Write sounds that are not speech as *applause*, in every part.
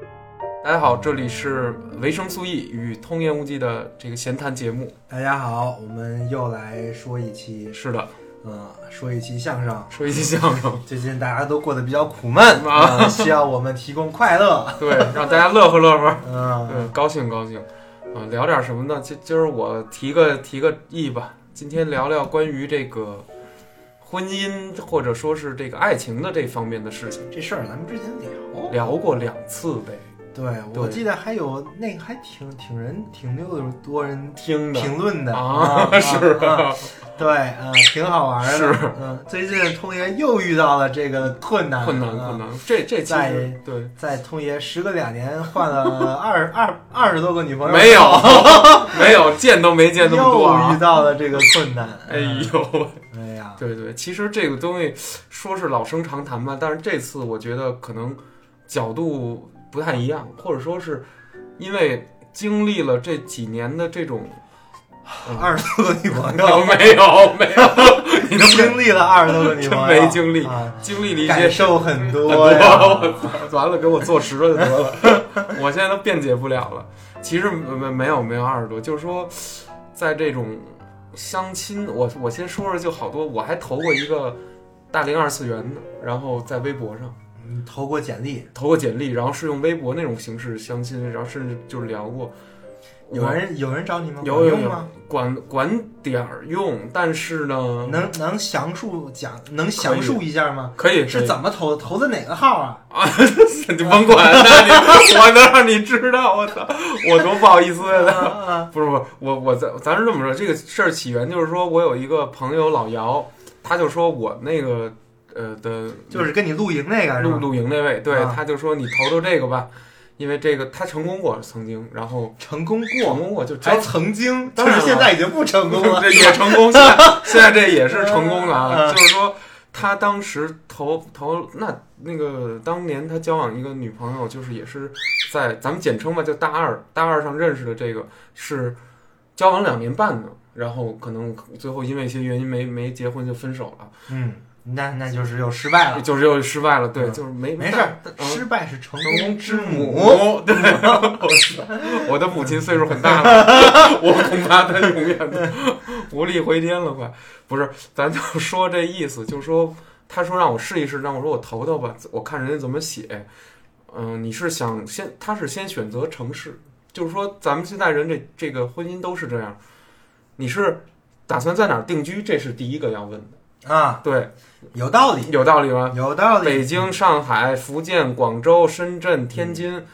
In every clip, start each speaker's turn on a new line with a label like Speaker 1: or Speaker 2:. Speaker 1: 大家嗯好，这里是维生素 E 与通言无忌的这个闲谈节目。
Speaker 2: 大家好，我们又来说一期，
Speaker 1: 是的，
Speaker 2: 嗯，说一期相声。
Speaker 1: 说一期相声，
Speaker 2: 最近大家都过得比较苦闷
Speaker 1: 啊
Speaker 2: 啊、嗯需要我们提供快乐。
Speaker 1: 对，让大家乐呵乐呵，
Speaker 2: 嗯，
Speaker 1: 对，高兴高兴。啊，聊点什么呢？今今儿我提个提个意吧，今天聊聊关于这个婚姻或者说是这个爱情的这方面的事情，
Speaker 2: 这事儿咱们之前聊，
Speaker 1: 聊过两次呗，
Speaker 2: 对我
Speaker 1: 对
Speaker 2: 记得还有那个还挺挺人挺有多人
Speaker 1: 听的
Speaker 2: 评论的
Speaker 1: 啊， *laughs* 是
Speaker 2: 啊
Speaker 1: 吧？
Speaker 2: 对，嗯，挺好玩的。
Speaker 1: 是
Speaker 2: 嗯，最近通爷又遇到了这个困难，
Speaker 1: 困难
Speaker 2: 嗯
Speaker 1: 困难，这这其
Speaker 2: 在
Speaker 1: 实对
Speaker 2: 在通爷时隔两年换了二二二十多个女朋友，
Speaker 1: 没有 *laughs* 没有见都没见那么多
Speaker 2: 又遇
Speaker 1: 啊。
Speaker 2: 到了这个困难。
Speaker 1: 哎呦，
Speaker 2: 嗯，哎呀，
Speaker 1: 对对，其实这个东西说是老生常谈吧，但是这次我觉得可能角度不太一样，或者说是因为经历了这几年的这种，
Speaker 2: 二十多个女朋
Speaker 1: 没有
Speaker 2: 友，
Speaker 1: 没有没有，你都
Speaker 2: *laughs* 经历了二十多个女朋友，
Speaker 1: 真没经历
Speaker 2: 啊，
Speaker 1: 经历了一
Speaker 2: 感
Speaker 1: 些
Speaker 2: 受很
Speaker 1: 很
Speaker 2: 多
Speaker 1: 多啊
Speaker 2: 呀。
Speaker 1: 我操完了，给我坐实了就得了。 *laughs* 我现在都辩解不了了。其实没没有没有二十多，就是说，在这种相亲，我我先说说，就好多我还投过一个大龄二次元的，然后在微博上
Speaker 2: 嗯投过简历，
Speaker 1: 投过简历，然后是用微博那种形式相亲，然后甚至就聊过。
Speaker 2: 有人有人找你吗？
Speaker 1: 有有
Speaker 2: 有
Speaker 1: 有
Speaker 2: 吗？
Speaker 1: 管管点儿用，但是呢，
Speaker 2: 能能详述讲，能详述一下吗？
Speaker 1: 可以
Speaker 2: 是怎么投的？投的哪个号啊？
Speaker 1: 可以你甭管，
Speaker 2: *laughs*
Speaker 1: 你我能让你知道，我操，我多不好意思
Speaker 2: 啊
Speaker 1: 呀。
Speaker 2: 啊
Speaker 1: 不是不是，我我咱咱是这么说，这个事儿起源就是说我有一个朋友老姚，他就说我那个呃的
Speaker 2: 就是跟你露营那个是
Speaker 1: 露
Speaker 2: 吧？
Speaker 1: 露营那位，对，
Speaker 2: 啊
Speaker 1: 他就说你投投这个吧，因为这个他成功过曾经，然后
Speaker 2: 成功
Speaker 1: 成
Speaker 2: 过，
Speaker 1: 功过就
Speaker 2: 还
Speaker 1: 成
Speaker 2: 曾经，
Speaker 1: 当
Speaker 2: 就
Speaker 1: 然
Speaker 2: 是
Speaker 1: 了
Speaker 2: 现在已经不成功
Speaker 1: *laughs*
Speaker 2: 了。
Speaker 1: 这也成功，现
Speaker 2: *laughs*
Speaker 1: 在现在这也是成功了啊，
Speaker 2: 嗯
Speaker 1: 就是说。他当时投投那那个当年他交往一个女朋友，就是也是在咱们简称吧，就大二大二上认识的这个是交往两年半的，然后可能最后因为一些原因没没结婚就分手了，
Speaker 2: 嗯，那那就是又失败了。
Speaker 1: 就是又失败了，对，
Speaker 2: 啊嗯
Speaker 1: 就是没
Speaker 2: 没事儿，
Speaker 1: 但嗯
Speaker 2: 失败是成
Speaker 1: 成
Speaker 2: 功
Speaker 1: 功之
Speaker 2: 之母。
Speaker 1: 母，对，我我的母亲岁数很大了， *laughs* 我恐怕她永远都无力回天了，快！不是，咱就说这意思，就说他说让我试一试，让我说我投投吧，我看人家怎么写。嗯、你是想先，他是先选择城市，就是说咱们现在人这这个婚姻都是这样，你是打算在哪儿定居，这是第一个要问的。
Speaker 2: 啊，
Speaker 1: 对，
Speaker 2: 有道理，
Speaker 1: 有道理吗？
Speaker 2: 有道理。
Speaker 1: 北京、上海、福建、广州、深圳、天津，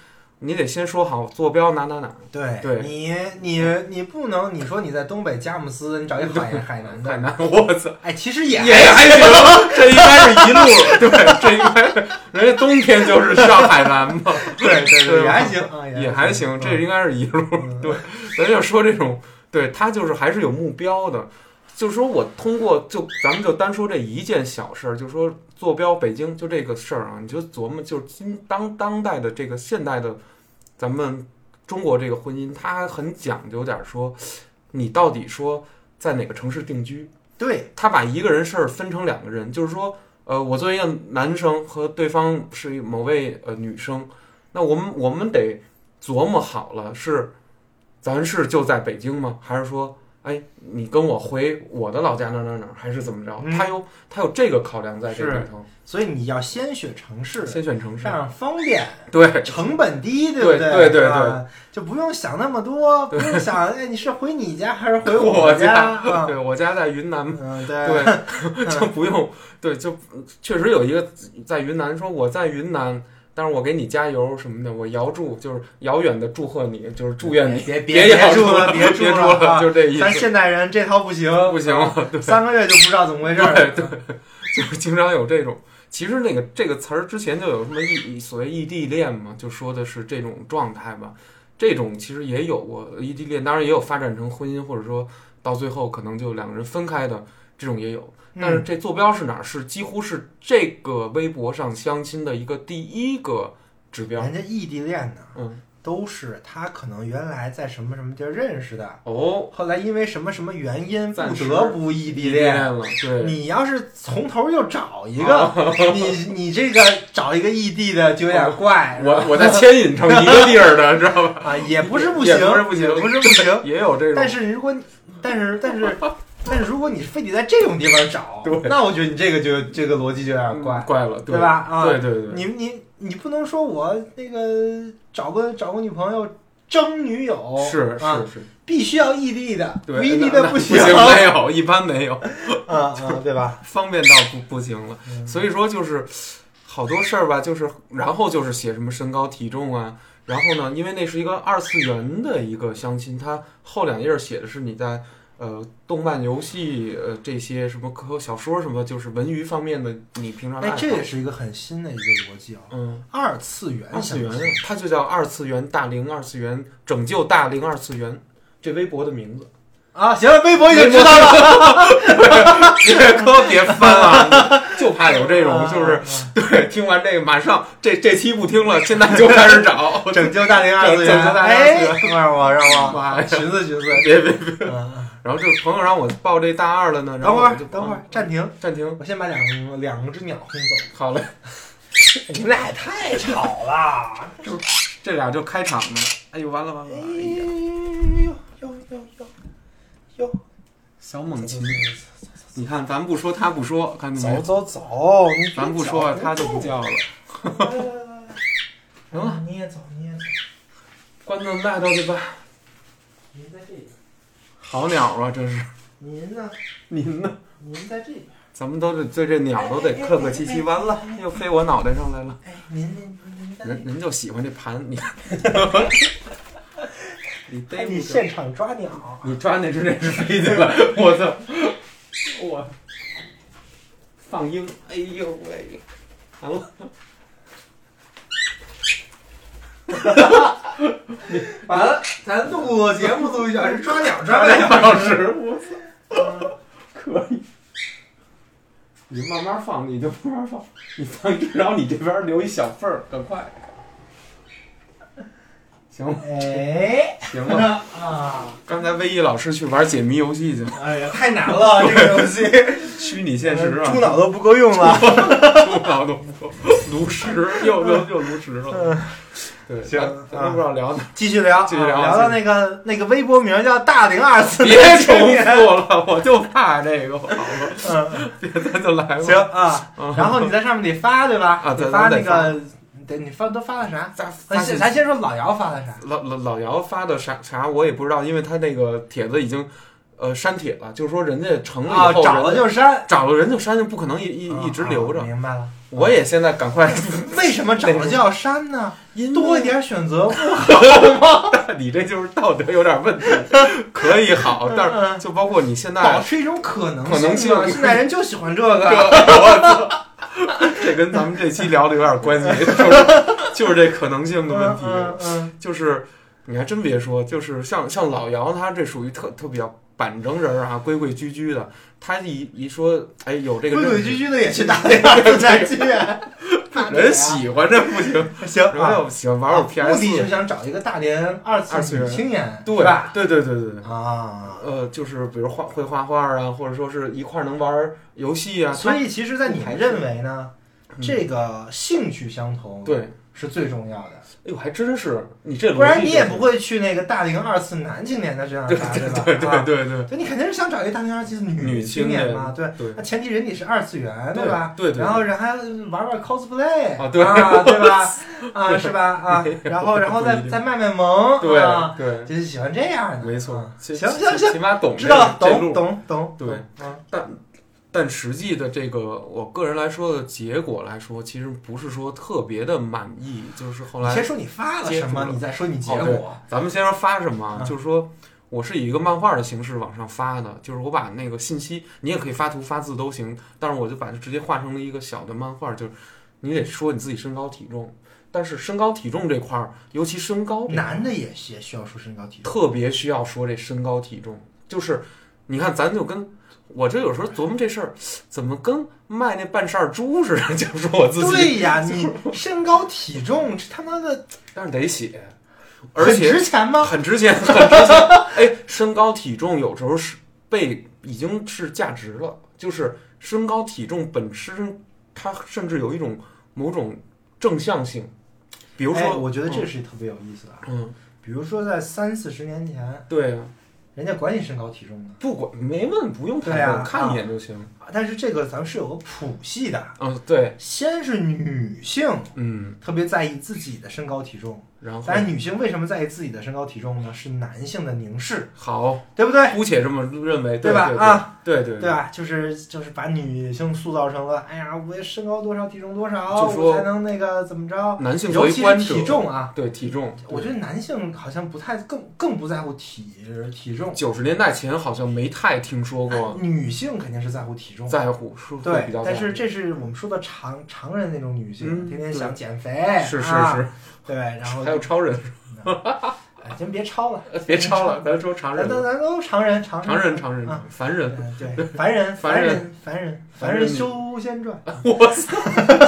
Speaker 1: 你得先说好坐标哪哪哪。
Speaker 2: 对，
Speaker 1: 对
Speaker 2: 你你你不能，你说你在东北佳木斯，你找一海海南
Speaker 1: 海
Speaker 2: 的，
Speaker 1: 南，我操，
Speaker 2: 哎，其实也
Speaker 1: 也还行，这应该是一路，对，这应该是人家冬天就是上海南嘛，
Speaker 2: 对对
Speaker 1: 对
Speaker 2: 对，也还行啊，
Speaker 1: 也还行，这应该是一路。
Speaker 2: 嗯
Speaker 1: 对咱就说这种，对他就是还是有目标的，就是说我通过就咱们就单说这一件小事儿，就说坐标北京就这个事儿啊，你就琢磨就是今当当代的这个现代的咱们中国这个婚姻，它很讲究点儿说，你到底说在哪个城市定居，
Speaker 2: 对
Speaker 1: 他把一个人事儿分成两个人，就是说，呃，我作为一个男生和对方是某位呃女生，那我们我们得琢磨好了，是咱是就在北京吗？还是说，哎，你跟我回我的老家哪儿哪儿哪儿，还是怎么着？
Speaker 2: 嗯
Speaker 1: 他有他有这个考量在这
Speaker 2: 是
Speaker 1: 里头，
Speaker 2: 所以你要先选城市，
Speaker 1: 先选城市
Speaker 2: 这，样方便，
Speaker 1: 对
Speaker 2: 成本低，不
Speaker 1: 对对
Speaker 2: 对
Speaker 1: 对
Speaker 2: 是吧就不用想那么多，不用想，哎，你是回你家还是回
Speaker 1: 我
Speaker 2: 家
Speaker 1: 家
Speaker 2: 啊？
Speaker 1: 对，我家在云南嘛
Speaker 2: 嗯，对
Speaker 1: 对，就不用对，就确实有一个在云南说我在云南，但是我给你加油什么的，我遥祝就是遥远的祝贺你，就是祝愿你
Speaker 2: 别
Speaker 1: 别
Speaker 2: 别
Speaker 1: 遥
Speaker 2: 住了，
Speaker 1: 别
Speaker 2: 住
Speaker 1: 住了，
Speaker 2: 啊！
Speaker 1: 就这意
Speaker 2: 咱
Speaker 1: 思。
Speaker 2: 现代人这套不行，
Speaker 1: 不行
Speaker 2: 啊，
Speaker 1: 了，对，
Speaker 2: 三个月就不知道怎么回事儿。
Speaker 1: 对 *laughs* 就是经常有这种。其实那个这个词儿之前就有什么异所谓异地恋嘛，就说的是这种状态吧。这种其实也有过异地恋，当然也有发展成婚姻，或者说到最后可能就两个人分开的这种也有。但是
Speaker 2: 嗯，
Speaker 1: 这坐标是哪儿？是几乎是这个微博上相亲的一个第一个指标。
Speaker 2: 哎人家异地恋呢，
Speaker 1: 嗯，
Speaker 2: 都是他可能原来在什么什么地儿认识的，
Speaker 1: 哦，
Speaker 2: 后来因为什么什么原因不
Speaker 1: 暂时
Speaker 2: 得不异地
Speaker 1: 异
Speaker 2: 恋。
Speaker 1: 了，对，哦
Speaker 2: 你要是从头又找一个，你你这个找一个异地的就有点怪，
Speaker 1: 我我在牵引成一个地儿的，知
Speaker 2: *laughs*
Speaker 1: 道吧？
Speaker 2: 啊，也不是不行，
Speaker 1: 也不是不行
Speaker 2: 也不是不行。
Speaker 1: 也有 *laughs* 这种
Speaker 2: 但，是如果你，但是但是 *laughs* 但是如果你非得在这种地方找
Speaker 1: 对，
Speaker 2: 那我觉得你这个就这个逻辑就有点
Speaker 1: 嗯
Speaker 2: 怪，
Speaker 1: 怪了，
Speaker 2: 对吧？？啊，
Speaker 1: 对对对，
Speaker 2: 你你你不能说我那个找个找个女朋友争女友
Speaker 1: 是
Speaker 2: 啊，
Speaker 1: 是是，
Speaker 2: 必须要异地的，不
Speaker 1: 对，
Speaker 2: 异地
Speaker 1: 那
Speaker 2: 的
Speaker 1: 那不
Speaker 2: 行
Speaker 1: 没有，一般没有，
Speaker 2: 啊啊，对吧？
Speaker 1: 方便到不不行了。
Speaker 2: 嗯
Speaker 1: 所以说就是好多事儿吧，就是然后就是写什么身高体重啊，然后呢，因为那是一个二次元的一个相亲，它后两页儿写的是你在呃动漫、游戏呃这些什么科小说什么，就是文娱方面的你平常的爱
Speaker 2: 哎，
Speaker 1: 好。
Speaker 2: 这也是哎一个很新的一个逻辑啊，
Speaker 1: 嗯，
Speaker 2: 二次元
Speaker 1: 二次元
Speaker 2: 相亲，
Speaker 1: 它就叫二次元大龄二次元拯救大龄二次元。这微博的名字，
Speaker 2: 啊，行了，微博已经知道了，
Speaker 1: *laughs* 别可别翻啊！
Speaker 2: *laughs*
Speaker 1: 就怕有这种，就是
Speaker 2: 啊
Speaker 1: 对，听完这个马上这这期不听了，现在就开始
Speaker 2: *laughs*
Speaker 1: 找，
Speaker 2: 拯救大龄二次元，
Speaker 1: 拯救大龄二次元
Speaker 2: 哎，
Speaker 1: *laughs*
Speaker 2: 让我让我
Speaker 1: 妈呀！
Speaker 2: 寻
Speaker 1: *laughs*
Speaker 2: 思寻思，
Speaker 1: 别别，
Speaker 2: 嗯
Speaker 1: 然后这朋友让我报这大二了呢，然
Speaker 2: 等
Speaker 1: 后
Speaker 2: 会
Speaker 1: 我
Speaker 2: 儿
Speaker 1: 就嗯
Speaker 2: 等会儿暂停，
Speaker 1: 暂停，
Speaker 2: 我先把两个两只鸟轰走。
Speaker 1: 好嘞，
Speaker 2: *laughs* 你们俩也太吵了，
Speaker 1: 这俩就开场呢，哎呦完了完
Speaker 2: 哎
Speaker 1: 了，哎呀
Speaker 2: 呦呦呦呦呦，
Speaker 1: 小猛禽，你看咱不说他不说，看见没
Speaker 2: 走？走走，你别
Speaker 1: 咱不嗯说
Speaker 2: 走哎
Speaker 1: 他就不。叫了，
Speaker 2: 来来来来来
Speaker 1: *laughs* 行了，
Speaker 2: 你也走，你也走，
Speaker 1: 关灯带到去吧，
Speaker 2: 您在这边，
Speaker 1: 好鸟啊，真是
Speaker 2: 您呢？
Speaker 1: 您呢？
Speaker 2: 您在这边。
Speaker 1: 咱们都得对这鸟都得客客气气，完 *laughs* 了又飞我脑袋上来了，
Speaker 2: 哎，您您您在这
Speaker 1: 人
Speaker 2: 边。
Speaker 1: 人就喜欢这盘，你 *laughs* 你逮
Speaker 2: 哎，
Speaker 1: 不
Speaker 2: 你
Speaker 1: 着
Speaker 2: 现场抓鸟，
Speaker 1: 你抓那只那只飞去了， *laughs* 我操！我放鹰，哎呦喂，完了，
Speaker 2: *laughs* 完了，咱录节目录一小时，抓鸟抓
Speaker 1: 了
Speaker 2: 了
Speaker 1: 一
Speaker 2: 鸟。
Speaker 1: 半小时，我操，可以。你慢慢放，你就慢慢放，你放一只，然后你这边留一小缝儿，赶快。行了，
Speaker 2: *laughs* 哎，
Speaker 1: 行了。
Speaker 2: 啊，
Speaker 1: 刚才魏毅老师去玩解谜游戏去了，
Speaker 2: 哎呀，太难
Speaker 1: *laughs*
Speaker 2: 了，这个游戏，
Speaker 1: 虚拟现实 *laughs* 啊
Speaker 2: *laughs* 猪，脑都不够用了。
Speaker 1: 猪脑都不够炉石，又又又炉石了。对，
Speaker 2: 嗯行
Speaker 1: 咱啊咱都不知道聊哪儿
Speaker 2: 继续聊，
Speaker 1: 继续聊
Speaker 2: 啊聊到那个那个微博名叫“大龄二次”，
Speaker 1: *laughs* 别重复。了， *laughs* 我就怕这个。好了，
Speaker 2: 嗯，
Speaker 1: *laughs* 别咱就来吧。
Speaker 2: 行，
Speaker 1: *laughs*
Speaker 2: 啊，
Speaker 1: 嗯、
Speaker 2: 然后你在上面得发对吧？
Speaker 1: 啊对
Speaker 2: 得发那
Speaker 1: 咱得
Speaker 2: 个，得你发都发的啥？
Speaker 1: 咱
Speaker 2: 咱
Speaker 1: 发
Speaker 2: 先
Speaker 1: 现
Speaker 2: 呃咱先说老姚发的啥？
Speaker 1: 老老老姚发的啥啥我也不知道，因为他那个帖子已经呃删帖了，就是说人家成了
Speaker 2: 啊，
Speaker 1: 嗯以后，
Speaker 2: 找了
Speaker 1: 人
Speaker 2: 就删，
Speaker 1: 找了人就删，就不可能一一
Speaker 2: 啊
Speaker 1: 一直留着
Speaker 2: 啊。明白了。
Speaker 1: 我也现在赶
Speaker 2: *laughs*
Speaker 1: 快，
Speaker 2: 为什么找了就要删呢？多一点选择， *laughs*
Speaker 1: 你这就是道德有点问题。可以好，但是就包括你现
Speaker 2: 保 *laughs*
Speaker 1: 在
Speaker 2: 持一种可能
Speaker 1: 可能性
Speaker 2: 嘛现在人就喜欢这
Speaker 1: 这
Speaker 2: 个。
Speaker 1: 这跟咱们这期聊的有点关系，就是就是这可能性的问题。
Speaker 2: 嗯嗯
Speaker 1: 就是你还真别说，就是像像老姚他这属于特特比较板正人儿啊，规规矩矩的。他一一说，哎，有这
Speaker 2: 嗯，
Speaker 1: 个
Speaker 2: 规
Speaker 1: 认
Speaker 2: 规
Speaker 1: 识
Speaker 2: 矩矩的也去大龄二次宅去，
Speaker 1: *laughs* 人喜欢这不行，
Speaker 2: 行
Speaker 1: 人
Speaker 2: 啊。
Speaker 1: 要喜欢玩会儿
Speaker 2: 目的就
Speaker 1: PS，
Speaker 2: 想找一个大连二次
Speaker 1: 二次元
Speaker 2: 女青年，
Speaker 1: 对
Speaker 2: 是吧？
Speaker 1: 对对对对对。
Speaker 2: 啊，
Speaker 1: 呃，就是比如画会画画啊，或者说是一块儿能玩儿游戏啊，
Speaker 2: 所以其实，在你们认为呢，
Speaker 1: 嗯
Speaker 2: 这个兴趣相同
Speaker 1: 对，哎
Speaker 2: 是最重要的，
Speaker 1: 呦，还真是你这逻辑就是，
Speaker 2: 不然你也不会去那个大龄二次男青年的这样
Speaker 1: 对
Speaker 2: 啥
Speaker 1: 对
Speaker 2: 吧？
Speaker 1: 对对
Speaker 2: 啊
Speaker 1: 对对
Speaker 2: 对，你肯定是想找一个大龄二次
Speaker 1: 女
Speaker 2: 青
Speaker 1: 青
Speaker 2: 年
Speaker 1: 年
Speaker 2: 嘛，对。
Speaker 1: 对
Speaker 2: 那前提人你是二次元，
Speaker 1: 对
Speaker 2: 吧？
Speaker 1: 对对对
Speaker 2: 然后人还玩玩 cosplay
Speaker 1: 啊对
Speaker 2: 啊，对吧？ *laughs* 啊，是吧？啊，然后然后
Speaker 1: 不
Speaker 2: 再
Speaker 1: 一定
Speaker 2: 再卖卖萌，啊，
Speaker 1: 对
Speaker 2: 就是喜欢这样
Speaker 1: 对，
Speaker 2: 的，
Speaker 1: 没错
Speaker 2: 啊，
Speaker 1: 起
Speaker 2: 行
Speaker 1: 起
Speaker 2: 行行，
Speaker 1: 起码懂
Speaker 2: 知道了，
Speaker 1: 这这
Speaker 2: 懂
Speaker 1: 路
Speaker 2: 懂懂，
Speaker 1: 对
Speaker 2: 懂，啊，
Speaker 1: 但实际的这个，我个人来说的结果来说，其实不是说特别的满意。就是后
Speaker 2: 你
Speaker 1: 来
Speaker 2: 先，说你发了
Speaker 1: 接
Speaker 2: 什
Speaker 1: 触
Speaker 2: 么，
Speaker 1: 了
Speaker 2: 你再说你结
Speaker 1: 哦对
Speaker 2: 果。
Speaker 1: 咱们先说发什么啊，
Speaker 2: 嗯
Speaker 1: 就是说我是以一个漫画的形式往上发的，就是我把那个信息，你也可以发图发字都行，但是我就把它直接画成了一个小的漫画，就是你得说你自己身高体重，但是身高体重这块儿，尤其身高这块儿
Speaker 2: 男的也需也需要说身高体重，
Speaker 1: 特别需要说这身高体重，就是你看，咱就跟我这有时候琢磨这事儿，怎么跟卖那半扇猪似的，就 *laughs* 说我自己，
Speaker 2: 对呀，你身高体重这他妈的
Speaker 1: 但是得写。 *laughs* 而且
Speaker 2: 很值钱吗？
Speaker 1: 很值
Speaker 2: *laughs*
Speaker 1: 钱，很值钱。哎，身高体重有时候是被已经是价值了，就是身高体重本身它甚至有一种某种正向性，比
Speaker 2: 比
Speaker 1: 如说，
Speaker 2: 哎我觉得这是特别有意思的啊。
Speaker 1: 嗯，
Speaker 2: 比如说在三四十年前，
Speaker 1: 对啊，
Speaker 2: 人家管你身高体重呢，
Speaker 1: 不管没问，不用
Speaker 2: 对
Speaker 1: 判断，
Speaker 2: 啊
Speaker 1: 看一眼就行。
Speaker 2: 但是这个咱们是有个谱系的，
Speaker 1: 嗯，对，
Speaker 2: 先是女性
Speaker 1: 嗯，
Speaker 2: 特别在意自己的身高体重，
Speaker 1: 然后
Speaker 2: 但是女性为什么在意自己的身高体重呢？是男性的凝视，
Speaker 1: 好，
Speaker 2: 对不对？
Speaker 1: 姑且这么认为，对
Speaker 2: 吧？
Speaker 1: 对
Speaker 2: 啊，
Speaker 1: 对对
Speaker 2: 对，吧？就是就是把女性塑造成了，哎呀，我身高多少，体重多少，
Speaker 1: 就说
Speaker 2: 我才能那个怎么着？
Speaker 1: 男性作
Speaker 2: 尤
Speaker 1: 为
Speaker 2: 其
Speaker 1: 观
Speaker 2: 是
Speaker 1: 者，
Speaker 2: 体重啊，
Speaker 1: 对体重，
Speaker 2: 我觉得男性好像不太更更不在乎体体重，
Speaker 1: 九十年代前好像没太听说过
Speaker 2: 女性肯定是在乎体重。
Speaker 1: 在乎，是会
Speaker 2: 对
Speaker 1: 比较，在
Speaker 2: 但
Speaker 1: 乎。
Speaker 2: 是这是我们说的常常人那种女性，
Speaker 1: 嗯
Speaker 2: 天
Speaker 1: 对
Speaker 2: 天想减肥，
Speaker 1: 是是
Speaker 2: 啊，
Speaker 1: 是，
Speaker 2: 对，然后
Speaker 1: 哦 *laughs* 还有超人，
Speaker 2: 哎，先别超了，
Speaker 1: *laughs* 别超了，咱说常
Speaker 2: 咱
Speaker 1: 人吧，
Speaker 2: 都咱都常人，常
Speaker 1: 常人常人
Speaker 2: 啊
Speaker 1: 凡人， *laughs*
Speaker 2: 嗯对，凡人，
Speaker 1: 凡
Speaker 2: 凡
Speaker 1: 人
Speaker 2: 人，凡人，
Speaker 1: 凡
Speaker 2: 凡
Speaker 1: 人
Speaker 2: 人
Speaker 1: 女
Speaker 2: 修仙
Speaker 1: *laughs*
Speaker 2: 传，
Speaker 1: 我操，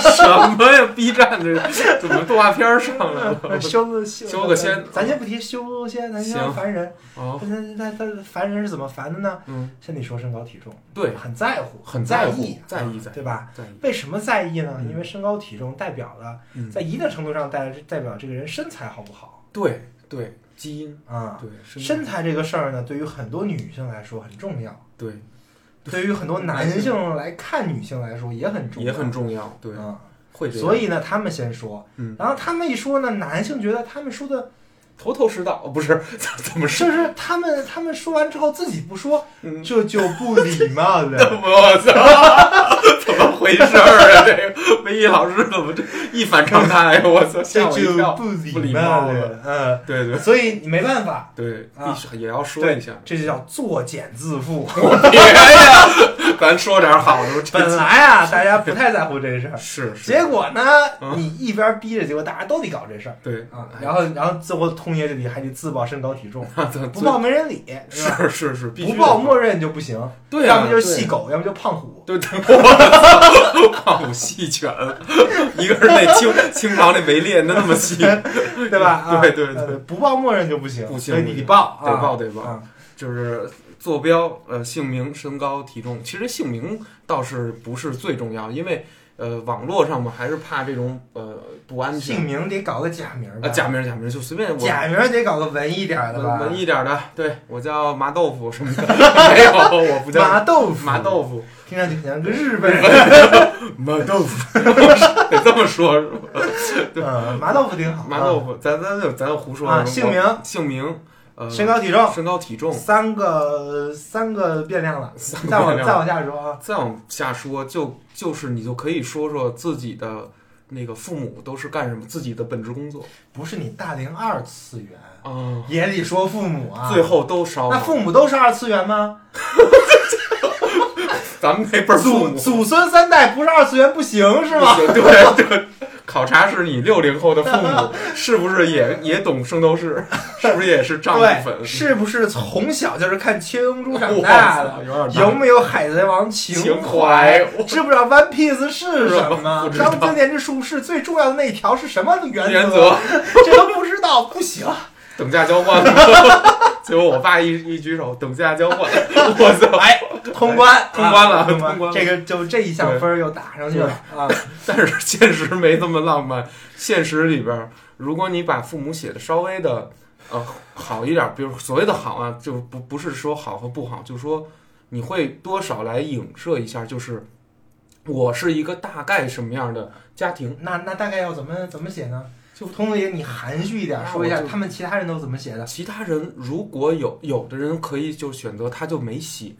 Speaker 1: 什么呀？B 站这怎么动画片上来了？
Speaker 2: 修个修
Speaker 1: 修个仙
Speaker 2: 咱先不提修仙，咱先
Speaker 1: 行
Speaker 2: 说凡人。
Speaker 1: 哦，
Speaker 2: 那那那凡人是怎么凡的呢？
Speaker 1: 嗯，
Speaker 2: 像你说身高体重，
Speaker 1: 对，
Speaker 2: 很在乎，
Speaker 1: 很
Speaker 2: 在
Speaker 1: 在乎
Speaker 2: 意，啊
Speaker 1: 在意在意
Speaker 2: 对吧？
Speaker 1: 在意，
Speaker 2: 为什么在意呢？
Speaker 1: 嗯
Speaker 2: 因为身高体重代表了，
Speaker 1: 嗯，
Speaker 2: 在一定程度上代代表这个人身材好不好
Speaker 1: 对对，基因
Speaker 2: 啊。
Speaker 1: 对身
Speaker 2: 身材这个事儿呢，对于很多女性来说很重要，
Speaker 1: 对
Speaker 2: 对于很多男性来看女性来说也很重要，
Speaker 1: 也很重要，对，
Speaker 2: 啊。
Speaker 1: 会这样，
Speaker 2: 所以啊呢，他们先说，
Speaker 1: 嗯
Speaker 2: 然后他们一说呢，男性觉得他们说的，
Speaker 1: 头头是道，哦不是怎么是？
Speaker 2: 就是他们他们说完之后自己不说，
Speaker 1: 嗯
Speaker 2: 这就不礼貌
Speaker 1: *laughs*
Speaker 2: 了。
Speaker 1: 我操！怎么回事儿啊？这个魏毅老师怎么这一反常态？啊我操，吓
Speaker 2: 这
Speaker 1: 我一
Speaker 2: 就
Speaker 1: 跳！
Speaker 2: 不
Speaker 1: 不
Speaker 2: 礼
Speaker 1: 礼貌
Speaker 2: 了，嗯，
Speaker 1: 对对
Speaker 2: 所以你没办法，
Speaker 1: 对，
Speaker 2: 啊
Speaker 1: 必须也要说一下。 *laughs*
Speaker 2: 这就叫作茧自缚。
Speaker 1: 别呀，咱说点好的。这
Speaker 2: 本来啊，大家不太在乎这事儿，
Speaker 1: 是是
Speaker 2: 结果呢，
Speaker 1: 嗯
Speaker 2: 你一边逼着，结果大家都得搞这事儿
Speaker 1: 对
Speaker 2: 啊，然后然后最后通爷这里还得自曝身高体重，
Speaker 1: 后咱
Speaker 2: 不报没人理，是吧？
Speaker 1: 是是是，必须
Speaker 2: 不报
Speaker 1: 得
Speaker 2: 默认就不行，
Speaker 1: 对啊，
Speaker 2: 要么就是细
Speaker 1: 狗，
Speaker 2: 狗，要么就胖虎。
Speaker 1: 对，对我
Speaker 2: *laughs*
Speaker 1: 操，胖虎 *laughs* 细犬，一个是那清清朝那围猎那那么细，
Speaker 2: 对吧？啊、
Speaker 1: 对对对
Speaker 2: 呃不报默认就不行，
Speaker 1: 不行
Speaker 2: 所以
Speaker 1: 不
Speaker 2: 你
Speaker 1: 行
Speaker 2: 得报，
Speaker 1: 得报
Speaker 2: 啊、
Speaker 1: 得报
Speaker 2: 啊
Speaker 1: 就是坐标、呃姓名、身高、体重。其实姓名倒是不是最重要，因为呃网络上嘛还是怕这种呃不安
Speaker 2: 姓
Speaker 1: 全。
Speaker 2: 名得搞个假名儿
Speaker 1: 啊，
Speaker 2: 吧，
Speaker 1: 假名假名就随便我
Speaker 2: 假名儿得搞个文艺点儿的吧，
Speaker 1: 文文艺点儿的，对我叫麻豆腐什么
Speaker 2: *laughs*
Speaker 1: 的，没有，我不叫
Speaker 2: 麻豆腐，
Speaker 1: *laughs* 麻豆
Speaker 2: *laughs*
Speaker 1: 腐，
Speaker 2: 听上去像
Speaker 1: *laughs*
Speaker 2: 个日本人。
Speaker 1: 麻豆腐， *laughs* 得这么说，是吧
Speaker 2: 嗯，麻豆腐挺好。
Speaker 1: 麻豆腐，咱咱就咱就胡说
Speaker 2: 啊姓名
Speaker 1: 姓名，呃，
Speaker 2: 身高体重
Speaker 1: 身高体重，
Speaker 2: 三个三个变量了，
Speaker 1: 哦三个
Speaker 2: 再往
Speaker 1: 变量
Speaker 2: 再往下说啊，
Speaker 1: 再往下说，就就是你就可以说说自己的那个父母都是干什么，自己的本职工作
Speaker 2: 不是你大龄二次元，
Speaker 1: 啊，
Speaker 2: 也得说父母啊。
Speaker 1: 最后都烧
Speaker 2: 那
Speaker 1: 了。
Speaker 2: 父母都是二次元吗？
Speaker 1: 咱们那辈儿父
Speaker 2: 祖
Speaker 1: 母
Speaker 2: 祖孙三代不是二次元不行是吗？
Speaker 1: 不行对对，考察是你六零后的父
Speaker 2: *laughs*
Speaker 1: 母是不是也也懂圣斗士？ *laughs* 是不是也是丈夫
Speaker 2: 对，
Speaker 1: 粉？
Speaker 2: 是不是从小就是看《七龙珠》长大的？
Speaker 1: 哇塞有
Speaker 2: 有
Speaker 1: 点
Speaker 2: 没有海贼王情
Speaker 1: 情怀
Speaker 2: 怀？知不知道 One Piece 是什么
Speaker 1: *laughs* 不？知道
Speaker 2: 章经典之术是最重要的那一条是什么原
Speaker 1: 大
Speaker 2: 则？
Speaker 1: 原则，
Speaker 2: *laughs* 这都不知道，不行。
Speaker 1: 等价交换。结果我爸一一举手，等价交换，我操！
Speaker 2: 哎，通关，
Speaker 1: *laughs* 通关了
Speaker 2: 啊通
Speaker 1: 通关了
Speaker 2: 这个就这一项分儿又打上去了啊！
Speaker 1: 但是现实没这么浪漫。现实里边儿，如果你把父母写的稍微的呃好一点儿，比如所谓的好啊，就不不是说好和不好，就说你会多少来影射一下，就是我是一个大概什么样的家庭。
Speaker 2: 那那大概要怎么怎么写呢？
Speaker 1: 就
Speaker 2: 通子爷，你含蓄一点
Speaker 1: 那
Speaker 2: 说
Speaker 1: 我
Speaker 2: 一下，
Speaker 1: 就
Speaker 2: 他们其他人都怎么写的？
Speaker 1: 其他人如果有有的人可以就选择他就没写，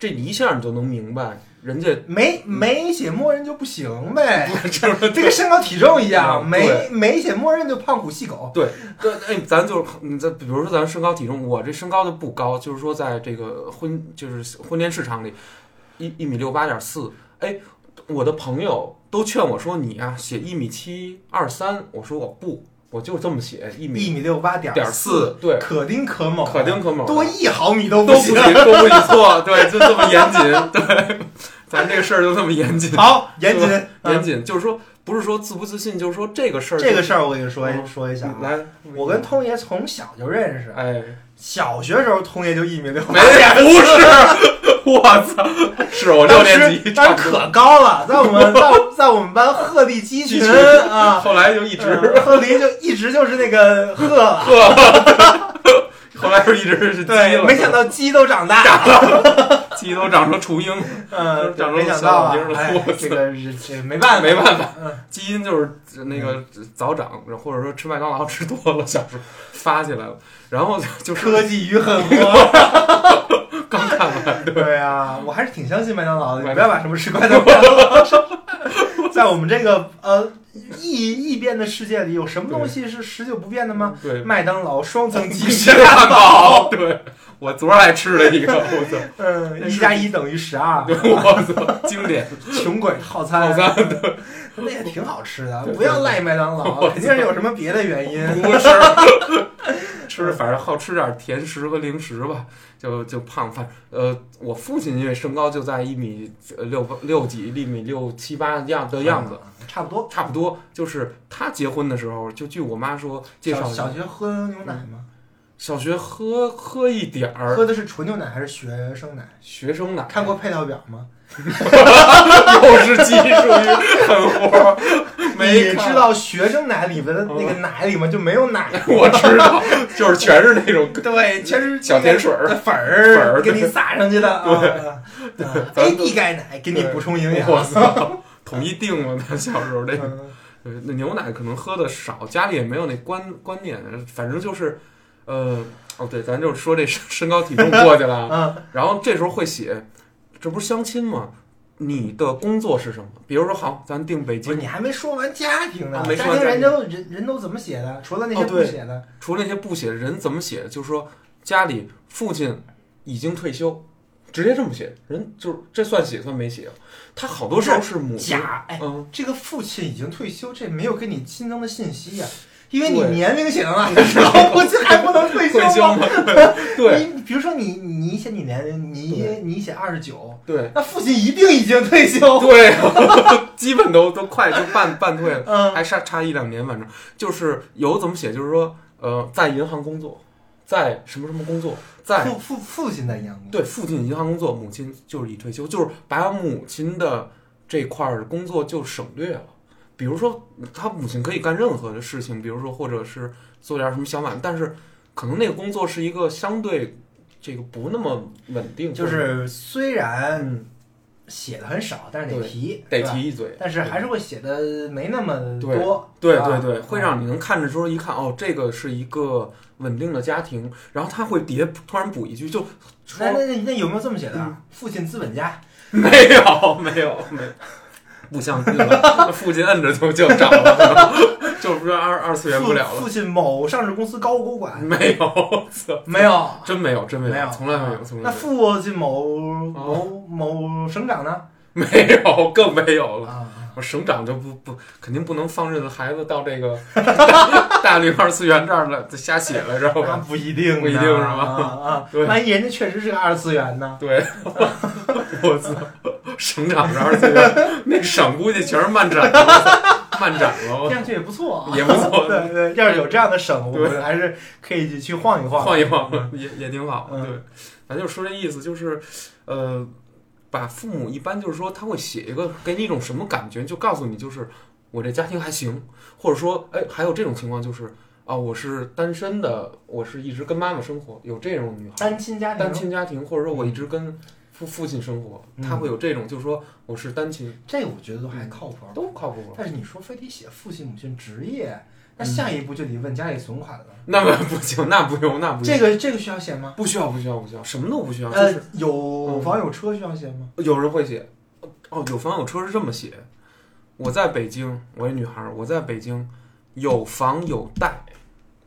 Speaker 1: 这一下你就能明白人家
Speaker 2: 没没写默认就不行呗，
Speaker 1: 嗯就是
Speaker 2: *laughs* 这个身高体重一
Speaker 1: 啊
Speaker 2: 样，
Speaker 1: 对
Speaker 2: 没没写默认就胖虎细狗。
Speaker 1: 对，对，哎，咱就是你这，比如说咱身高体重，我这身高就不高，就是说在这个婚就是婚恋市场里，一一米六八点四，哎，我的朋友都劝我说你啊写一米七二三，我说我不，我就这么写，一
Speaker 2: 一
Speaker 1: 米
Speaker 2: 米六八点
Speaker 1: 点
Speaker 2: 四，
Speaker 1: 四，对，
Speaker 2: 可丁可卯，啊
Speaker 1: 可丁可卯，啊
Speaker 2: 多一毫米啊都
Speaker 1: 都
Speaker 2: 不
Speaker 1: 不许
Speaker 2: 行。
Speaker 1: 都不许错，对，就这么严谨，对，咱这事儿就这么严谨，
Speaker 2: 好，严谨，
Speaker 1: 严
Speaker 2: 谨。
Speaker 1: 谨，就是说不是说自不自信，就是说这个事儿就，
Speaker 2: 这个事儿我跟你说
Speaker 1: 嗯
Speaker 2: 说一下啊，
Speaker 1: 来，
Speaker 2: 我跟通爷从小就认识，
Speaker 1: 哎，
Speaker 2: 小学时候通爷就一米六八
Speaker 1: 没，不是，
Speaker 2: *laughs*
Speaker 1: 我操， *laughs* 是我六
Speaker 2: 当
Speaker 1: 年级
Speaker 2: 时
Speaker 1: 差
Speaker 2: 当
Speaker 1: 不
Speaker 2: 时
Speaker 1: 多，
Speaker 2: 可高了，在我
Speaker 1: *laughs*
Speaker 2: 们在在我们班鹤立鸡群
Speaker 1: 鸡群
Speaker 2: 啊，
Speaker 1: 后来就一直，
Speaker 2: 嗯鹤立就一直就是那个鹤了，
Speaker 1: *laughs* 后来就一直是鸡
Speaker 2: 对，
Speaker 1: 了，
Speaker 2: 没想到鸡都长
Speaker 1: *laughs*
Speaker 2: 大，
Speaker 1: 鸡都长成雏鹰，
Speaker 2: 嗯，
Speaker 1: 长成
Speaker 2: 没想到啊
Speaker 1: 小老鹰，了
Speaker 2: 哎
Speaker 1: 我，
Speaker 2: 这个是这没办法，
Speaker 1: 没办法
Speaker 2: 嗯，
Speaker 1: 基因就是那个早长，或者说吃麦当劳吃多了，小时候发起来了，然后就是
Speaker 2: 科技与狠活，
Speaker 1: *laughs* 刚看完，
Speaker 2: 对啊，我还是挺相信麦当劳的，你不要把什么吃怪当麦当
Speaker 1: *laughs*
Speaker 2: 劳说，在我们这个呃异异变的世界里，有什么东西是持久不变的吗？
Speaker 1: 对，
Speaker 2: 麦当劳双层鸡
Speaker 1: *laughs* 鸡
Speaker 2: 翅
Speaker 1: 汉堡，对我昨儿还吃了一个，我操， *laughs*
Speaker 2: 嗯，一加一等于十二，
Speaker 1: 哎对我操，经典
Speaker 2: 穷鬼套餐，
Speaker 1: 套餐，
Speaker 2: 那也挺好吃的，
Speaker 1: 对
Speaker 2: 不要赖麦
Speaker 1: *laughs*
Speaker 2: 当劳，肯定是有什么别的原因。
Speaker 1: 不是
Speaker 2: *laughs*
Speaker 1: 吃，反正好吃点甜食和零食吧，就就胖饭。呃，我父亲因为身高就在一米呃六八六几，一米六七八的 *laughs* 样的样子，
Speaker 2: 嗯差不多。
Speaker 1: 差不多。就是他结婚的时候，就据我妈说介绍嗯
Speaker 2: 小小学喝牛奶吗？
Speaker 1: 小学喝喝一点儿
Speaker 2: 喝的是纯牛奶还是学生奶？
Speaker 1: 学生奶，
Speaker 2: 看过配料表吗？
Speaker 1: *laughs* 又是技术与狠活，没
Speaker 2: *laughs* 你
Speaker 1: 看
Speaker 2: 知道学生奶里边的那个奶里面就没有奶，
Speaker 1: *laughs* 我知道，就是全是那种
Speaker 2: 对，全是
Speaker 1: 小甜水儿。
Speaker 2: 粉
Speaker 1: 粉儿
Speaker 2: 儿给
Speaker 1: 对
Speaker 2: 你撒上去的啊。
Speaker 1: *laughs* 咱
Speaker 2: A B 钙奶给 *laughs* 你补充营养。
Speaker 1: 我操，统一定了。咱小时候
Speaker 2: *laughs*
Speaker 1: 这个，
Speaker 2: 嗯
Speaker 1: 呃那牛奶可能喝的少，家里也没有那观观念，反正就是，呃，哦对，咱就是说这身身高体重过去了，
Speaker 2: *laughs* 嗯，
Speaker 1: 然后这时候会写，这不是相亲吗？你的工作是什么？比如说，好，咱定北
Speaker 2: 不是
Speaker 1: 京，
Speaker 2: 你还没说完家庭呢
Speaker 1: 啊，没
Speaker 2: 家
Speaker 1: 说完
Speaker 2: 庭
Speaker 1: 家
Speaker 2: 人
Speaker 1: 庭
Speaker 2: 都人人都怎么写的？除了那些
Speaker 1: 哦
Speaker 2: 不
Speaker 1: 对
Speaker 2: 写的，
Speaker 1: 除了那些不写的人怎么写？就说家里父亲已经退休，直接这么写，人就是这算写算没写？啊他好多时候是母亲，
Speaker 2: 假哎，
Speaker 1: 嗯，
Speaker 2: 这个父亲已经退休，这没有给你新增的信息呀、因为你
Speaker 1: *laughs* 对
Speaker 2: 年龄写到那的时候，不是还不能
Speaker 1: *laughs*
Speaker 2: 退
Speaker 1: 退
Speaker 2: 休
Speaker 1: 休
Speaker 2: 吗？
Speaker 1: 吗？对对
Speaker 2: 你比如说你你写你年龄，你
Speaker 1: 对
Speaker 2: 你写二十九，
Speaker 1: 对
Speaker 2: 那父亲一定已经退休。
Speaker 1: *laughs* 对啊，基本都都快就半半退了，
Speaker 2: 嗯，
Speaker 1: 还差差一两年，反正就是有怎么写，就是说呃，在银行工作，在什么什么工作，在
Speaker 2: 父父父亲在养
Speaker 1: 对父亲银行工作，母亲就是已退休，就是把母亲的这块儿的工作就省略了。比如说，他母亲可以干任何的事情，比如说或者是做点什么小买卖，但是可能那个工作是一个相对这个不那么稳定，
Speaker 2: 就是虽然
Speaker 1: 嗯
Speaker 2: 写的很少，但是得
Speaker 1: 对
Speaker 2: 提，
Speaker 1: 得
Speaker 2: 对吧，
Speaker 1: 提一嘴，
Speaker 2: 但是还是会写的没那么
Speaker 1: 对
Speaker 2: 多。
Speaker 1: 对
Speaker 2: 吧
Speaker 1: 对对，会让你能看着之后一看，哦，这个是一个稳定的家庭，然后他会叠突然补一句， *laughs* 就
Speaker 2: 那
Speaker 1: 说
Speaker 2: 那那那有没有这么写的啊？父亲资本家，
Speaker 1: 没有没有没有，不相信 *laughs* 了，父亲摁着就就找了，就不是二二次元不了
Speaker 2: 父
Speaker 1: 了，
Speaker 2: 父亲某上市公司高管，
Speaker 1: 没有，操
Speaker 2: 没有。
Speaker 1: 真没有真啊没
Speaker 2: 没有
Speaker 1: 从来没有，从
Speaker 2: 那
Speaker 1: 来
Speaker 2: 父亲某某
Speaker 1: 哦
Speaker 2: 某省长呢？
Speaker 1: 没有，没有更没有了。
Speaker 2: 啊，
Speaker 1: 我省长就不不肯定不能放任孩子到这 *laughs* 个大大龄二次元这儿了，瞎写来着吧？
Speaker 2: 那不一定呢，
Speaker 1: 不一定是吧
Speaker 2: 啊，
Speaker 1: *laughs*
Speaker 2: 啊
Speaker 1: 对
Speaker 2: 万一人家确实是个二次元呢？
Speaker 1: 对， *laughs* 我操，省长这二次元，那省估计全是漫展了，漫展了，
Speaker 2: 这
Speaker 1: 我
Speaker 2: 样就也不错啊。
Speaker 1: 也不 *laughs* 错，
Speaker 2: *laughs* 对对，要是有这样的省，我
Speaker 1: 哦对
Speaker 2: 们还是可以去晃一晃。
Speaker 1: 晃一晃也也挺好。
Speaker 2: 嗯
Speaker 1: 对，咱就说这意思，就是呃，把父母一般就是说他会写一个给你一种什么感觉，就告诉你就是我这家庭还行，或者说哎，还有这种情况就是啊，我是单身的，我是一直跟妈妈生活，有这种女孩。
Speaker 2: 单亲家
Speaker 1: 单
Speaker 2: 庭，
Speaker 1: 亲家庭，或者说我一直跟父父亲生活，
Speaker 2: 嗯
Speaker 1: 他会有这种，就是说我是单亲，
Speaker 2: 这我觉得都还靠谱。
Speaker 1: 都靠谱。
Speaker 2: 但是你说非得写父亲母亲职业，
Speaker 1: 嗯
Speaker 2: 那下一步就得问家里存款了。
Speaker 1: *laughs* 那么不行，那不用，那不用，
Speaker 2: 这个这个需要写吗？
Speaker 1: 不需要，不需要，不需要，什么都不需要。就
Speaker 2: 呃
Speaker 1: 是，嗯
Speaker 2: 有房有车需要写吗？
Speaker 1: 有人会写，哦，有房有车是这么写，我在北京，我一女孩儿，我在北京有房有贷，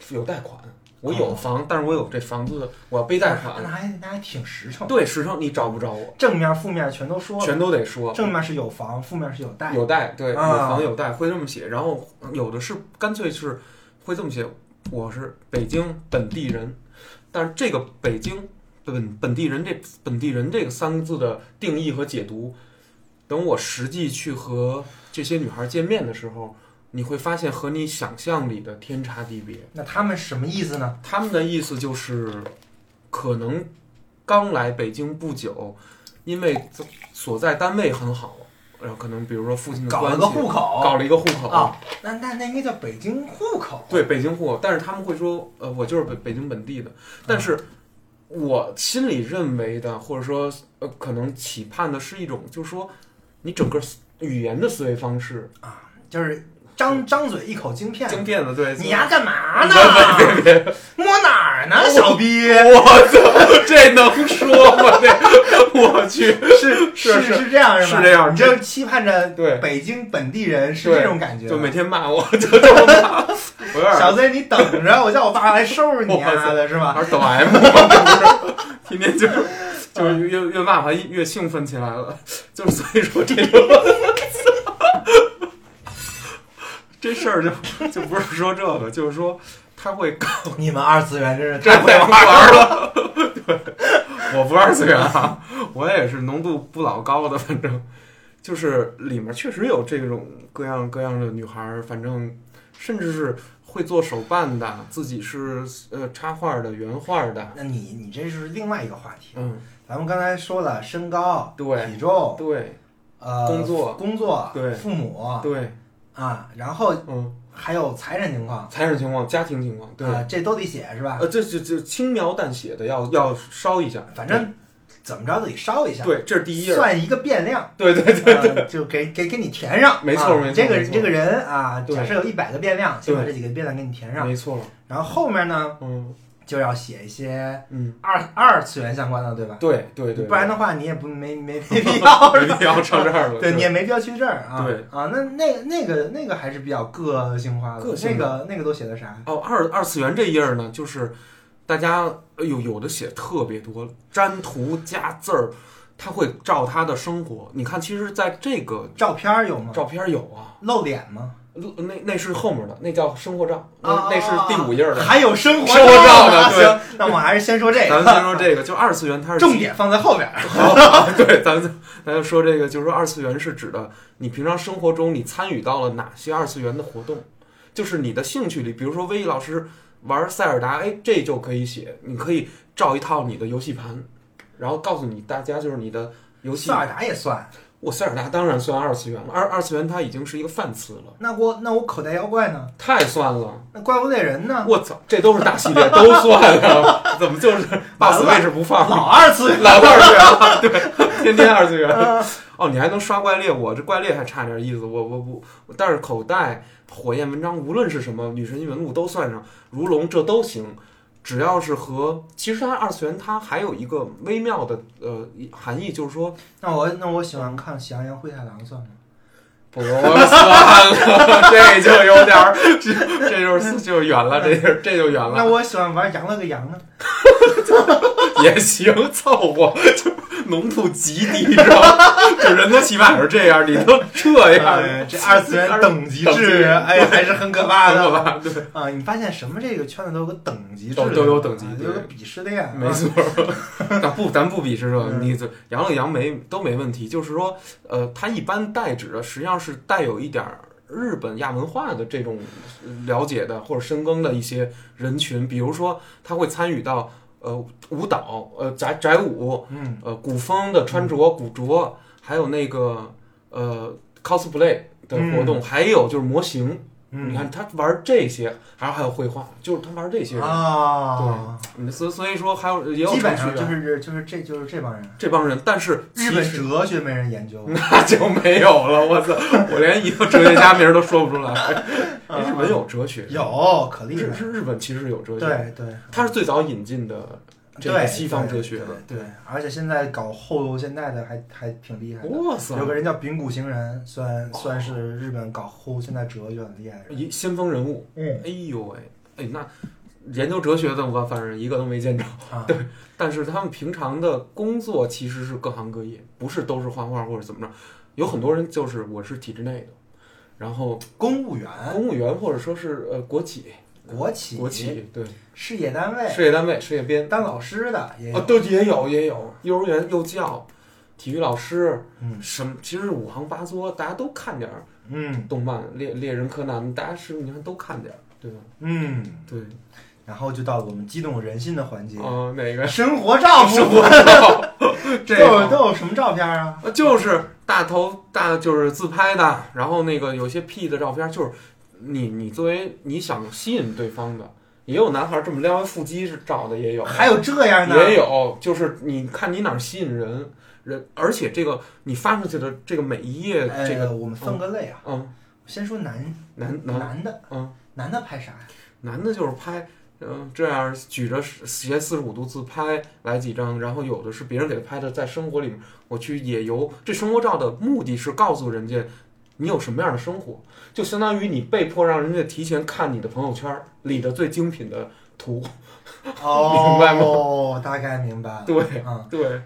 Speaker 1: 有贷款，我有房，但是我有这房子，我要背贷款
Speaker 2: 哦那。还那还挺实诚。
Speaker 1: 对，实诚你找不着我，
Speaker 2: 正面负面全都说了，
Speaker 1: 全都得说。
Speaker 2: 正面是有房，负面是有贷。
Speaker 1: 有贷，对，有
Speaker 2: 啊
Speaker 1: 房有贷，会这么写。然后有的是干脆是会这么写，我是北京本地人，但是这个北京本本地人这本地人这个三个字的定义和解读，等我实际去和这些女孩见面的时候，你会发现和你想象里的天差地别。
Speaker 2: 那他们什么意思呢？
Speaker 1: 他们的意思就是，可能刚来北京不久，因为所在单位很好，然后可能比如说父亲的
Speaker 2: 搞
Speaker 1: 关
Speaker 2: 了
Speaker 1: 系，
Speaker 2: 个户口
Speaker 1: 搞了一个户口
Speaker 2: 哦啊，那那那应该叫北京户口。啊
Speaker 1: 对北京户口，但是他们会说，呃，我就是北北京本
Speaker 2: 嗯
Speaker 1: 地的，但是。我心里认为的，或者说，呃，可能期盼的是一种，就是说，你整个语言的思维方式，
Speaker 2: 啊，就是张张嘴一口京片，
Speaker 1: 经变的对，
Speaker 2: 哎你丫干嘛呢？摸哪儿呢，小逼？
Speaker 1: 我操，这能说
Speaker 2: *laughs*
Speaker 1: 吗？这，我去，
Speaker 2: 是
Speaker 1: 是
Speaker 2: 是是这样是吧？
Speaker 1: 是这样
Speaker 2: 你这期盼着
Speaker 1: 对
Speaker 2: 北京本地人是
Speaker 1: 对
Speaker 2: 这种感觉吧。啊
Speaker 1: 就每天骂
Speaker 2: *laughs*
Speaker 1: 我，就这么骂，我有点
Speaker 2: 小子，你等着，我叫我爸来收拾你
Speaker 1: 哇 *laughs*
Speaker 2: 丫
Speaker 1: 塞
Speaker 2: 的是吧？
Speaker 1: 还是抖 *laughs* M，就是天天就是就是越越骂他越兴奋起来了，就是所以说这个这事儿就就不是说这个，就是说他会搞
Speaker 2: 你们二次元真是
Speaker 1: 这
Speaker 2: 太会
Speaker 1: 太
Speaker 2: 玩
Speaker 1: 玩儿了。 *laughs* 对，我不二次元啊，我也是浓度不老高的，反正就是里面确实有这种各样各样的女孩儿，反正甚至是会做手办的，自己是呃插画的、原画的，
Speaker 2: 那你你这是另外一个话题。
Speaker 1: 嗯，
Speaker 2: 咱们刚才说了身高、
Speaker 1: 对
Speaker 2: 体重、
Speaker 1: 对
Speaker 2: 呃
Speaker 1: 工作
Speaker 2: 工作、
Speaker 1: 对
Speaker 2: 父母
Speaker 1: 对，
Speaker 2: 啊，然后
Speaker 1: 嗯，
Speaker 2: 还有财产情况，
Speaker 1: 财产情况、家庭情况，对，
Speaker 2: 啊，这都得写是吧？
Speaker 1: 呃，这这这轻描淡写的要要烧一下，
Speaker 2: 反正怎么着都得烧一下，
Speaker 1: 对，这是第一页儿，
Speaker 2: 算一个变
Speaker 1: *laughs*
Speaker 2: 量，
Speaker 1: 对对对对，
Speaker 2: 呃就给给给你填上。
Speaker 1: 没错
Speaker 2: 啊
Speaker 1: 没错
Speaker 2: 这个
Speaker 1: 没错
Speaker 2: 这个人啊，
Speaker 1: 对
Speaker 2: 假设有一百个变量，先把
Speaker 1: 对
Speaker 2: 这几个变量给你填上，
Speaker 1: 没错了，
Speaker 2: 然后后面呢
Speaker 1: 嗯
Speaker 2: 就要写一些
Speaker 1: 嗯，
Speaker 2: 二二次元相关的，对吧？
Speaker 1: 对对对，
Speaker 2: 不然的话你也不没没没必要，是
Speaker 1: 没
Speaker 2: 吧
Speaker 1: 必要上这儿了，
Speaker 2: 对，你也没必要去这儿啊。
Speaker 1: 对
Speaker 2: 啊，那那那个那个还是比较个性化的，
Speaker 1: 个性
Speaker 2: 那个那个都写的啥？
Speaker 1: 哦，二二次元这一页儿呢，就是大家呃有有的写特别多，粘图加字儿，他会照他的生活。你看，其实在这个
Speaker 2: 照片儿有吗？
Speaker 1: 照片儿有啊，
Speaker 2: 露脸吗？
Speaker 1: 呃那那是后面的，那叫生活照，那、
Speaker 2: 啊
Speaker 1: 那是第五页儿的。
Speaker 2: 还有生活
Speaker 1: 生活照呢
Speaker 2: 呢？
Speaker 1: 对
Speaker 2: *laughs* 行，那我还是先说这
Speaker 1: *laughs* 咱
Speaker 2: 个，
Speaker 1: 们先说这个，就二次元它是
Speaker 2: *laughs* 重点放在后边儿。
Speaker 1: 好，
Speaker 2: *laughs*
Speaker 1: 好 *laughs* 对，咱们咱就说这个，就是说二次元是指的你平常生活中你参与到了哪些二次元的活动，就是你的兴趣里，比如说威毅老师玩塞尔达，哎，这就可以写，你可以照一套你的游戏盘，然后告诉你大家就是你的游戏
Speaker 2: 塞。尔达也算，
Speaker 1: 我塞尔达当然算二次元了，二二次元它已经是一个泛词了，
Speaker 2: 那我那我口袋妖怪呢？
Speaker 1: 太算了。
Speaker 2: 那怪物猎人呢？
Speaker 1: 我操，这都是大系列，都算啊， *laughs* 怎么就是把
Speaker 2: 完了
Speaker 1: Switch 不放？
Speaker 2: 老二次 *laughs* 元，
Speaker 1: 老二次元了，对，天天二次元。哦，你还能刷怪猎，我这怪猎还差点意思。我我不，我但是口袋、火焰文章，无论是什么女神异闻录都算上，如龙这都行，只要是和其实它二次元它还有一个微妙的呃含义，就是说
Speaker 2: 那我那我喜欢看《喜羊羊灰太狼》算吗？
Speaker 1: 不算了， *laughs* 这就有点儿，这这就是就远了，这就这就远
Speaker 2: 那
Speaker 1: 了，
Speaker 2: 我喜欢玩《羊了个羊》啊呢？
Speaker 1: *laughs* 也行，凑合，就浓度极低，知道吗？ *laughs* 就人都起码是这样，你都这样。
Speaker 2: 哎这二次
Speaker 1: *laughs*
Speaker 2: 元等级
Speaker 1: 等级
Speaker 2: 制，哎，还是很可怕的。
Speaker 1: 吧？对，
Speaker 2: 啊，你发现什么这个圈子都有个等级制
Speaker 1: 都
Speaker 2: 的，
Speaker 1: 都有等级
Speaker 2: 啊
Speaker 1: 对
Speaker 2: 有个鄙视链啊，
Speaker 1: 没错。 *laughs* 咱不，咱不鄙视这，
Speaker 2: 嗯
Speaker 1: 你这羊了羊没都没问题。就是说，呃，它一般代指的实际上是带有一点儿日本亚文化的这种呃了解的或者深耕的一些人群，比如说他会参与到呃舞蹈、呃宅宅舞、
Speaker 2: 嗯，
Speaker 1: 呃古风的穿着、古着，还有那个呃 cosplay 的活动，还有就是模型。
Speaker 2: 嗯
Speaker 1: 你看他玩这些，还有还有绘画，就是他玩这些人。
Speaker 2: 啊，
Speaker 1: 嗯，所所以说还有也有
Speaker 2: 基本
Speaker 1: 程
Speaker 2: 上
Speaker 1: 序啊
Speaker 2: 就
Speaker 1: 员
Speaker 2: 是就是这就是这帮人。
Speaker 1: 这帮人，但是
Speaker 2: 日
Speaker 1: 其
Speaker 2: 本
Speaker 1: 实
Speaker 2: 哲学没人研究，
Speaker 1: 那就没有了。我操，我连一个哲学家名儿都说不出来。哎日本有哲学，
Speaker 2: 啊有可厉
Speaker 1: 日
Speaker 2: 害，
Speaker 1: 是日本其实有哲学，
Speaker 2: 对对，
Speaker 1: 它是最早引进的这
Speaker 2: 对
Speaker 1: 个西方哲学的。
Speaker 2: 对，对对而且现在搞后现代的还还挺厉害的。
Speaker 1: 哇塞
Speaker 2: 有，个人叫丙谷行人，算算是日本搞后现代哲学很厉害的人。
Speaker 1: 一先锋人物，
Speaker 2: 嗯
Speaker 1: 哎呦喂，哎那研究哲学的我反正一个都没见着。
Speaker 2: 啊，
Speaker 1: 但是他们平常的工作其实是各行各业，不是都是画画或者怎么着。有很多人就是我是体制内的，然后
Speaker 2: 公务员
Speaker 1: 公务员或者说是呃国企，
Speaker 2: 国啊企、哎
Speaker 1: 国企对
Speaker 2: 事业单位、
Speaker 1: 事业单位、事业编
Speaker 2: 当老师的也有，
Speaker 1: 啊，都也有也有，幼儿园幼教、体育老师，
Speaker 2: 嗯
Speaker 1: 什么其实五行八作，大家都看点儿
Speaker 2: 嗯
Speaker 1: 动漫，猎猎人柯南，大家是你看都看点儿，对吧？
Speaker 2: 嗯，
Speaker 1: 对，
Speaker 2: 然后就到了我们激动人心的环节，
Speaker 1: 哦、哪个？
Speaker 2: 生活照部
Speaker 1: 生
Speaker 2: 分，
Speaker 1: 活照，这
Speaker 2: 都有
Speaker 1: 个
Speaker 2: 都有什么照片啊？
Speaker 1: 呃就是大头大就是自拍的，然后那个有些 P 的照片，就是你你作为你想吸引对方的，也有男孩这么撩完腹肌是照的，也有，
Speaker 2: 还有这样的，
Speaker 1: 也有，就是你看你哪儿吸引人，人而且这个你发出去的这个每一页
Speaker 2: 呃，
Speaker 1: 这个，
Speaker 2: 我们分个类啊，
Speaker 1: 嗯，
Speaker 2: 先说男
Speaker 1: 男男
Speaker 2: 男的，
Speaker 1: 嗯，
Speaker 2: 男的拍啥呀？
Speaker 1: 男的就是拍。嗯，这样举着斜四十五度自拍来几张，然后有的是别人给他拍的，在生活里面，我去野游。这生活照的目的是告诉人家你有什么样的生活，就相当于你被迫让人家提前看你的朋友圈里的最精品的
Speaker 2: *laughs*
Speaker 1: 图。 *laughs*
Speaker 2: 哦，
Speaker 1: *laughs* 明白吗
Speaker 2: 哦，大概明白了。
Speaker 1: 对
Speaker 2: 嗯，
Speaker 1: 对，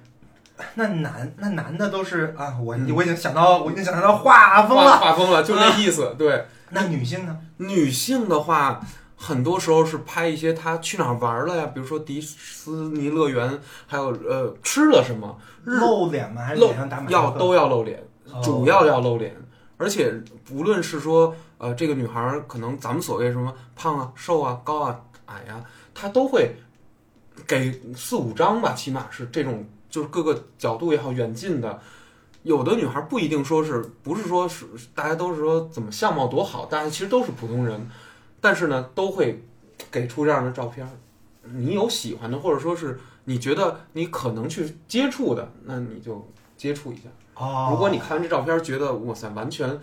Speaker 2: 那男那男的都是啊，我
Speaker 1: 嗯
Speaker 2: 我已经想到我已经想到画风
Speaker 1: 画
Speaker 2: 了。
Speaker 1: 画风了，就那意思。对，
Speaker 2: 那女性呢？
Speaker 1: 女性的话，很多时候是拍一些她去哪儿玩了呀，比如说迪斯尼乐园，还有呃吃了什么，日
Speaker 2: 露脸吗？还是
Speaker 1: 露
Speaker 2: 脸上打马赛
Speaker 1: 要
Speaker 2: 克
Speaker 1: 都要露脸，
Speaker 2: 哦
Speaker 1: 主要要露脸。而且无论是说呃这个女孩儿可能咱们所谓什么胖啊、瘦啊、高啊、矮呀、她都会给四五张吧，起码是这种就是各个角度也好，远近的。有的女孩儿不一定说是不是说是大家都是说怎么相貌多好，大家其实都是普通人，但是呢都会给出这样的照片儿。你有喜欢的，或者说是你觉得你可能去接触的，那你就接触一下。
Speaker 2: 哦。
Speaker 1: 如果你看完这照片儿觉得哇塞，完全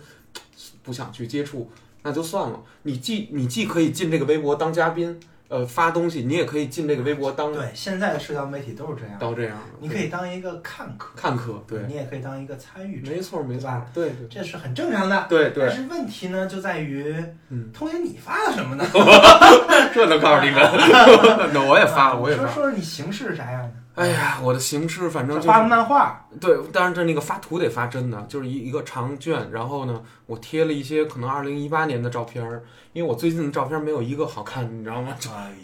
Speaker 1: 不想去接触，那就算了。你既你既可以进这个微博当嘉宾，呃，发东西，你也可以进这个微博当
Speaker 2: 哦对现在的社交媒体都是这样，
Speaker 1: 当这样。
Speaker 2: 你可以当一个看客，
Speaker 1: 看客，对，
Speaker 2: 你也可以当一个参与者，
Speaker 1: 没错没
Speaker 2: 对
Speaker 1: 错
Speaker 2: 吧，
Speaker 1: 对对
Speaker 2: 这是很正常的。
Speaker 1: 对
Speaker 2: 但
Speaker 1: 对，
Speaker 2: 是问题呢，就在于，
Speaker 1: 嗯，
Speaker 2: 通爷你发了
Speaker 1: *laughs*
Speaker 2: 什么呢？
Speaker 1: 这能告诉你们？那我也发啊了，我也发
Speaker 2: 说
Speaker 1: 了。
Speaker 2: 说说你形式是啥样的？
Speaker 1: 哎呀，我的形式反正就是啊
Speaker 2: 画个漫画，
Speaker 1: 对，但是这那个发图得发真的，就是一一个长卷，然后呢，我贴了一些可能二零一八年的照片儿，因为我最近的照片没有一个好看，你知道吗？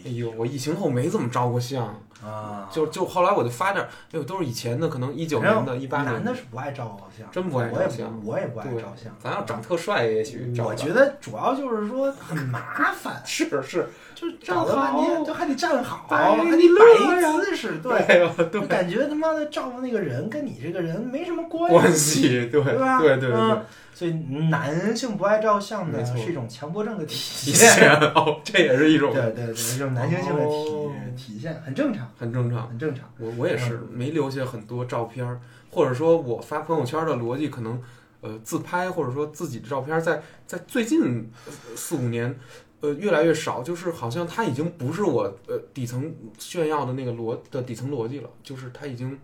Speaker 1: 哎呦，我疫情后没怎么照过相，
Speaker 2: 啊，
Speaker 1: *laughs* 就就后来我就发点儿，哎呦，都是以前的，可能一九年的、一八
Speaker 2: 男
Speaker 1: 年
Speaker 2: 的
Speaker 1: 的，
Speaker 2: 是不爱照相，
Speaker 1: 真不爱
Speaker 2: 我也
Speaker 1: 照相
Speaker 2: 不我也不爱
Speaker 1: 对
Speaker 2: 照相。嗯
Speaker 1: 咱要长特帅也许照
Speaker 2: 我
Speaker 1: 不
Speaker 2: 觉
Speaker 1: 着，
Speaker 2: 得主要就是说很麻烦
Speaker 1: *laughs* 是是，
Speaker 2: 就是照了半
Speaker 1: 好
Speaker 2: 天，就还得站好，
Speaker 1: 摆
Speaker 2: 还得摆
Speaker 1: 你乐呀
Speaker 2: 一姿势，对，
Speaker 1: *laughs* 对吧
Speaker 2: 就感觉他妈的照的那个人跟你这个人没什么关
Speaker 1: 关系，对
Speaker 2: 对吧？
Speaker 1: 对对对，
Speaker 2: 嗯所以男性不爱照相
Speaker 1: 没
Speaker 2: 呢，
Speaker 1: 错
Speaker 2: 是一种强迫症的体
Speaker 1: 体
Speaker 2: 现。
Speaker 1: 现 *laughs* 哦，这也是一种
Speaker 2: *laughs* 对对
Speaker 1: *laughs*
Speaker 2: 对，一种男性性的
Speaker 1: 哦
Speaker 2: 体体现，很正常，
Speaker 1: 很正常。
Speaker 2: 很正常。
Speaker 1: 我我也是
Speaker 2: 嗯
Speaker 1: 没留下很多照片儿，或者说我发朋友圈的逻辑可能，呃，自拍或者说自己的照片在在最近呃四五年，呃，越来越少，就是好像它已经不是我呃底层炫耀的那个逻的底层逻辑了，就是它已经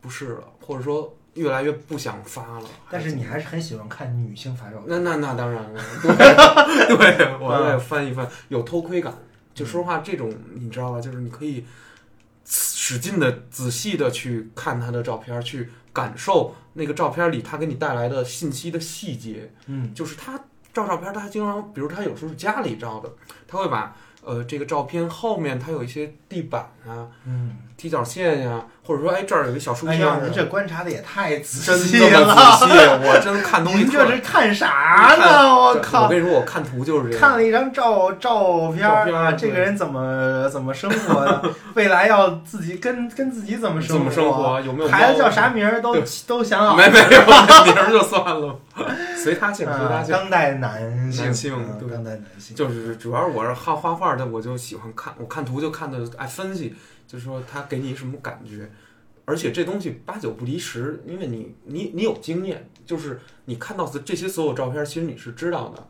Speaker 1: 不是了，或者说越来越不想发了。
Speaker 2: 但是你还是很喜欢看女性发照片，
Speaker 1: 那那那当然
Speaker 2: *laughs*
Speaker 1: 了，对，对我再翻一翻，有偷窥感。就说实话，这种你知道吧？就是你可以使劲的、仔细的去看他的照片，去感受那个照片里他给你带来的信息的细节。
Speaker 2: 嗯，
Speaker 1: 就是他照照片，他经常，比如他有时候是家里照的，他会把呃这个照片后面他有一些地板啊、
Speaker 2: 嗯，
Speaker 1: 踢脚线呀、或者说哎这儿有一小书
Speaker 2: 哎
Speaker 1: 签儿，
Speaker 2: 呀
Speaker 1: 啊，
Speaker 2: 您这观察的也太仔
Speaker 1: 真
Speaker 2: 细
Speaker 1: 那么
Speaker 2: 了，
Speaker 1: 仔细，我真看东西
Speaker 2: 您
Speaker 1: 特
Speaker 2: 这是看啥呢？我
Speaker 1: 对我
Speaker 2: 靠！
Speaker 1: 跟你说，我看图就是这
Speaker 2: 看
Speaker 1: 样。
Speaker 2: 了一张照照片
Speaker 1: 照
Speaker 2: 儿
Speaker 1: 片
Speaker 2: 啊，
Speaker 1: 儿
Speaker 2: 这
Speaker 1: 对
Speaker 2: 个人怎么怎么生
Speaker 1: *laughs*
Speaker 2: 活的，未来要自己跟跟自己怎么
Speaker 1: 怎么生活？有没有
Speaker 2: 孩子
Speaker 1: 猫
Speaker 2: 叫啥名儿啊都
Speaker 1: 对
Speaker 2: 都想好。
Speaker 1: 没没有， *laughs* 那名儿就算了，随他姓，随他
Speaker 2: 啊，
Speaker 1: 姓。
Speaker 2: 当代男性，
Speaker 1: 男性
Speaker 2: 嗯
Speaker 1: 对
Speaker 2: 当代男性，
Speaker 1: 就是主要是我是好画画的，我就喜欢看，我看图就看的爱分析，就是说他给你什么感觉，而且这东西八九不离十，因为你你你有经验，就是你看到的这些所有照片，其实你是知道的，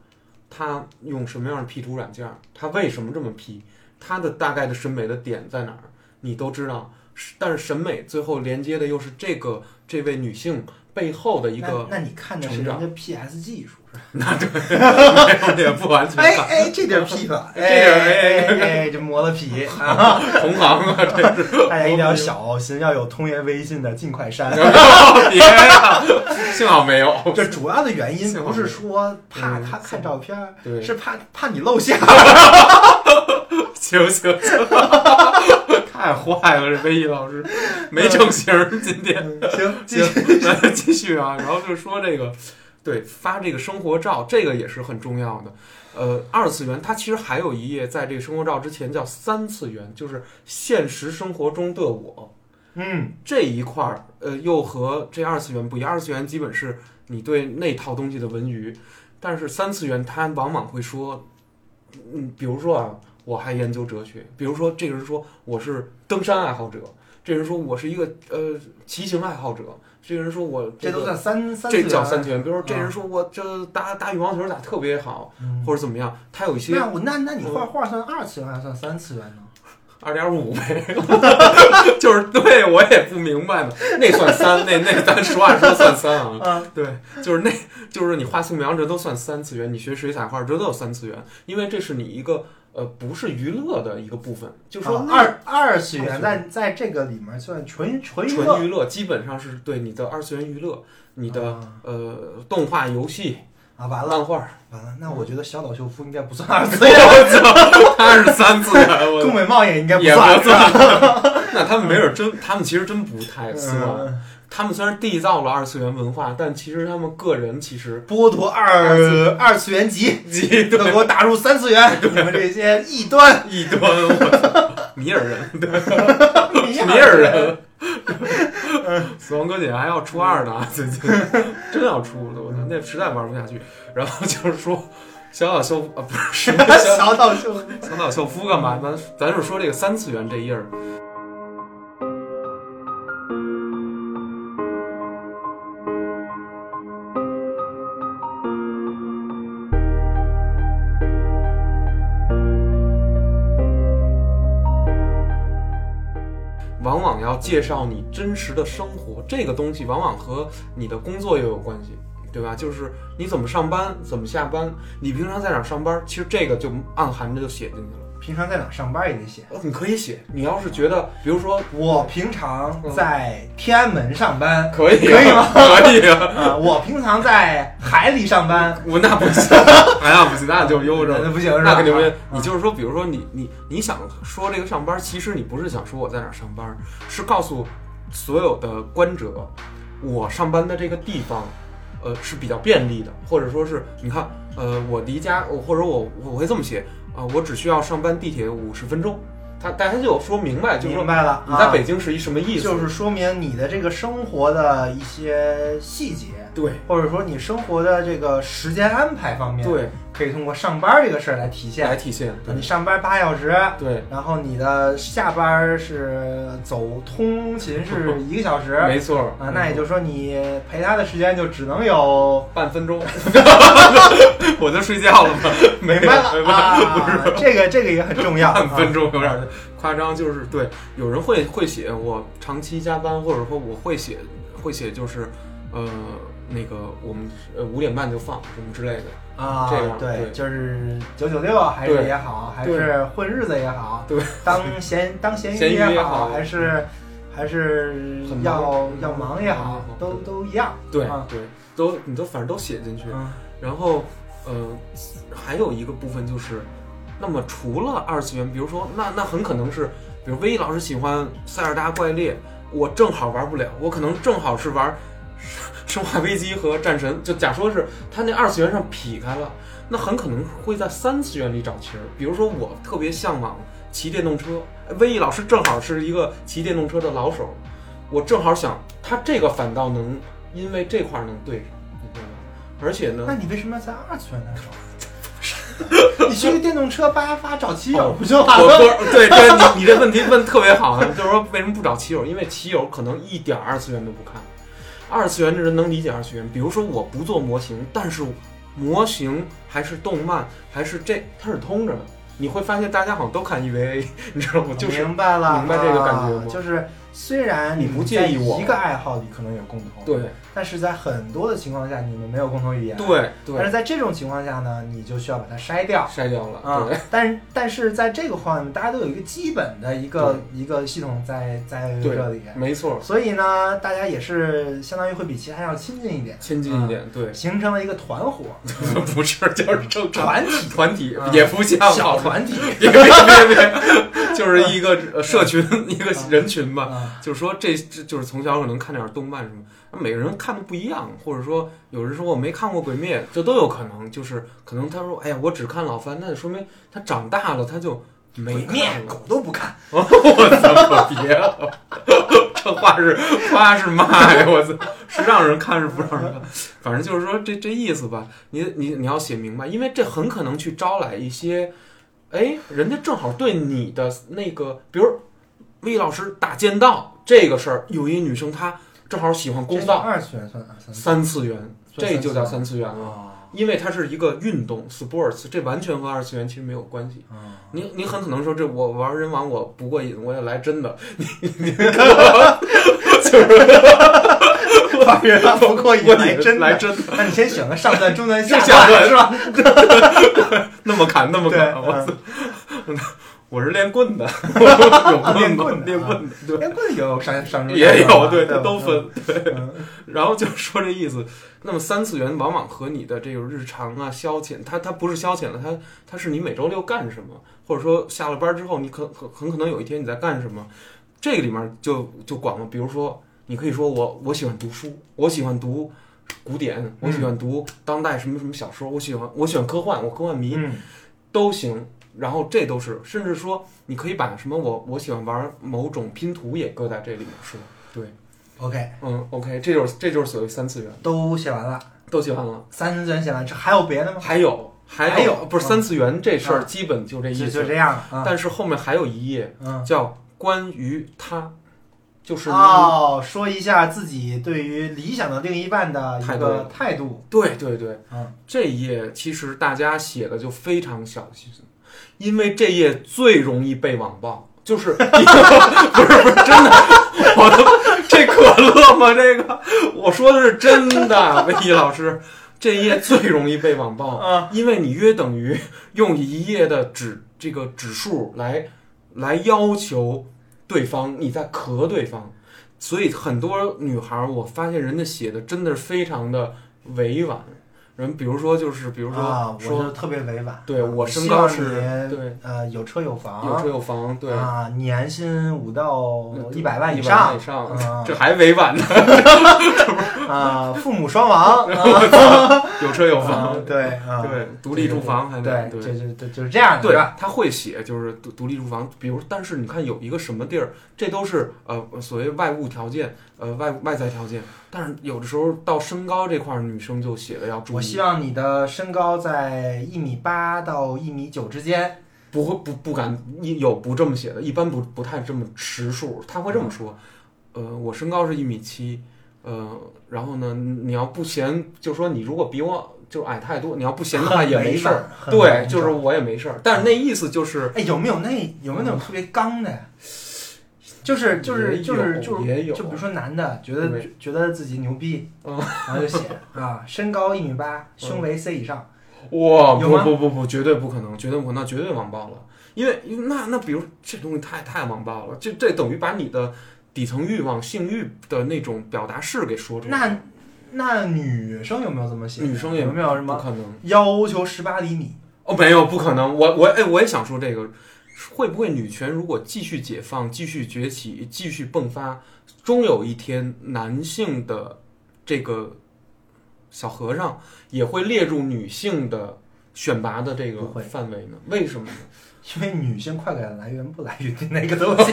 Speaker 1: 他用什么样的 P 图软件，他为什么这么 P，他的大概的审美的点在哪儿，你都知道，是但是审美最后连接的又是这个这位女性背后的一
Speaker 2: 那
Speaker 1: 个，
Speaker 2: 那你看的是
Speaker 1: 成
Speaker 2: 人
Speaker 1: 长
Speaker 2: 家 PS 技术是吧？
Speaker 1: 那对， *laughs* 没有也不完全
Speaker 2: *laughs* 哎
Speaker 1: 看
Speaker 2: 哎，这点屁了，
Speaker 1: 这点儿
Speaker 2: 哎
Speaker 1: 哎
Speaker 2: 哎哎，这磨了 *laughs* 皮啊！
Speaker 1: 同行啊，这是
Speaker 2: 大家一定要小心，要有通言微信的尽快删。
Speaker 1: 别呀，哦幸好没有，
Speaker 2: 这主要的原因
Speaker 1: 幸好
Speaker 2: 不是说怕
Speaker 1: 嗯
Speaker 2: 他看照片儿，
Speaker 1: 对
Speaker 2: 是怕怕你露馅。
Speaker 1: 行行行，太坏了，这威毅老师没正形儿，今
Speaker 2: *laughs*
Speaker 1: 天。
Speaker 2: 行，继
Speaker 1: 行
Speaker 2: 续。，
Speaker 1: 那继续啊，然后就说这个，对，发这个生活照，这个也是很重要的。呃，二次元它其实还有一页，在这个生活照之前叫三次元，就是现实生活中的我
Speaker 2: 嗯，
Speaker 1: 这一块儿，呃，又和这二次元不一样。二次元基本是你对那套东西的文娱，但是三次元它往往会说，嗯，比如说啊，我还研究哲学，比如说这个人说我是登山爱好者，这人说我是一个呃骑行爱好者，这个人说我
Speaker 2: 这都
Speaker 1: 个呃
Speaker 2: 算三三
Speaker 1: 这
Speaker 2: 次
Speaker 1: 叫
Speaker 2: 元
Speaker 1: 三。全。比如说，这
Speaker 2: 啊
Speaker 1: 人说我这打打羽毛球打得特别好，
Speaker 2: 嗯
Speaker 1: 或者怎么样，他有一些
Speaker 2: 那我那那你画画算二次元还是算三次元呢？
Speaker 1: 二点五呗， *laughs* 就是对我也不明白呢。那算三，那那咱实话说算三啊。
Speaker 2: 啊，
Speaker 1: 对，就是那，就是你画素描这都算三次元，你学水彩画这都有三次元，因为这是你一个呃不是娱乐的一个部分，就
Speaker 2: 就
Speaker 1: 说
Speaker 2: 说
Speaker 1: 那
Speaker 2: 啊二二次
Speaker 1: 二次
Speaker 2: 元
Speaker 1: 元
Speaker 2: 在在这个里面算纯纯娱乐
Speaker 1: 纯娱乐基本上是对你的二次元娱乐，你的
Speaker 2: 啊
Speaker 1: 呃动画、游戏、
Speaker 2: 啊，完了
Speaker 1: 漫 *laughs* 画，
Speaker 2: 完了，那我觉得小岛秀夫应该不算二次
Speaker 1: *laughs*
Speaker 2: 元，
Speaker 1: 它是三次元，
Speaker 2: *laughs*
Speaker 1: 我
Speaker 2: 宫本茂也应该
Speaker 1: 也
Speaker 2: 算，
Speaker 1: 不
Speaker 2: 是吧
Speaker 1: *laughs* 那他们没准真，他们其实真不太希望。
Speaker 2: 嗯
Speaker 1: 他们虽然缔造了二次元文化，但其实他们个人其 *laughs* 实
Speaker 2: 剥夺二二次元
Speaker 1: *laughs*
Speaker 2: 级，
Speaker 1: 极
Speaker 2: 要给我打入三次元，你们这些异
Speaker 1: *laughs*
Speaker 2: 端，
Speaker 1: 异端，我操，米尔人，
Speaker 2: 米
Speaker 1: 米尔人。 *laughs* 死亡搁浅还要出二呢，最近 *laughs* 真要出了，我操，那实在玩不下去。然后就是说，小岛秀夫啊，不是 *laughs* 小
Speaker 2: *laughs* 小岛秀夫，
Speaker 1: 小岛秀夫干嘛？咱咱就说这个三次元这页儿。往往要介绍你真实的生活，这个东西往往和你的工作又有关系，对吧？就是你怎么上班，怎么下班，你平常在哪儿上班，其实这个就暗含着就写进去了。
Speaker 2: 平常在哪上班也得写。
Speaker 1: 呃，你可以写，你要是觉得，比如说
Speaker 2: 我平常
Speaker 1: 嗯
Speaker 2: 在天安门上班，
Speaker 1: 可以、啊
Speaker 2: 可以吗？
Speaker 1: *laughs* 可以啊，
Speaker 2: 啊，我平常在海里上
Speaker 1: *laughs*
Speaker 2: 班，
Speaker 1: 我那不行，哎呀不行，那就悠着
Speaker 2: 那
Speaker 1: 了。
Speaker 2: 不行是吧？
Speaker 1: 那肯定不行
Speaker 2: 啊。
Speaker 1: 你就是说，比如说你你你想说这个上班，其实你不是想说我在哪儿上班，是告诉所有的观者，我上班的这个地方，呃是比较便利的，或者说是你看，呃我离家，我或者我我会这么写啊、我只需要上班地铁五十分钟。他但他就有说明白，就是说
Speaker 2: 明白了，
Speaker 1: 你在北
Speaker 2: 啊
Speaker 1: 京是一什么意思？
Speaker 2: 就是说明你的这个生活的一些细节，
Speaker 1: 对
Speaker 2: 或者说你生活的这个时间安排方面，，
Speaker 1: 对，
Speaker 2: 可以通过上班这个事儿来体
Speaker 1: 来
Speaker 2: 现。
Speaker 1: 体现对
Speaker 2: 你上班八小时，
Speaker 1: 对，
Speaker 2: 然后你的下班是走通
Speaker 1: *laughs*
Speaker 2: 勤是一个小时
Speaker 1: 没错儿嗯
Speaker 2: 啊，那也就是说你陪他的时间就只能有
Speaker 1: 半分钟，我就睡觉了嘛， *laughs* 没
Speaker 2: 明白了
Speaker 1: 没办法
Speaker 2: 啊，这个这个也很重
Speaker 1: *laughs*
Speaker 2: 要。
Speaker 1: 半分钟有
Speaker 2: 啊
Speaker 1: 点夸张，就是对，有人会会写我长期加班，或者说我会写会写就是，呃，那个我们呃五点半就放什么之类的，
Speaker 2: 啊，
Speaker 1: 这样
Speaker 2: 对，
Speaker 1: 对
Speaker 2: 就是九九六还是
Speaker 1: 对
Speaker 2: 也好，还
Speaker 1: 对
Speaker 2: 是混日子也好，
Speaker 1: 对，
Speaker 2: 当闲当闲
Speaker 1: 闲鱼
Speaker 2: 鱼也
Speaker 1: 也
Speaker 2: 好，
Speaker 1: 好
Speaker 2: 还是还是
Speaker 1: 很忙
Speaker 2: 要
Speaker 1: 嗯
Speaker 2: 要忙也
Speaker 1: 忙
Speaker 2: 好
Speaker 1: 也好，
Speaker 2: 都
Speaker 1: 对
Speaker 2: 都一样。
Speaker 1: 对、
Speaker 2: 啊
Speaker 1: 对，都你都反正都写进去，
Speaker 2: 嗯
Speaker 1: 然后，呃，还有一个部分就是，那么除了二次元，比如说，那那很可能是，比如威老师喜欢《塞尔达怪猎》，我正好玩不了，我可能正好是玩《生化危机》和《战神》，就假说是他那二次元上劈开了，那很可能会在三次元里找其儿。比如说，我特别向往骑电动车，威毅老师正好是一个骑电动车的老手，我正好想他这个反倒能因为这块儿能对上，你知道吗？而且呢，
Speaker 2: 那你为什么要在二次元那找？
Speaker 1: *laughs*
Speaker 2: 你去个电动车八八找骑
Speaker 1: 哦
Speaker 2: 友不就完
Speaker 1: 我
Speaker 2: 了？
Speaker 1: 不是对对，你你这问题问特别好，啊就是说为什么不找骑友？因为骑友可能一点儿二次元都不看，二次元的人能理解二次元。比如说我不做模型，但是模型还是动漫还是这，它是通 E *laughs* 着的。你会发现大家好像都看 EVA，你知道吗？就是
Speaker 2: 明白了，
Speaker 1: 明白这个感觉
Speaker 2: 啊
Speaker 1: 吗
Speaker 2: 就是虽然
Speaker 1: 你
Speaker 2: 们
Speaker 1: 不介
Speaker 2: 在
Speaker 1: 意我
Speaker 2: 一个爱好里可能有共同，
Speaker 1: 对
Speaker 2: 但是在很多的情况下你们没有共同语言，，
Speaker 1: 对
Speaker 2: 但
Speaker 1: 对，
Speaker 2: 是在这种情况下呢，你就需要把它筛掉。
Speaker 1: 筛掉
Speaker 2: 啊、
Speaker 1: 了，对
Speaker 2: 但但是在这个方面，大家都有一个基本的一个一个系统在在
Speaker 1: 对
Speaker 2: 这里，
Speaker 1: 没错，
Speaker 2: 所以呢，大家也是相当于会比其他人要亲近一点，
Speaker 1: 亲近
Speaker 2: 啊
Speaker 1: 一点，对， *laughs*
Speaker 2: 形成了一个团伙、
Speaker 1: 不是就是正常
Speaker 2: 团体、
Speaker 1: 团体
Speaker 2: 嗯
Speaker 1: 也不像
Speaker 2: 小
Speaker 1: 好吧
Speaker 2: 团体。
Speaker 1: 别别别别，就是一个呃社群，一个人群吧。
Speaker 2: 啊
Speaker 1: 就是说这，这就是从小可能看点动漫什么，那每个人看的不一样，或者说有人说我没看过《鬼灭》，这都有可能。就是可能他说，哎呀，我只看老番，那就说明他长大了，他就没
Speaker 2: 鬼
Speaker 1: 看
Speaker 2: 面
Speaker 1: 了。
Speaker 2: 狗都不看，
Speaker 1: 我操，可别了！这话是话是骂呀！我操，是让人看是不让人看，反正就是说这这意思吧。你你你要写明白，因为这很可能去招来一些，哎，人家正好对你的那个，比如魏老师打剑道这个事儿，有一女生她正好喜欢
Speaker 2: 这
Speaker 1: 弓
Speaker 2: 算
Speaker 1: 道，
Speaker 2: 二次元算二三
Speaker 1: 三次元，
Speaker 2: 算
Speaker 1: 这就叫
Speaker 2: 三次
Speaker 1: 三次元了，
Speaker 2: 啊
Speaker 1: 因为它是一个运动 sports，这完全和二次元其实没有关系。
Speaker 2: 啊！
Speaker 1: 您您很可能说这我玩人王我不过瘾，我也来真的，
Speaker 2: 发源不过
Speaker 1: 我
Speaker 2: 瘾，
Speaker 1: 也
Speaker 2: 来真
Speaker 1: 来
Speaker 2: 的。
Speaker 1: 真的，
Speaker 2: 那你先选个上段、中段、下
Speaker 1: 下段
Speaker 2: 段是吧？
Speaker 1: 那么砍那么
Speaker 2: 对，
Speaker 1: 砍，我
Speaker 2: 嗯
Speaker 1: 我是练
Speaker 2: *laughs*
Speaker 1: 棍的，有
Speaker 2: 练
Speaker 1: 棍
Speaker 2: 棍
Speaker 1: 吗？
Speaker 2: 的
Speaker 1: 练棍的，对，
Speaker 2: 连棍也有上上中
Speaker 1: 也有，对，
Speaker 2: 对，嗯
Speaker 1: 这都分。
Speaker 2: 对吧。嗯
Speaker 1: 然后就说这意思，那么三次元往往和你的这个日常啊消遣，它它不是消遣了，它它是你每周六干什么，或者说下了班之后你可很很可能有一天你在干什么，这个里面就就广了。比如说，你可以说我我喜欢读书，我喜欢读古典，我
Speaker 2: 嗯
Speaker 1: 喜欢读当代什么什么小说，我喜欢我喜欢科幻，我科幻迷，
Speaker 2: 嗯
Speaker 1: 都行。然后这都是，甚至说你可以把什么我我喜欢玩某种拼图也搁在这里面说。
Speaker 2: ，OK，
Speaker 1: 嗯，OK，这就是这就是所谓三次元，
Speaker 2: 都写完了，
Speaker 1: 都喜欢了。
Speaker 2: 三次元写完，这还有别的吗？
Speaker 1: 还有还
Speaker 2: 啊还有
Speaker 1: 不是
Speaker 2: 嗯
Speaker 1: 三次元这事
Speaker 2: 啊
Speaker 1: 儿，基本就这
Speaker 2: 就
Speaker 1: 意
Speaker 2: 就
Speaker 1: 思。
Speaker 2: 这样了啊。
Speaker 1: 但是后面还有一页
Speaker 2: 嗯，
Speaker 1: 叫关于他，就是你
Speaker 2: 哦，说一下自己对于理想的另一半的一个态度。
Speaker 1: 对对对
Speaker 2: 嗯，
Speaker 1: 这一页其实大家写的就非常小心，因为这页最容易被网暴，就是 *laughs* 不是不是真的，我的这可乐吗？这个我说的是真的，魏毅老师，这一页最容易被网暴。
Speaker 2: 嗯，
Speaker 1: 因为你约等于用一页的指这个指数来来要求对方，你在咳对方，所以很多女孩儿，我发现人家写的真的是非常的委婉。人比如说就是比如说、
Speaker 2: 啊，我
Speaker 1: 说
Speaker 2: 就特别委婉。啊
Speaker 1: 对我身
Speaker 2: 希
Speaker 1: 高
Speaker 2: 望
Speaker 1: 是
Speaker 2: 你
Speaker 1: 对
Speaker 2: 呃有车有房，
Speaker 1: 有车有房，对，
Speaker 2: 啊，年薪五到一百万以
Speaker 1: 以
Speaker 2: 上
Speaker 1: 以上，
Speaker 2: 啊
Speaker 1: 这还委婉呢，
Speaker 2: 啊，父母双亡，
Speaker 1: 有车 *laughs* 有
Speaker 2: 啊
Speaker 1: 房，
Speaker 2: 对啊，
Speaker 1: 对，独立住房还
Speaker 2: 对
Speaker 1: 得，
Speaker 2: 就就就就是这样的，
Speaker 1: 对
Speaker 2: 是吧？，
Speaker 1: 他会写就是独独立住房，比如，但是你看有一个什么地儿，这都是呃所谓外物条件，呃外外在条件，但是有的时候到身高这块儿，女生就写的要注
Speaker 2: 我
Speaker 1: 意，
Speaker 2: 希望你的身高在一米八到一米九之间。
Speaker 1: 不会不不敢有不这么写的，一般不不太这么实数，他会这么说，呃，我身高是一米七，呃，然后呢，你要不嫌，就说你如果比我就是矮太多，你要不嫌
Speaker 2: *laughs*
Speaker 1: 的话也没事儿，
Speaker 2: 很委婉
Speaker 1: 对，
Speaker 2: 很
Speaker 1: 就是
Speaker 2: 婉
Speaker 1: 我也没事儿，但是那意思就是。
Speaker 2: 哎，有没有那有没有那种特别刚的呀？就是就是
Speaker 1: 嗯也
Speaker 2: 就是
Speaker 1: 有
Speaker 2: 就是，
Speaker 1: 也有
Speaker 2: 就比如说男的觉得
Speaker 1: 没
Speaker 2: 觉得自己牛逼，
Speaker 1: 嗯
Speaker 2: 然后就写啊，身高一米八，胸围 C 以上，
Speaker 1: 啊哇，
Speaker 2: 有
Speaker 1: 不
Speaker 2: 吗
Speaker 1: 不不不，绝对不可能，绝对不可能，那绝对网暴了。因为因为那那比如这东西太太网暴了，这这等于把你的底层欲望、性欲的那种表达式给说出来。
Speaker 2: 那那女生有没有这么写？
Speaker 1: 女生也
Speaker 2: 有没有什
Speaker 1: 不
Speaker 2: 么
Speaker 1: 可能
Speaker 2: 要求十八厘米？
Speaker 1: 哦，没有不可能。我我哎，我也想说这个，会不会女权如果继续解放、继续崛起、继续迸发，终有一天男性的这个小和尚也会列入女性的选拔的这个
Speaker 2: 不会
Speaker 1: 范围呢？为什么呢？
Speaker 2: *laughs* 因为女性快感来源不来源于那个东西，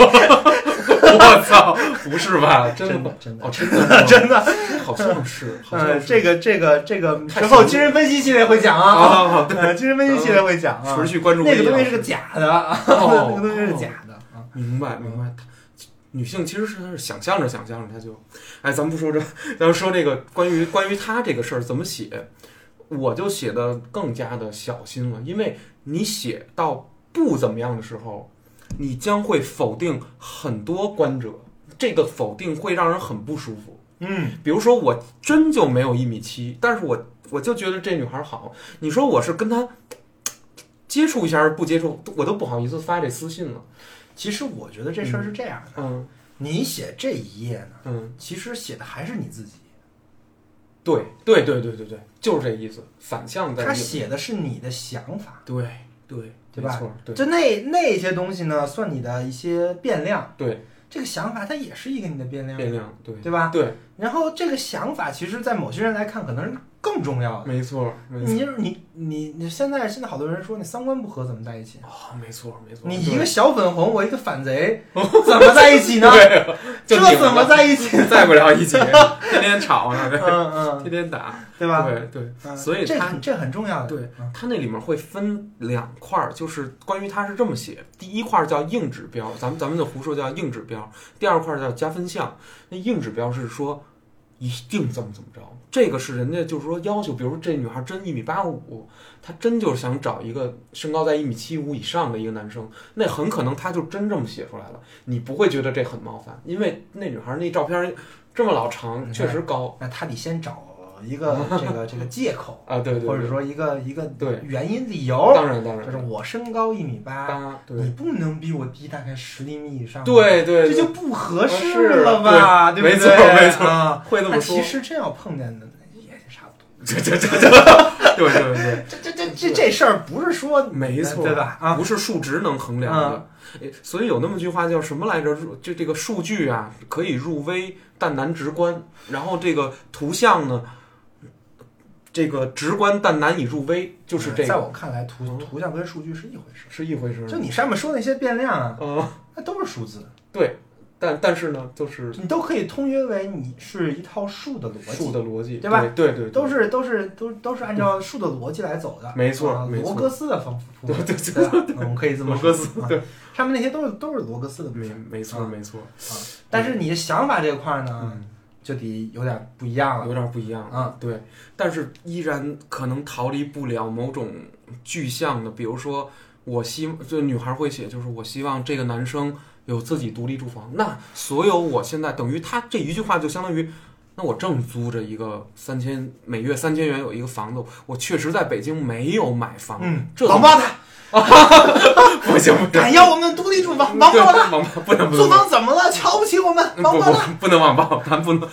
Speaker 1: 我操，不是吧？ *laughs* 真
Speaker 2: 真
Speaker 1: 的
Speaker 2: 的真的
Speaker 1: 哦，真的吗
Speaker 2: *laughs* 真的，
Speaker 1: 好像是，好
Speaker 2: 呃，
Speaker 1: 像
Speaker 2: 这个这个这个
Speaker 1: 太哦
Speaker 2: 之后
Speaker 1: 神
Speaker 2: 精神分析系列会讲 *laughs*
Speaker 1: 好
Speaker 2: 啊，
Speaker 1: 好好，
Speaker 2: 呃，精神分析系列会
Speaker 1: *laughs*
Speaker 2: 讲啊
Speaker 1: 持，续关注
Speaker 2: 那个
Speaker 1: 力
Speaker 2: 东西
Speaker 1: 量
Speaker 2: 是个假的啊， *laughs*
Speaker 1: 哦
Speaker 2: 那个东西是假的啊。
Speaker 1: 明白明白。女性其实是她是想象着想象着，她就，哎，咱们不说这， *laughs* 咱们说这个关于关于她这个事儿怎么写，我就写的更加的小心了，因为你写到不怎么样的时候，你将会否定很多观者，这个否定会让人很不舒服。
Speaker 2: 嗯
Speaker 1: 比如说，我真就没有一米七，但是我我就觉得这女孩好。你说我是跟她接触一下不接触，我都不好意思发这私信了。
Speaker 2: 其实我觉得这事儿是这样的，
Speaker 1: 嗯
Speaker 2: 你写这一页呢，
Speaker 1: 嗯，
Speaker 2: 其实写的还是你自己，
Speaker 1: 对对对对对对，就是这意思，反向在
Speaker 2: 他
Speaker 1: 用。
Speaker 2: 写的是你的想法，
Speaker 1: 对对没
Speaker 2: 对吧
Speaker 1: 错，对
Speaker 2: 就那那些东西呢，算你的一些变量。
Speaker 1: 对，
Speaker 2: 这个想法它也是一个你的变量，
Speaker 1: 变量，对
Speaker 2: 对吧？
Speaker 1: 对，
Speaker 2: 然后这个想法，其实，在某些人来看，可能是更重要的。
Speaker 1: 没错没错
Speaker 2: 你就是你你你现在现在好多人说你三观不合怎么在一起？
Speaker 1: 啊，没错没错，
Speaker 2: 你
Speaker 1: 对
Speaker 2: 一个小粉红，我一个反
Speaker 1: *laughs*
Speaker 2: 贼，怎么在一起呢？
Speaker 1: 对
Speaker 2: *laughs*
Speaker 1: 啊，
Speaker 2: 这
Speaker 1: 就拧
Speaker 2: 怎么
Speaker 1: 了
Speaker 2: 在
Speaker 1: *laughs*
Speaker 2: 一起？
Speaker 1: 在不了一
Speaker 2: *laughs*
Speaker 1: 起，天天吵呢，对
Speaker 2: 嗯嗯，
Speaker 1: 天天打，
Speaker 2: 对吧？
Speaker 1: 对对。
Speaker 2: 嗯
Speaker 1: 所以
Speaker 2: 这
Speaker 1: 他
Speaker 2: 很这很重要的。
Speaker 1: 对
Speaker 2: 嗯，
Speaker 1: 它那里面会分两块儿，就是关于它是这么写，第一块儿叫硬指标，咱们咱们就胡说叫硬指标，第二块儿叫加分项。那硬指标是说一定怎么怎么着，这个是人家就是说要求，比如说这女孩真一米八五，她真就是想找一个身高在一米七五以上的一个男生，那很可能她就真这么写出来了，你不会觉得这很冒犯，因为那女孩那照片这么老长，确实高
Speaker 2: 那他得先找一个
Speaker 1: *laughs*
Speaker 2: 这个这个借口，
Speaker 1: 啊，对对对，
Speaker 2: 或者说一个一个
Speaker 1: 对
Speaker 2: 原因理由，
Speaker 1: 当然当
Speaker 2: 就是
Speaker 1: 然，
Speaker 2: 我身高一米八，
Speaker 1: 当对。
Speaker 2: 你不能比我低大概十厘米以上吧，
Speaker 1: 对对，对
Speaker 2: 这就不合适了吧？
Speaker 1: 是啊
Speaker 2: 对不对？
Speaker 1: 没错没错
Speaker 2: 啊
Speaker 1: 会这
Speaker 2: 那
Speaker 1: 么说
Speaker 2: 其，
Speaker 1: *laughs*
Speaker 2: 实真要碰见的也差不多。
Speaker 1: 这这这这，对对对，
Speaker 2: *laughs* 这这这这这事儿不是说
Speaker 1: *laughs* 没错，
Speaker 2: 对吧？啊，
Speaker 1: 不是数值能衡量的，诶所以有那么句话叫什么来着？入就这个数据啊，可以入微，但难直观；然后这个图像呢，这个直观但难以入微，就是这
Speaker 2: 哎在
Speaker 1: 个
Speaker 2: 我看来，图
Speaker 1: 嗯
Speaker 2: 图像跟数据是一回事。
Speaker 1: 是一回事儿。
Speaker 2: 就你上面说那些变量啊，
Speaker 1: 嗯，
Speaker 2: 那都是数字，
Speaker 1: 对，但但是呢，就是
Speaker 2: 你都可以通约为你是一套数的逻
Speaker 1: 数
Speaker 2: 辑，
Speaker 1: 的逻辑，
Speaker 2: 对吧？
Speaker 1: 对对，对
Speaker 2: 都是都是都都是按照数的逻辑来走的。
Speaker 1: 没错
Speaker 2: 啊
Speaker 1: 没错
Speaker 2: 罗格斯的方法，
Speaker 1: 对对
Speaker 2: 对吧，嗯我们可以这么
Speaker 1: 罗
Speaker 2: 说。
Speaker 1: 格斯
Speaker 2: 啊
Speaker 1: 对，
Speaker 2: 上面那些都是都是罗格斯的部
Speaker 1: 没
Speaker 2: 分。
Speaker 1: 没错
Speaker 2: 啊
Speaker 1: 没错，
Speaker 2: 但是你的想法这块儿呢，
Speaker 1: 嗯。
Speaker 2: 就得有点不一样了。
Speaker 1: 有点不一样
Speaker 2: 啊，
Speaker 1: 对，但是依然可能逃离不了某种具象的，比如说我希就女孩会写，就是我希望这个男生有自己独立住房。那所有我现在等于他这一句话就相当于，那我正租着一个三千每月三千元有一个房子，我确实在北京没有买房，
Speaker 2: 嗯，
Speaker 1: 这
Speaker 2: 王八蛋，
Speaker 1: *laughs* 不行，不
Speaker 2: 敢要我们独立住 *laughs* 房，王八
Speaker 1: 蛋，
Speaker 2: 蛋，
Speaker 1: 王八不能不嗯
Speaker 2: 租
Speaker 1: 能。
Speaker 2: 房怎么了？瞧不起我们， *laughs*
Speaker 1: 不
Speaker 2: 王八
Speaker 1: 不
Speaker 2: 蛋。
Speaker 1: 不能网暴，咱不能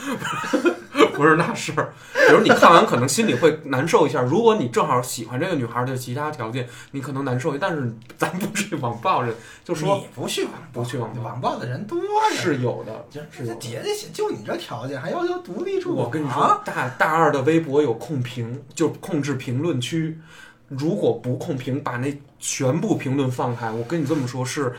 Speaker 1: 不是那事儿。比如你看完可能心里会难受一下，如果你正好喜欢这个女孩的其他条件，你可能难受，但是咱不是网暴人，就说
Speaker 2: 你不去网
Speaker 1: 不去网吧
Speaker 2: 网暴的人多着呢。
Speaker 1: 是有的。
Speaker 2: 这
Speaker 1: 是有
Speaker 2: 这姐姐就你这条件，还要求独立住房？
Speaker 1: 我跟你说，大大二的微博有控评，就控制评论区。如果不控评，把那全部评论放开，我跟你这么说，是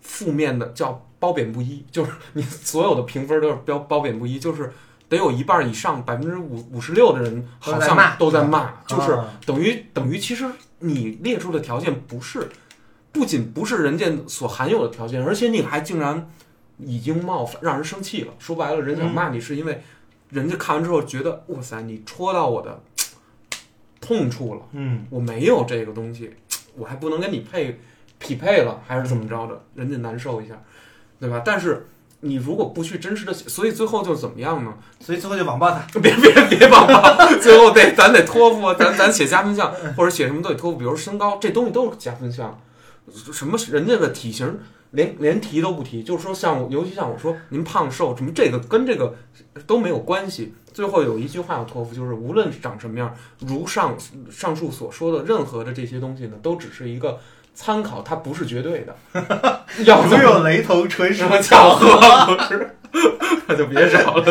Speaker 1: 负面的，叫褒贬不一，就是你所有的评分都是标褒贬不一，就是得有一半以上，百分之五五十六的人好
Speaker 2: 都在骂
Speaker 1: 像都在骂，就是
Speaker 2: 啊
Speaker 1: 等于等于，其实你列出的条件不是，不仅不是人家所含有的条件，而且你还竟然已经冒犯，让人生气了。说白了，人想骂你是因为人家看完之后觉得，哇塞，你戳到我的嘖痛处了，
Speaker 2: 嗯，
Speaker 1: 我没有这个东西，嘖我还不能跟你配匹配了，还是怎么着的，人家难受一下，对吧？但是。你如果不去真实的，所以最后就是怎么样呢？
Speaker 2: 所以最后就网暴他。
Speaker 1: *laughs* 别别别网暴，最后得咱得托付，咱咱写加分项或者写什么都得托付，比如身高这东西都是加分项，什么人家的体型连连提都不提，就是说像我，尤其像我说您胖瘦什么这个跟这个都没有关系。最后有一句话要托付，就是无论长什么样，如上上述所说的任何的这些东西呢，都只是一个参考，它不是绝对的。 *laughs* 要怎么
Speaker 2: 如有雷同，纯属
Speaker 1: 什么巧合？不是，那就别找了，都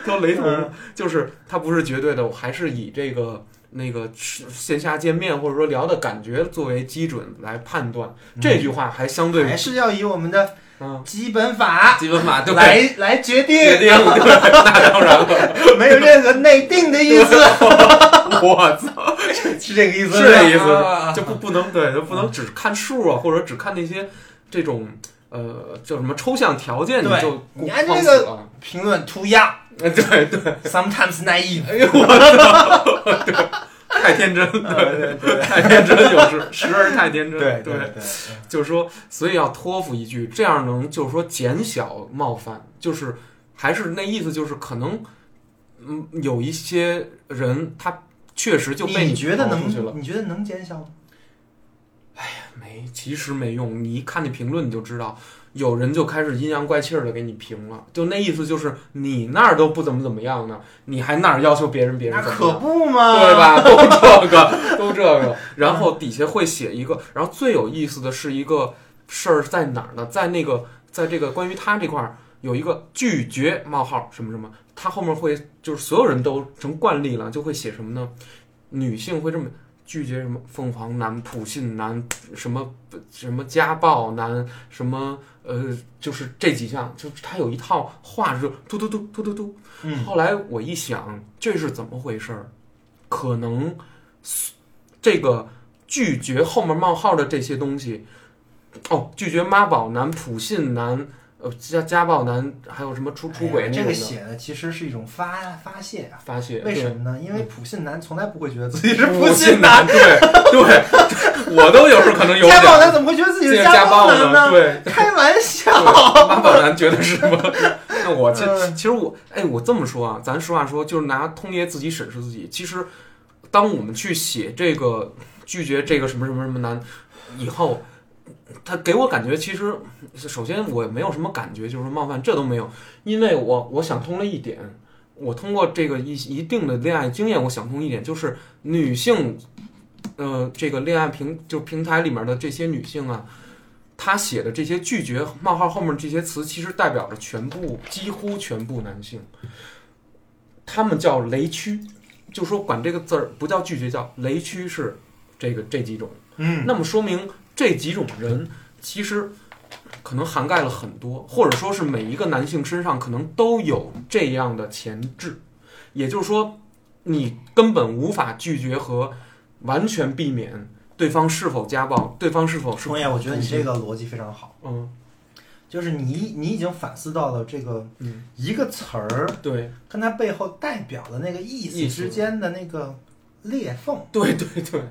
Speaker 1: 都雷同，
Speaker 2: 嗯
Speaker 1: 就是它不是绝对的，我还是以这个那个线下见面或者说聊的感觉作为基准来判断。这句话还相对
Speaker 2: 嗯还是要以我们的
Speaker 1: 嗯，
Speaker 2: 基本法
Speaker 1: 基本法对
Speaker 2: 来来决定，
Speaker 1: 决定了，对那当然
Speaker 2: *laughs*
Speaker 1: 了，
Speaker 2: 没有任何内定的意思，
Speaker 1: 我操，
Speaker 2: 是这个意
Speaker 1: 是
Speaker 2: 思，
Speaker 1: 这意
Speaker 2: 啊
Speaker 1: 思，就不不能对，就不能只看数啊，或者只看那些这种。呃，叫什么抽象条件，你
Speaker 2: 对
Speaker 1: 就
Speaker 2: 你按
Speaker 1: 框
Speaker 2: 这
Speaker 1: 死
Speaker 2: 个
Speaker 1: 了。 *laughs*
Speaker 2: 评论涂鸦
Speaker 1: 对对，哎
Speaker 2: ，sometimes naive，
Speaker 1: 哎呦我操！太天真，
Speaker 2: 嗯对对
Speaker 1: 太天真，有时 *laughs* 时而太天真，
Speaker 2: 对
Speaker 1: 对，
Speaker 2: 对，
Speaker 1: 就是说，所以要托付一句，这样能就是说减小冒犯，就是还是那意思，就是可能，嗯，有一些人他确实就被
Speaker 2: 你觉得
Speaker 1: 抛出去了，
Speaker 2: 能？你觉得能见效吗？
Speaker 1: 没，其实没用。你一看那评论你就知道，有人就开始阴阳怪气儿的给你评了，就那意思就是你那儿都不怎么怎么样呢，你还那儿要求别人别人
Speaker 2: 那
Speaker 1: 怎么样
Speaker 2: 可不嘛，
Speaker 1: 对？吧？都这个，都这个。然后底下会写一个，然后最有意思的是一个事儿在哪儿呢？在那个，在这个关于他这块儿有一个拒绝冒号什么什么，他后面会就是所有人都成惯例了，就会写什么呢？女性会这么。拒绝什么凤凰男、普信男，什么什么家暴男，什么呃，就是这几项，就是他有一套话，就嘟嘟嘟嘟嘟嘟，
Speaker 2: 嗯，
Speaker 1: 后来我一想，这是怎么回事儿？可能这个拒绝后面冒号的这些东西，哦，拒绝妈宝男、普信男、呃家家暴男，还有什么出出轨
Speaker 2: 哎
Speaker 1: 那
Speaker 2: 这
Speaker 1: 种
Speaker 2: 个
Speaker 1: 的、
Speaker 2: 写的其实是一种发发泄啊。
Speaker 1: 发泄，
Speaker 2: 为
Speaker 1: 对
Speaker 2: 什么呢？因为普信男从来不会觉得自己
Speaker 1: 你
Speaker 2: 是普信
Speaker 1: 信
Speaker 2: 男，
Speaker 1: 男，对对， *laughs* 我都有时候可能有点
Speaker 2: 家暴男怎么会觉得自己
Speaker 1: 这
Speaker 2: 是
Speaker 1: 个家
Speaker 2: 暴
Speaker 1: 暴
Speaker 2: 男
Speaker 1: 呢，？对。
Speaker 2: 开玩笑，
Speaker 1: 对妈宝男觉得是吗？ *laughs* 那我其
Speaker 2: 嗯
Speaker 1: 其实我哎，我这么说啊，咱实话说，就是拿通爷自己审视自己。其实，当我们去写这个拒绝这个什么什么什么男以后，他给我感觉，其实首先我没有什么感觉，就是冒犯，这都没有，因为我我想通了一点。我通过这个一一定的恋爱经验，我想通一点，就是女性，呃，这个恋爱平就平台里面的这些女性啊，他写的这些拒绝冒号后面这些词，其实代表着全部几乎全部男性，他们叫雷区，就说管这个字儿不叫拒绝，叫雷区是这个这几种。
Speaker 2: 嗯，
Speaker 1: 那么说明这几种人其实可能涵盖了很多，或者说是每一个男性身上可能都有这样的潜质，也就是说，你根本无法拒绝和完全避免对方是否家暴，对方是否是
Speaker 2: 红叶，我觉得你这个逻辑非常好，
Speaker 1: 嗯。
Speaker 2: 就是你你已经反思到了这个
Speaker 1: 嗯
Speaker 2: 一个词儿，
Speaker 1: 对
Speaker 2: 跟它背后代表的那个意
Speaker 1: 意
Speaker 2: 思
Speaker 1: 思
Speaker 2: 之间的那个裂缝，
Speaker 1: 对对对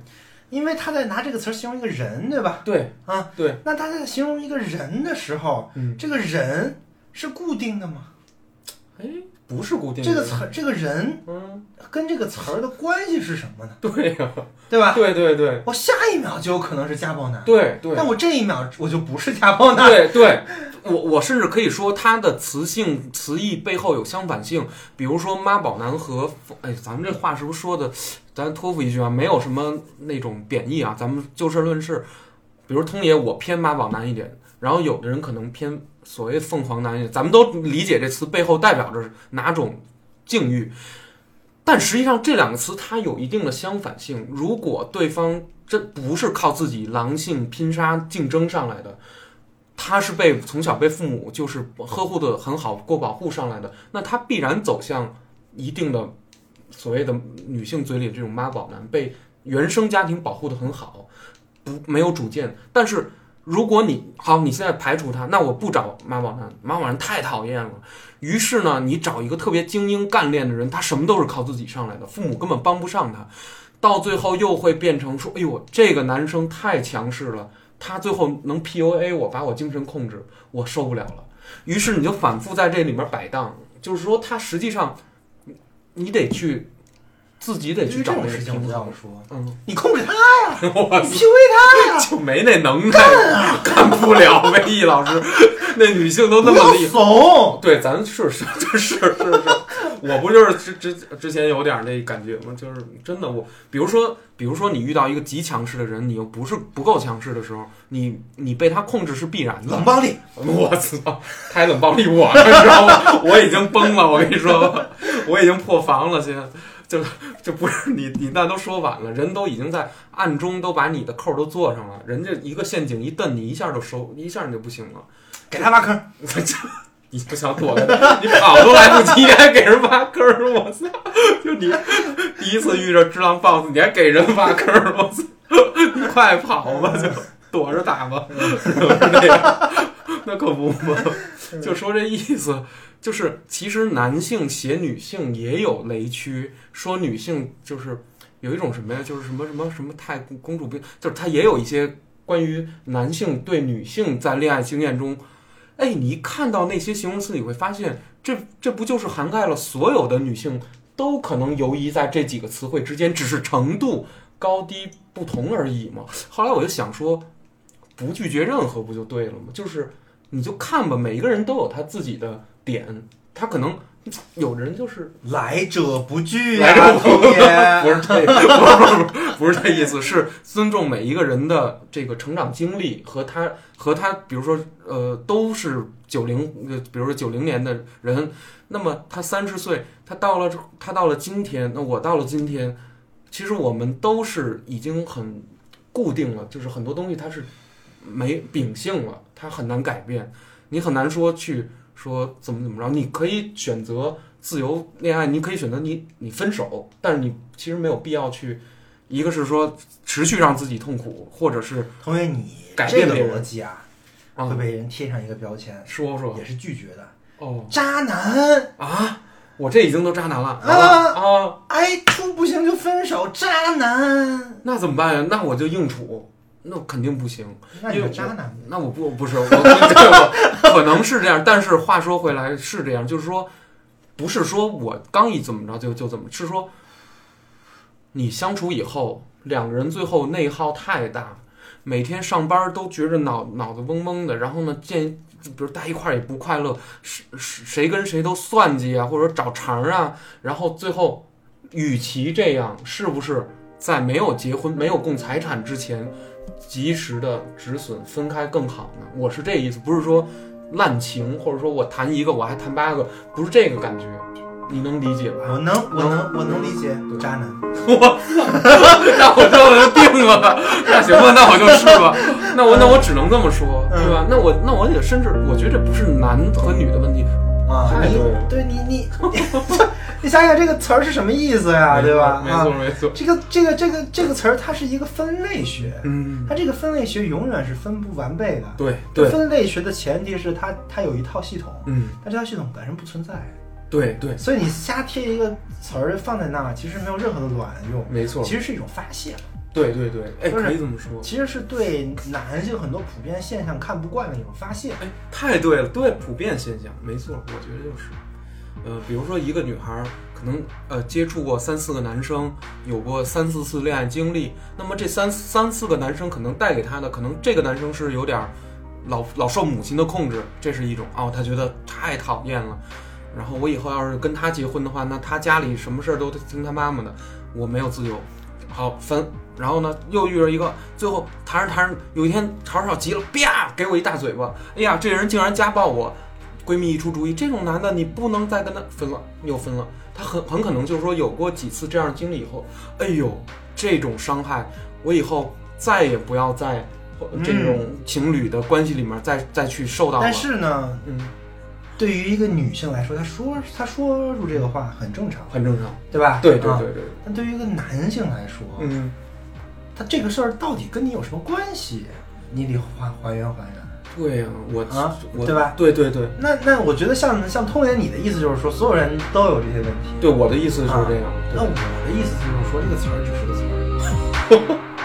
Speaker 2: 因为他在拿这个词儿形容一个人，对吧？
Speaker 1: 对
Speaker 2: 啊，
Speaker 1: 对，
Speaker 2: 那他在形容一个人的时候，
Speaker 1: 嗯，
Speaker 2: 这个人是固定的吗？
Speaker 1: 哎，不是固定
Speaker 2: 这个
Speaker 1: 的
Speaker 2: 词，儿，这个人
Speaker 1: 嗯，
Speaker 2: 跟这个词儿的关系是什么呢？
Speaker 1: 对呀、
Speaker 2: 对吧？
Speaker 1: 对对对
Speaker 2: 我下一秒就有可能是家暴男，
Speaker 1: 对对
Speaker 2: 但我这一秒我就不是家暴男。
Speaker 1: 对对，我我甚至可以说它的词性词义背后有相反性，比如说妈宝男和凤哎，咱们这话是不是说的？咱托付一句啊，没有什么那种贬义啊，咱们就事论事。比如通爷，我偏妈宝男一点，然后有的人可能偏所谓凤凰男一点，咱们都理解这词背后代表着哪种境遇。但实际上，这两个词它有一定的相反性。如果对方真不是靠自己狼性拼杀竞争上来的，他是被从小被父母就是呵护的很好，过保护上来的，那他必然走向一定的所谓的女性嘴里这种妈宝男，被原生家庭保护的很好，不没有主见。但是如果你好，你现在排除他，那我不找妈宝男，妈宝男太讨厌了。于是呢，你找一个特别精英干练的人，他什么都是靠自己上来的，父母根本帮不上他，到最后又会变成说，哎呦，这个男生太强势了，他最后能 PUA 我，把我精神控制，我受不了了。于是你就反复在这里面摆荡，就是说他实际上，你你得去自己得
Speaker 2: 因
Speaker 1: 去
Speaker 2: 为这
Speaker 1: 找那
Speaker 2: 种
Speaker 1: 个
Speaker 2: 事情
Speaker 1: 平
Speaker 2: 不要
Speaker 1: 衡。
Speaker 2: 说，
Speaker 1: 嗯，
Speaker 2: 你控制他，
Speaker 1: 我
Speaker 2: 你 PUA 他
Speaker 1: *laughs*
Speaker 2: 呀，
Speaker 1: 就没那能耐，干不了呗，易老师， *laughs* 那女性都 *laughs* 那
Speaker 2: 不
Speaker 1: 么
Speaker 2: 要
Speaker 1: 厉害。
Speaker 2: 怂。
Speaker 1: 对，咱是是是是是，我不就是之之之前有点那感觉吗？就是真的我，比如说，比如说你遇到一个极强势的人，你又不是不够强势的时候，你你被他控制是必然
Speaker 2: 冷
Speaker 1: 的。
Speaker 2: 暴力，
Speaker 1: *laughs* 我操，太冷暴力我了，你知道吗？我已经崩了，我跟你说，我已经破防了，现在。就就不是你，你那都说晚了，人都已经在暗中都把你的扣都做上了，人家一个陷阱一蹬，你一下就收，一下你就不行了。
Speaker 2: 给他挖坑，
Speaker 1: 你不想躲开他，你跑都来不及，你还给人挖坑儿，我操！ *laughs* 就你第一次遇着只狼 boss，你还给人挖坑儿，我操！ *laughs* 你快跑吧，就躲着打吧， *laughs* 是那样，那可不嘛。就说这意思，就是其实男性写女性也有雷区，说女性就是有一种什么呀，就是什么什么什么太公公主病，就是它也有一些关于男性对女性在恋爱经验中，哎，你一看到那些形容词，你会发现这这不就是涵盖了所有的女性都可能游移在这几个词汇之间，只是程度高低不同而已吗？后来我就想说，不拒绝任何不就对了吗？就是你就看吧，每一个人都有他自己的点，他可能有的人就是。
Speaker 2: 来者不拒啊
Speaker 1: 来
Speaker 2: 呀、
Speaker 1: 者
Speaker 2: 童
Speaker 1: 不
Speaker 2: 年。
Speaker 1: 是这，不是不是不是这意思，是尊重每一个人的这个成长经历和他和他，比如说呃，都是九零，呃，比如说九零年的人，那么他三十岁，他到了他到了今天，那我到了今天，其实我们都是已经很固定了，就是很多东西它是没秉性了，它很难改变，你很难说去说怎么怎么着，你可以选择。自由恋爱，你可以选择你你分手，但是你其实没有必要去，一个是说持续让自己痛苦，或者是
Speaker 2: 童年，你
Speaker 1: 改
Speaker 2: 这
Speaker 1: 变
Speaker 2: 个
Speaker 1: 别人
Speaker 2: 逻辑啊，会
Speaker 1: 啊
Speaker 2: 被人贴上一个标签，
Speaker 1: 说说
Speaker 2: 也是拒绝的。
Speaker 1: 哦
Speaker 2: 渣男
Speaker 1: 啊，我这已经都渣男了
Speaker 2: 啊，
Speaker 1: 啊，
Speaker 2: 爱处不行就分手，渣男。
Speaker 1: 那怎么办呀？那我就硬处，那肯定不行。
Speaker 2: 那你个渣男
Speaker 1: 那我不不是我 *laughs* 这个可能是这样，但是话说回来是这样，就是说不是说我刚一怎么着就就怎么，是说你相处以后，两个人最后内耗太大，每天上班都觉着脑脑子嗡嗡的，然后呢见。比如待一块儿也不快乐，谁谁谁跟谁都算计啊，或者找茬儿啊，然后最后，与其这样，是不是在没有结婚、没有共财产之前，及时的止损分开更好呢？我是这意思，不是说滥情，或者说我谈一个我还谈八个，不是这个感觉，你能理解吧？ *laughs*
Speaker 2: 我能，我能，我能理解渣男。
Speaker 1: 那我这我就定
Speaker 2: *laughs*
Speaker 1: 了，那行吧，那我就是吧，
Speaker 2: 嗯
Speaker 1: 那我那我只能这么说，对吧？那我那我也甚至我觉得这不是男和女的问题，
Speaker 2: 啊，
Speaker 1: 太
Speaker 2: 你
Speaker 1: 对了
Speaker 2: 对你你， *laughs* 你想想这个词儿是什么意思呀，对吧？
Speaker 1: 没错
Speaker 2: 啊，
Speaker 1: 没错，
Speaker 2: 这个这个这个这个词儿，它是一个分类学，
Speaker 1: 嗯，
Speaker 2: 它这个分类学永远是分不完备的。
Speaker 1: 对对，
Speaker 2: 分类学的前提是它它有一套系统，
Speaker 1: 嗯，
Speaker 2: 但这套系统本身不存在，
Speaker 1: 对对，
Speaker 2: 所以你瞎贴一个词儿放在那儿，其实没有任何的卵用，
Speaker 1: 嗯没错，
Speaker 2: 其实是一种发泄，
Speaker 1: 对对对，哎，
Speaker 2: 就是
Speaker 1: 可以这么说。
Speaker 2: 其实是对男性很多普遍现象看不惯的一种发泄。
Speaker 1: 哎，太对了，对普遍现象，没错，我觉得就是，呃，比如说一个女孩儿可能呃接触过三四个男生，有过三四次恋爱经历，那么这三三四个男生可能带给她的，可能这个男生是有点儿老老受母亲的控制，这是一种哦，她觉得太讨厌了。然后我以后要是跟他结婚的话，那他家里什么事儿都听他妈妈的，我没有自由。好分，然后呢又遇着一个，最后谈着谈着，有一天吵吵急了，啪给我一大嘴巴，哎呀，这人竟然家暴我。闺蜜一出主意，这种男的你不能再跟他分了，又分了。他很很可能就是说有过几次这样的经历以后，哎呦，这种伤害，我以后再也不要在呃
Speaker 2: 嗯
Speaker 1: 这种情侣的关系里面再再去受到了。
Speaker 2: 但，是呢，
Speaker 1: 嗯，
Speaker 2: 对于一个女性来说，她说她说出这个话很正常，
Speaker 1: 很正常。
Speaker 2: 对吧？
Speaker 1: 嗯对对
Speaker 2: 啊
Speaker 1: 对对，
Speaker 2: 但对于一个男性来说，
Speaker 1: 嗯，
Speaker 2: 他这个事儿到底跟你有什么关系？你得还还原还原。
Speaker 1: 对呀、我
Speaker 2: 啊
Speaker 1: 我
Speaker 2: 对吧？
Speaker 1: 对对对
Speaker 2: 那那我觉得像像通年你的意思就是说，所有人都有这些问题。
Speaker 1: 对，我的意思
Speaker 2: 啊
Speaker 1: 就是这样。对
Speaker 2: 那我的意思就是说，这个词儿只是个词儿。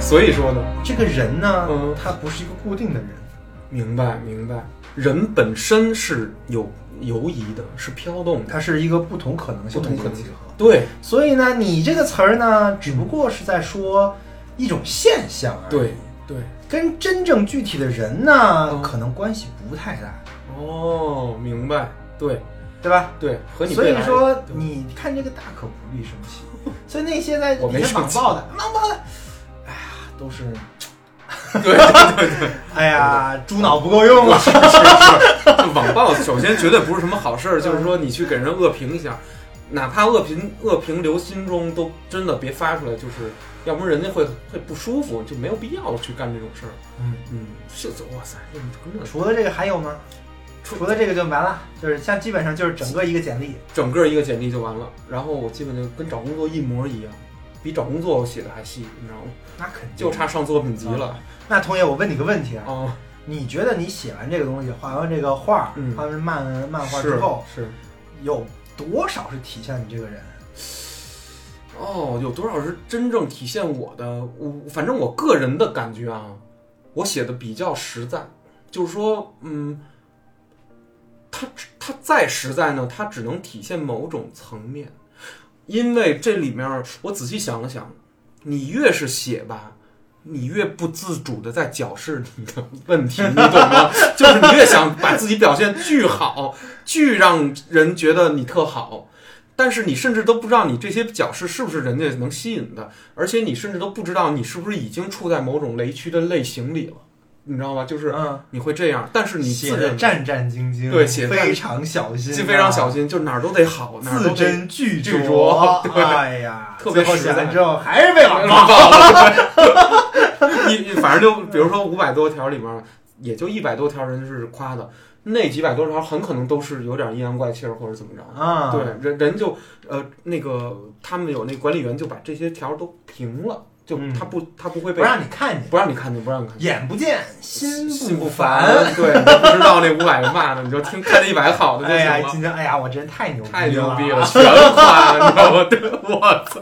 Speaker 1: 所以说呢，
Speaker 2: 这个人呢，
Speaker 1: 嗯
Speaker 2: 他不是一个固定的人，
Speaker 1: 明白明白，人本身是有游移的，是飘动的，
Speaker 2: 他是一个不同可能性的一
Speaker 1: 不同
Speaker 2: 个
Speaker 1: 可能
Speaker 2: 集
Speaker 1: 性
Speaker 2: 合。
Speaker 1: 对
Speaker 2: 所以呢，你这个词儿呢，只不过是在说一种现象而已。
Speaker 1: 对对，
Speaker 2: 跟真正具体的人呢，
Speaker 1: 嗯
Speaker 2: 可能关系不太大，
Speaker 1: 哦，明白，对
Speaker 2: 对吧？
Speaker 1: 对，和你
Speaker 2: 所
Speaker 1: 未
Speaker 2: 以
Speaker 1: 来
Speaker 2: 说，
Speaker 1: 对
Speaker 2: 你看这个大可不必生气。
Speaker 1: *laughs*
Speaker 2: 所以那些在
Speaker 1: 我没
Speaker 2: 底下
Speaker 1: 生
Speaker 2: 网
Speaker 1: 气
Speaker 2: 暴的、网暴的，哎呀，都是，
Speaker 1: 对对对对，
Speaker 2: *laughs* 哎呀，猪脑不够用了。
Speaker 1: 就 *laughs* 网暴首先绝对不是什么好事儿，就是说你去给人恶评一下，哪怕恶评恶评留心中，都真的别发出来，就是要不然人家会会不舒服，就没有必要去干这种事儿。
Speaker 2: 嗯，
Speaker 1: *laughs* 嗯，是，哇塞，这整整
Speaker 2: 除了这个还有吗？
Speaker 1: 除
Speaker 2: 除了这个就完了，就是像基本上就是整个一个简历，
Speaker 1: 整个一个简历就完了，然后我基本就跟找工作一模一样，比找工作我写的还细，你知道吗？
Speaker 2: 那肯定
Speaker 1: 就差上作品集了。
Speaker 2: 那童爷，我问你个问题啊，
Speaker 1: 啊，
Speaker 2: 你觉得你写完这个东西，画完这个画，
Speaker 1: 嗯
Speaker 2: 画完漫漫画之后，
Speaker 1: 是是
Speaker 2: 有多少是体现你这个人？
Speaker 1: 哦，有多少是真正体现我的？我反正我个人的感觉啊，我写的比较实在，就是说，嗯，它它再实在呢，它只能体现某种层面，因为这里面儿我仔细想了想，你越是写吧。你越不自主的在矫饰你的问题，你懂吗？ *laughs* 就是你越想把自己表现巨好，巨让人觉得你特好，但是你甚至都不知道你这些角饰是不是人家能吸引的，而且你甚至都不知道你是不是已经处在某种雷区的类型里了，你知道吗？就是
Speaker 2: 嗯，
Speaker 1: 你会这样，但是你
Speaker 2: 写
Speaker 1: 自
Speaker 2: 的
Speaker 1: 认
Speaker 2: 战战兢兢，
Speaker 1: 对写得战
Speaker 2: 非常小心、啊
Speaker 1: 心非常小，心，就哪儿都得好，哪儿
Speaker 2: 字
Speaker 1: 都得
Speaker 2: 斟句
Speaker 1: 句酌
Speaker 2: *laughs*
Speaker 1: 对
Speaker 2: 哎呀，
Speaker 1: 特别
Speaker 2: 最后
Speaker 1: 实
Speaker 2: 写
Speaker 1: 在
Speaker 2: 完之后还是被网
Speaker 1: *laughs*
Speaker 2: 暴。啊
Speaker 1: 你你反正就比如说五百多条里面，也就一百多条人是夸的，那几百多条很可能都是有点阴阳怪气儿或者怎么着。
Speaker 2: 啊，
Speaker 1: 对，人人就呃那个他们有那管理员就把这些条都平了，就
Speaker 2: 嗯
Speaker 1: 他不他不会
Speaker 2: 不
Speaker 1: 被
Speaker 2: 让你看见，
Speaker 1: 不让你看见，不让你看见。
Speaker 2: 眼不见心
Speaker 1: 心
Speaker 2: 不
Speaker 1: 不
Speaker 2: 烦。，
Speaker 1: 对，你不知道那五百个骂的，你就听看那一百好的就
Speaker 2: 哎呀，
Speaker 1: 行了。
Speaker 2: 今天哎呀，我真太牛逼
Speaker 1: 太牛逼
Speaker 2: 了！
Speaker 1: 了，全
Speaker 2: *laughs*
Speaker 1: 夸，你知道吗？对，我操！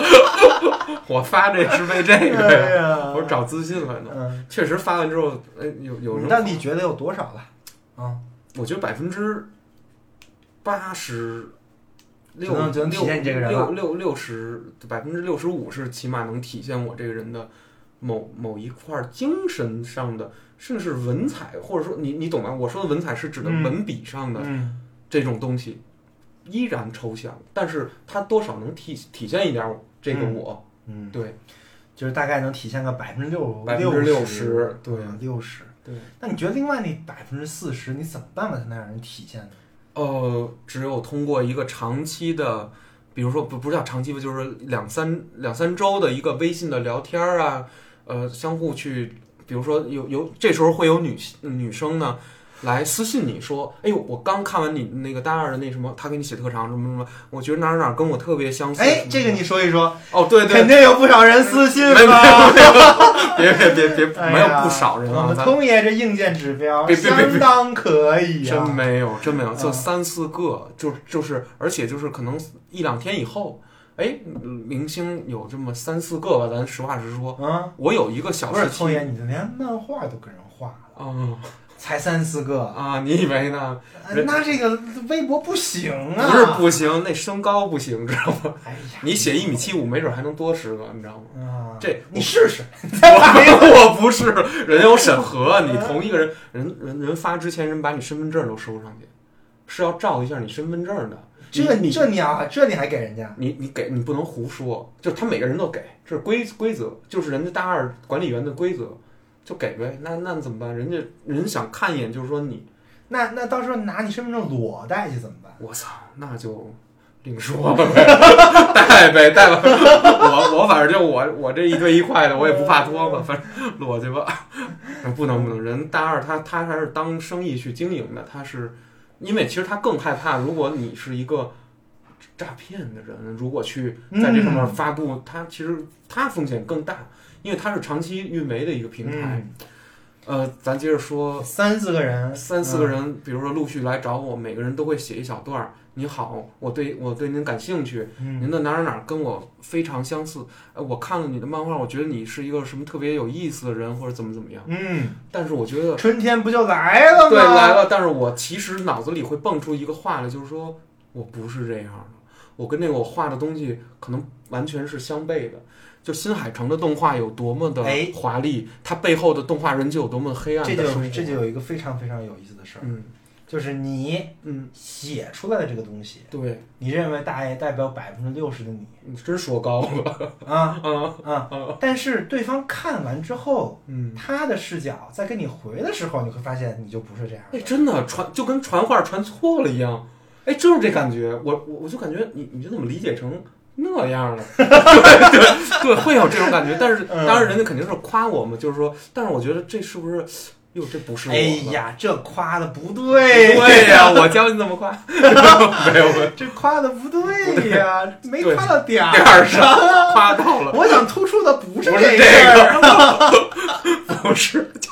Speaker 1: 我发这是为这个
Speaker 2: 哎
Speaker 1: 呀，
Speaker 2: 呀，
Speaker 1: 我找自信来的。
Speaker 2: 嗯，
Speaker 1: 确实发完之后，哎，有有人
Speaker 2: 那你觉得有多少了？啊，
Speaker 1: 我觉得百分之八十六
Speaker 2: 只能只能体现你这个人了
Speaker 1: 六六六十百分之六十五是起码能体现我这个人的某某一块精神上的，甚至是文采，或者说你你懂吗？我说的文采是指的
Speaker 2: 嗯
Speaker 1: 文笔上的
Speaker 2: 嗯，
Speaker 1: 这种东西，依然抽象，但是它多少能体体现一点我这个
Speaker 2: 嗯
Speaker 1: 我。
Speaker 2: 嗯，
Speaker 1: 对，
Speaker 2: 就是大概能体现个百分之六
Speaker 1: 60%对
Speaker 2: 六十。
Speaker 1: 嗯对，
Speaker 2: 那你觉得另外那百分之四十，你怎么办法才能让人体现呢？
Speaker 1: 呃，只有通过一个长期的，比如说不不是叫长期吧，就是两三两三周的一个微信的聊天儿啊，呃，相互去，比如说有有这时候会有女女生呢。来私信你说，哎呦，我刚看完你那个大二的那什么，他给你写特长什么什么，我觉得哪儿哪儿跟我特别相似。什
Speaker 2: 哎
Speaker 1: 么，
Speaker 2: 这个
Speaker 1: 什么
Speaker 2: 你说一说，
Speaker 1: 哦，对对
Speaker 2: 肯，定有不少人私信
Speaker 1: 没有没
Speaker 2: 吧？
Speaker 1: 别别别别，
Speaker 2: 哎呀
Speaker 1: 没有不少人
Speaker 2: 我
Speaker 1: 啊，
Speaker 2: 们
Speaker 1: 咱
Speaker 2: 通爷这硬件指标
Speaker 1: 别别别别
Speaker 2: 相当可以啊呀、
Speaker 1: 真没有，真没有，就
Speaker 2: 嗯
Speaker 1: 三四个，就就是，而且就是可能一两天以后，哎，明星有这么三四个吧，咱实话实说，
Speaker 2: 啊，
Speaker 1: 我有一个小
Speaker 2: 不是
Speaker 1: 时
Speaker 2: 通爷，
Speaker 1: 期，
Speaker 2: 你连漫画都跟人画了，
Speaker 1: 嗯
Speaker 2: 才三四个，
Speaker 1: 啊，你以为呢？
Speaker 2: 哎那这个微博不行啊！
Speaker 1: 不是不行，那身高不行，知道 *laughs* 吗？
Speaker 2: 哎呀，
Speaker 1: 你写一米七五，没准还能多十个，你知道吗？ *laughs*
Speaker 2: 啊，
Speaker 1: 这
Speaker 2: 你试试，
Speaker 1: 我我不是人有审核，你同一个人，人人人发之前，人把你身份证都收上去，是要照一下你身份证的。
Speaker 2: 这
Speaker 1: 你
Speaker 2: 这你啊，这你还给人家？
Speaker 1: 你你给你不能胡说，就是他每个人都给，这是规规则，就是人家大二管理员的规则，就给呗。那那怎么办？人家人想看一眼，就是说你，
Speaker 2: 那那到时候拿你身份证裸带去怎么办？
Speaker 1: 我操，那就另说吧呗， *laughs* 带呗带吧。我我反正就我我这一对一块的，我也不怕多嘛，反正裸去吧。 *laughs* 不能不能，人大二他他还是当生意去经营的，他是因为其实他更害怕，如果你是一个诈骗的人，如果去。在这上面发布，它其实它风险更大，因为它是长期运维的一个平台。呃，咱接着说
Speaker 2: 嗯，，三四个人，啊
Speaker 1: 三四个
Speaker 2: 嗯
Speaker 1: 人，比如说陆续来找我，每个人都会写一小段儿。你好，我对我对您感兴趣，
Speaker 2: 嗯，
Speaker 1: 您的哪儿哪儿跟我非常相似。呃，我看了你的漫画，我觉得你是一个什么特别有意思的人，或者怎么怎么样。
Speaker 2: 嗯，
Speaker 1: 但是我觉得，
Speaker 2: 春天不就来了吗？
Speaker 1: 对来了，但是我其实脑子里会蹦出一个话来，就是说我不是这样的，我跟那个我画的东西可能完全是相悖的。就新海诚的动画有多么的
Speaker 2: 哎
Speaker 1: 华丽，它背后的动画人就有多么黑暗
Speaker 2: 这
Speaker 1: 的生活
Speaker 2: 就这就有一个非常非常有意思的事儿，
Speaker 1: 嗯
Speaker 2: 就是你
Speaker 1: 嗯，
Speaker 2: 写出来的这个东西，
Speaker 1: 对，
Speaker 2: 你认为大爷代表百分之六十的你
Speaker 1: 你真说高了，
Speaker 2: 啊
Speaker 1: 啊
Speaker 2: 啊，但是对方看完之后，
Speaker 1: 嗯，
Speaker 2: 他的视角在跟你回的时候，你会发现你就不是这样
Speaker 1: 哎，
Speaker 2: 的。
Speaker 1: 真的传就跟传话传错了一样，哎，就是这感觉，我我我就感觉你你就怎么理解成那
Speaker 2: *laughs*
Speaker 1: 样了？对对对，会有这种感觉，但是
Speaker 2: 嗯
Speaker 1: 当然人家肯定是夸我嘛，就是说，但是我觉得这是不是，哟，这不是我？
Speaker 2: 哎，呀，这夸的不
Speaker 1: 对
Speaker 2: 对，
Speaker 1: 呀、我教你怎么夸，没有没有，
Speaker 2: 这夸的不对呀，没
Speaker 1: 对
Speaker 2: 夸到 *laughs* 点
Speaker 1: 第
Speaker 2: 儿。
Speaker 1: 二上夸到了，
Speaker 2: 我想突出的不是
Speaker 1: 不是
Speaker 2: 事儿，
Speaker 1: *laughs* 不是就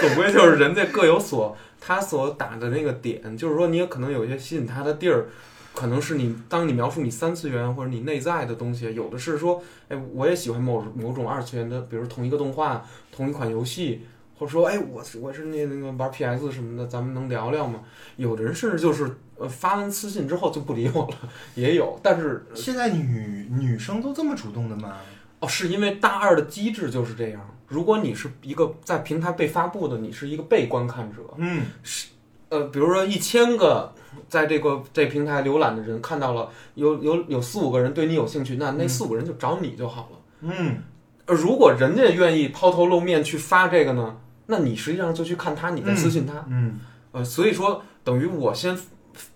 Speaker 1: 总归就是人家各有所他所打的那个点，就是说你也可能有一些吸引他的地儿，可能是你当你描述你三次元或者你内在的东西，有的是说，哎，我也喜欢某某种二次元的，比如同一个动画、同一款游戏，或者说，哎，我是我是那那个玩 PS 什么的，咱们能聊聊吗？有的人甚至就是呃发完私信之后就不理我了，也有，但是
Speaker 2: 现在女女生都这么主动的吗？
Speaker 1: 哦，是因为大二的机制就是这样。如果你是一个在平台被发布的，你是一个被观看者，
Speaker 2: 嗯，
Speaker 1: 呃，比如说一千个在这个这平台浏览的人看到了，有有有四五个人对你有兴趣，那那
Speaker 2: 嗯
Speaker 1: 四五个人就找你就好了。
Speaker 2: 嗯，
Speaker 1: 呃，如果人家愿意抛头露面去发这个呢，那你实际上就去看他，你在私信他。
Speaker 2: 嗯，
Speaker 1: 呃，所以说等于我先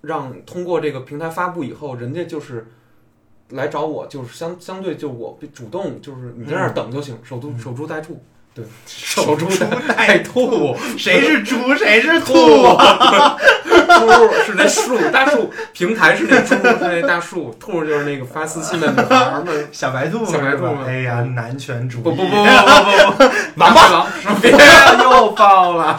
Speaker 1: 让通过这个平台发布以后，人家就是来找我，就是相相对就我主动，就是你在那儿等就行，守株守株待兔， *laughs* 对，嗯守株待兔， *laughs*
Speaker 2: 谁是猪谁是
Speaker 1: 兔，啊
Speaker 2: 兔？
Speaker 1: 兔是那树大树，平台是那猪是那大树，兔就是那个发私信的女孩儿嘛，
Speaker 2: 小白兔，
Speaker 1: 小白兔嗯
Speaker 2: 是吧哎呀，男权主义，哎
Speaker 1: 不不不不不不 *laughs* 不，
Speaker 2: 王
Speaker 1: 八狼是别又爆了，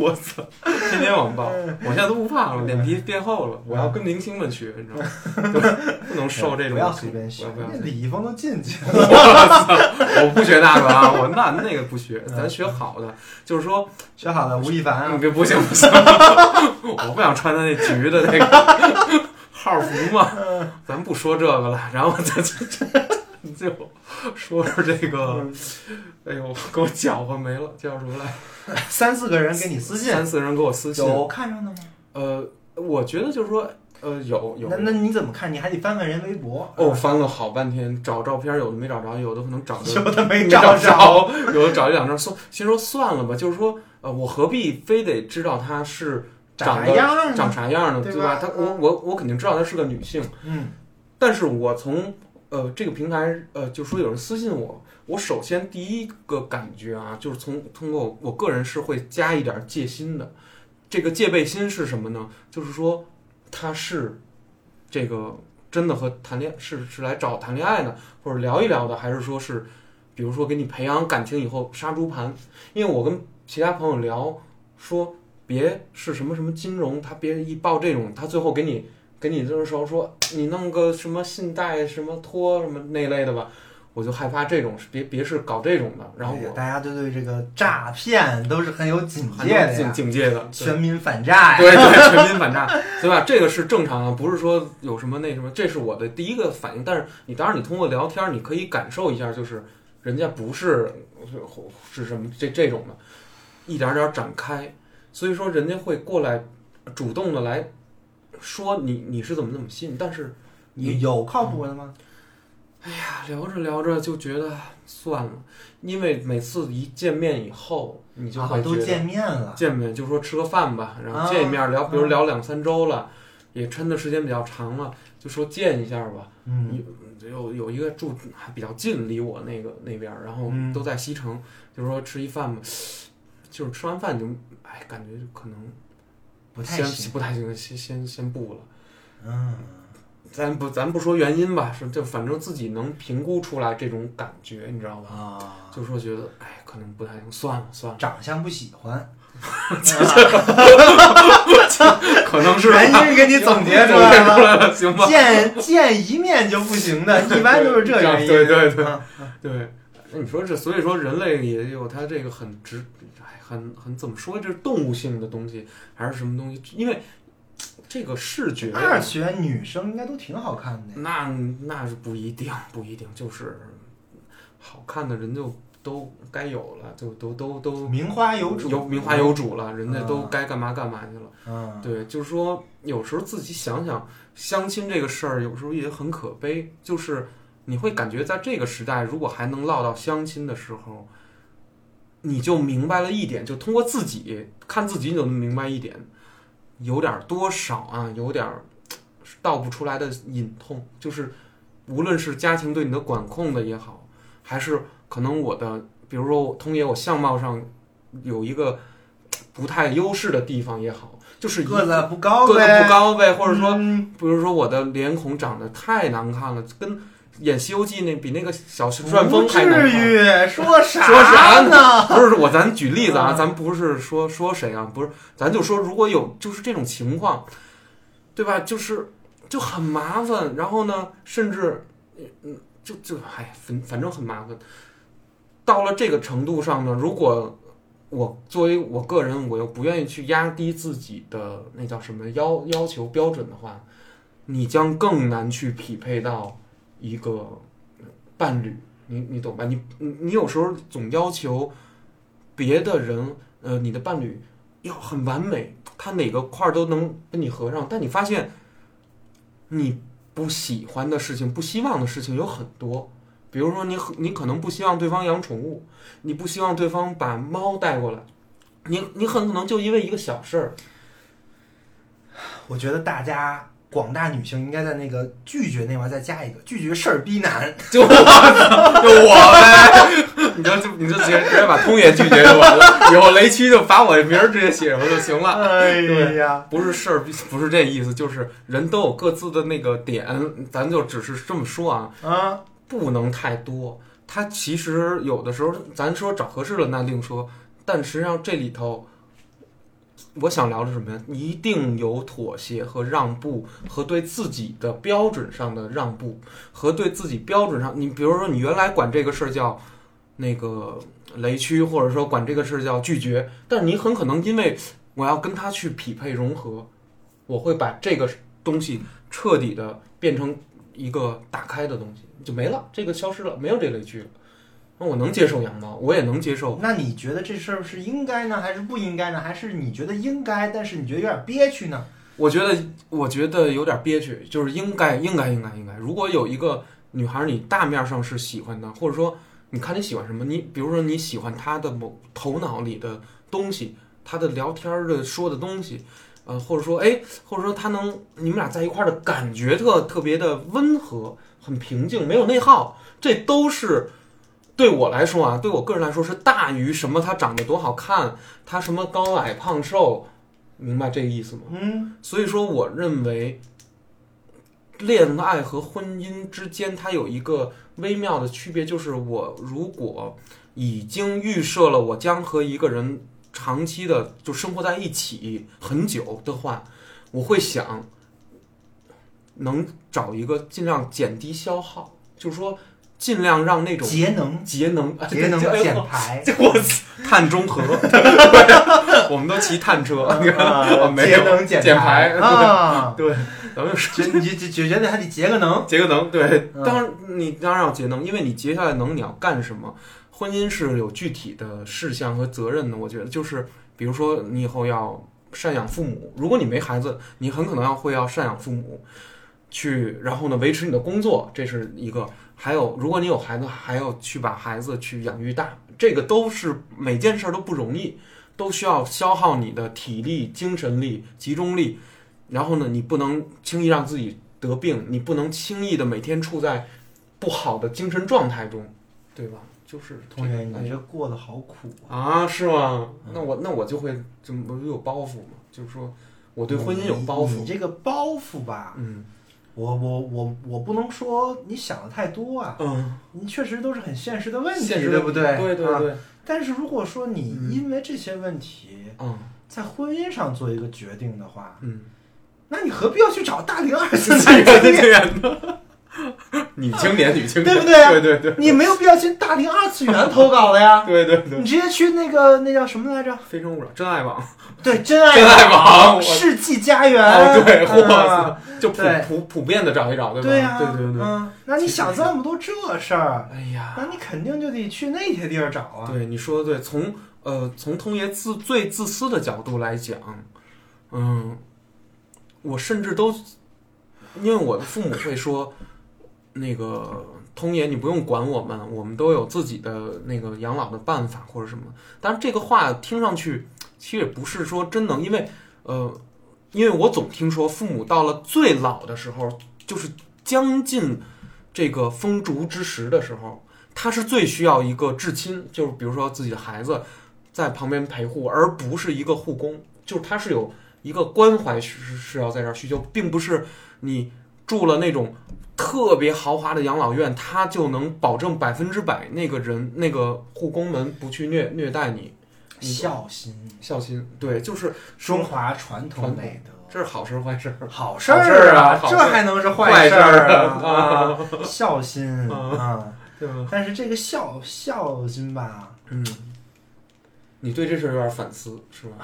Speaker 1: 我操！天天网暴，我现在都不怕了，脸皮变厚了。我要跟明星们学，你知道吗？ *laughs* 就是不能受这种。
Speaker 2: 不要随便学，
Speaker 1: 不要不
Speaker 2: 那
Speaker 1: 要
Speaker 2: 李易峰都进去了，
Speaker 1: 我不学那个啊，我那那个不学，
Speaker 2: 嗯
Speaker 1: 咱学好的。就是说，
Speaker 2: 学好了，吴亦凡
Speaker 1: 你
Speaker 2: 啊，
Speaker 1: 别不行不行，我不想穿他那橘的那个 *laughs* 号服嘛。
Speaker 2: 嗯
Speaker 1: 咱不说这个了，然后咱就 *laughs* 就说说这
Speaker 2: 嗯
Speaker 1: 个，哎呦，给我搅和没了，叫什
Speaker 2: *laughs*
Speaker 1: 么来着？
Speaker 2: 三四个人给你私信，
Speaker 1: 三四人给我私信。
Speaker 2: 有看上的吗？
Speaker 1: 呃，我觉得就是说，呃，有有
Speaker 2: 那。那你怎么看？你还得翻翻人微博
Speaker 1: 哦，，翻了好半天，找照片，有的没找着，有的可能找的
Speaker 2: *laughs* 有的没
Speaker 1: 没
Speaker 2: 找
Speaker 1: 找着， *laughs*
Speaker 2: 着，
Speaker 1: 有的找一两张，算，心说算了吧，就是说，呃，我何必非得知道她是长
Speaker 2: 长啥
Speaker 1: 得
Speaker 2: 样呢？
Speaker 1: 长啥样呢，
Speaker 2: 对
Speaker 1: 对
Speaker 2: 吧
Speaker 1: 吧？她我
Speaker 2: 嗯
Speaker 1: 我我肯定知道她是个女性，
Speaker 2: 嗯
Speaker 1: 但是我从呃这个平台呃就说有人私信我，我首先第一个感觉啊，就是从通过我个人是会加一点戒心的。这个戒备心是什么呢？就是说他是这个真的和谈恋是是来找谈恋爱呢，或者聊一聊的，还是说是比如说给你培养感情以后杀猪盘？因为我跟其他朋友聊说。别是什么什么金融，他别一报这种，他最后给你给你就是说说你弄个什么信贷什么托什么那类的吧，我就害怕这种，别别是搞这种的。然后
Speaker 2: 哎呀
Speaker 1: 我
Speaker 2: 大家都对这个诈骗都是很有警
Speaker 1: 很
Speaker 2: 戒的
Speaker 1: 警
Speaker 2: 哎呀，
Speaker 1: 警戒的，对
Speaker 2: 全民反诈呀，
Speaker 1: 对对，全民反诈，对吧？这个是正常的，啊不是说有什么那什么，这是我的第一个反应。但是你当然，你通过聊天，你可以感受一下，就是人家不是是什么这这种的，一点点展开。所以说，人家会过来主动的来说你你是怎么怎么信，但是哎
Speaker 2: 有有靠谱的吗？
Speaker 1: 呀，聊着聊着就觉得算了，因为每次一见面以后，你就
Speaker 2: 啊
Speaker 1: 会觉
Speaker 2: 都
Speaker 1: 得。
Speaker 2: 见面了，
Speaker 1: 见面就说吃个饭吧，然
Speaker 2: 啊
Speaker 1: 后见一面聊，比如
Speaker 2: 啊
Speaker 1: 聊两三周了，也抻的时间比较长了，就说见一下吧。
Speaker 2: 嗯，
Speaker 1: 有有一个住还比较近，离我那个那边儿，然后
Speaker 2: 嗯
Speaker 1: 都在西城，就说吃一饭吧。就是吃完饭就哎，感觉就可能
Speaker 2: 不太
Speaker 1: 先
Speaker 2: 行，
Speaker 1: 不太行，先先先不了。
Speaker 2: 嗯，
Speaker 1: 咱不咱不说原因吧，是就反正自己能评估出来这种感觉，你知道吧？
Speaker 2: 啊，
Speaker 1: 就说觉得哎，可能不太行，算了
Speaker 2: *laughs*
Speaker 1: 算了，
Speaker 2: 长相不喜 *laughs* 欢，
Speaker 1: 可能是吧
Speaker 2: 原因给你总结出
Speaker 1: 总结
Speaker 2: 来
Speaker 1: 出来
Speaker 2: 了。
Speaker 1: 了，行吧？
Speaker 2: *laughs* 见见一面就不行 *laughs* 的，一般都是这原因。
Speaker 1: 对对对
Speaker 2: 啊
Speaker 1: *laughs* 对，那你说这，所以说人类也有它这个很直，哎，很很怎么说，这是动物性的东西还是什么东西？因为这个视觉，
Speaker 2: 二次元女生应该都挺好看的呀，
Speaker 1: 那那是不一定，不一定，就是好看的人就都该有了，就都都都
Speaker 2: 名花有主，
Speaker 1: 有名花有主了，人家都
Speaker 2: 嗯
Speaker 1: 该干嘛干嘛去了。
Speaker 2: 嗯，
Speaker 1: 对，就是说，有时候自己想想，相亲这个事儿，有时候也很可悲。就是你会感觉，在这个时代，如果还能落到相亲的时候，你就明白了一点，就通过自己看自己，你就能明白一点，有点儿多少啊，有点儿嘖道不出来的隐痛。就是无论是家庭对你的管控的也好，还是可能我的，比如说我通爷，我相貌上有一个嘖不太优势的地方也好，就是一
Speaker 2: 个子不高
Speaker 1: 个
Speaker 2: 呗，
Speaker 1: 子不高呗，或者说，
Speaker 2: 嗯
Speaker 1: 比如说我的脸孔长得太难看了，跟演《西游记》那比那个小旋风还难
Speaker 2: 不
Speaker 1: 看。
Speaker 2: 至于啊说啥
Speaker 1: 说啥
Speaker 2: 呢？
Speaker 1: 不是我，咱举例子啊，
Speaker 2: 啊
Speaker 1: 咱不是说说谁啊，不是，咱就说如果有就是这种情况，对吧？就是就很麻烦，然后呢，甚至嗯，就就哎，反反正很麻烦。到了这个程度上呢，如果我作为我个人，我又不愿意去压低自己的那叫什么要要求标准的话，你将更难去匹配到一个伴侣。你你懂吧？你你你有时候总要求别的人，呃，你的伴侣要很完美，他哪个块儿都能跟你合上，但你发现你不喜欢的事情、不希望的事情有很多。比如说你很，你可能不希望对方养宠物，你不希望对方把猫带过来，你你很可能就因为一个小事儿，
Speaker 2: 我觉得大家广大女性应该在那个拒绝那块儿再加一个拒绝事儿逼
Speaker 1: *laughs*
Speaker 2: 男。
Speaker 1: *laughs* 就我就我呗， *laughs* 你就就你就直接直接把通也拒绝就完了，以后雷区就把我的名儿直接写上就行了。
Speaker 2: 哎呀，
Speaker 1: 不是事儿，不是这意思，就是人都有各自的那个点，咱就只是这么说啊，
Speaker 2: 啊，
Speaker 1: 不能太多。它其实有的时候，咱说找合适了那另说，但实际上这里头，我想聊的是什么呀？一定有妥协和让步，和对自己的标准上的让步，和对自己标准上，你比如说你原来管这个事儿叫那个雷区，或者说管这个事儿叫拒绝，但是你很可能因为我要跟他去匹配融合，我会把这个东西彻底的变成一个打开的东西，就没了，这个消失了，没有这类剧了。那我能接受羊毛，我也能接受。
Speaker 2: 那你觉得这事儿是应该呢，还是不应该呢？还是你觉得应该，但是你觉得有点憋屈呢？
Speaker 1: 我觉得，我觉得有点憋屈，就是应该，应该，应该，应该。如果有一个女孩，你大面上是喜欢的，或者说你看你喜欢什么，你比如说你喜欢她的某头脑里的东西，她的聊天儿的说的东西，呃，或者说哎，或者说她能你们俩在一块儿的感觉特特别的温和，很平静，没有内耗，这都是。对我来说啊，对我个人来说是大于什么？她长得多好看，她什么高矮胖瘦，明白这个意思吗？
Speaker 2: 嗯，
Speaker 1: 所以说，我认为恋爱和婚姻之间，它有一个微妙的区别，就是我如果已经预设了我将和一个人长期的就生活在一起很久的话，我会想能找一个尽量减低消耗，就是说尽量让那种
Speaker 2: 节
Speaker 1: *laughs*
Speaker 2: 能，
Speaker 1: 节能
Speaker 2: 节能
Speaker 1: 哎呦
Speaker 2: 减排。
Speaker 1: 这 *laughs* 我碳中和， *laughs* 对我们都骑碳车，你看，
Speaker 2: 啊
Speaker 1: 哦没
Speaker 2: 节
Speaker 1: 有
Speaker 2: 能减
Speaker 1: 减
Speaker 2: 排
Speaker 1: 排 *laughs*
Speaker 2: 啊！
Speaker 1: 对，咱们是
Speaker 2: 这你这这觉得还得节个能，
Speaker 1: 节个能，对，
Speaker 2: 嗯
Speaker 1: 当然你当然要节能，因为你节下来能你要干什么？婚姻是有具体的事项和责任的，我觉得就是，比如说你以后要赡养父母，如果你没孩子，你很可能要会要赡养父母，去然后呢维持你的工作，这是一个。还有，如果你有孩子，还要去把孩子去养育大，这个都是每件事儿都不容易，都需要消耗你的体力、精神力、集中力。然后呢，你不能轻易让自己得病，你不能轻易的每天处在不好的精神状态中，对吧？就是这个
Speaker 2: 同学，
Speaker 1: 感
Speaker 2: 你
Speaker 1: 觉
Speaker 2: 这过得好苦啊！
Speaker 1: 啊，是吗
Speaker 2: 嗯？
Speaker 1: 那我那我就会就我有包袱嘛，就是说我对婚姻有包
Speaker 2: 你你
Speaker 1: 袱。
Speaker 2: 这个包袱吧，
Speaker 1: 嗯
Speaker 2: 我我我我不能说你想的太多啊，
Speaker 1: 嗯，
Speaker 2: 你确实都是很现实的问题，
Speaker 1: 现实
Speaker 2: 对不
Speaker 1: 对？对对
Speaker 2: 啊
Speaker 1: 对，
Speaker 2: 但是如果说你
Speaker 1: 嗯
Speaker 2: 因为这些问题
Speaker 1: 嗯
Speaker 2: 在婚姻上做一个决定的话，
Speaker 1: 嗯，
Speaker 2: 那你何必要去找大龄二十
Speaker 1: 这
Speaker 2: 三
Speaker 1: 个
Speaker 2: 青年？
Speaker 1: 这样的女青年，女青年，
Speaker 2: 对不对啊
Speaker 1: 对对对
Speaker 2: *laughs* 你没有必要去大龄二次元投稿了呀，
Speaker 1: 对对对
Speaker 2: 你，直接去那个那叫什么来着？
Speaker 1: 非诚勿扰，真爱网，
Speaker 2: 对，真爱
Speaker 1: 真爱网我
Speaker 2: 世纪佳缘，
Speaker 1: 哦对，
Speaker 2: 嗯
Speaker 1: 哇塞，就普
Speaker 2: 对
Speaker 1: 普普遍的找一找，对吧？
Speaker 2: 对呀，
Speaker 1: 对对对，
Speaker 2: 嗯，那你想这么多这事儿，
Speaker 1: 哎
Speaker 2: 那
Speaker 1: 呀，
Speaker 2: 你肯定就得去那些地儿找啊。
Speaker 1: 对你说的对，从呃从通爷自最自私的角度来讲，嗯，我甚至都因为我的父母会说，那个通爷你不用管我们，我们都有自己的那个养老的办法或者什么。但是这个话听上去其实也不是说真能，因为呃，因为我总听说父母到了最老的时候，就是将近这个风烛之时的时候，他是最需要一个至亲，就是比如说自己的孩子在旁边陪护，而不是一个护工，就是他是有一个关怀是是是要在这儿需求，并不是你住了那种特别豪华的养老院，他就能保证百分之百那个人那个护工们不去虐虐待你，你
Speaker 2: 孝心，
Speaker 1: 孝心。对，就是
Speaker 2: 中
Speaker 1: 说
Speaker 2: 华传
Speaker 1: 传
Speaker 2: 统
Speaker 1: 统
Speaker 2: 美德。
Speaker 1: 这是好事儿坏事儿。
Speaker 2: 好事儿啊，
Speaker 1: 好事
Speaker 2: 这
Speaker 1: 儿啊
Speaker 2: 还能是
Speaker 1: 坏
Speaker 2: 事
Speaker 1: 儿
Speaker 2: 儿
Speaker 1: 啊
Speaker 2: 啊？
Speaker 1: *laughs*
Speaker 2: 孝心
Speaker 1: 嗯
Speaker 2: 啊，
Speaker 1: 对吧？
Speaker 2: 但是这个孝孝心吧，
Speaker 1: 嗯，你对这事儿有点反思是吧？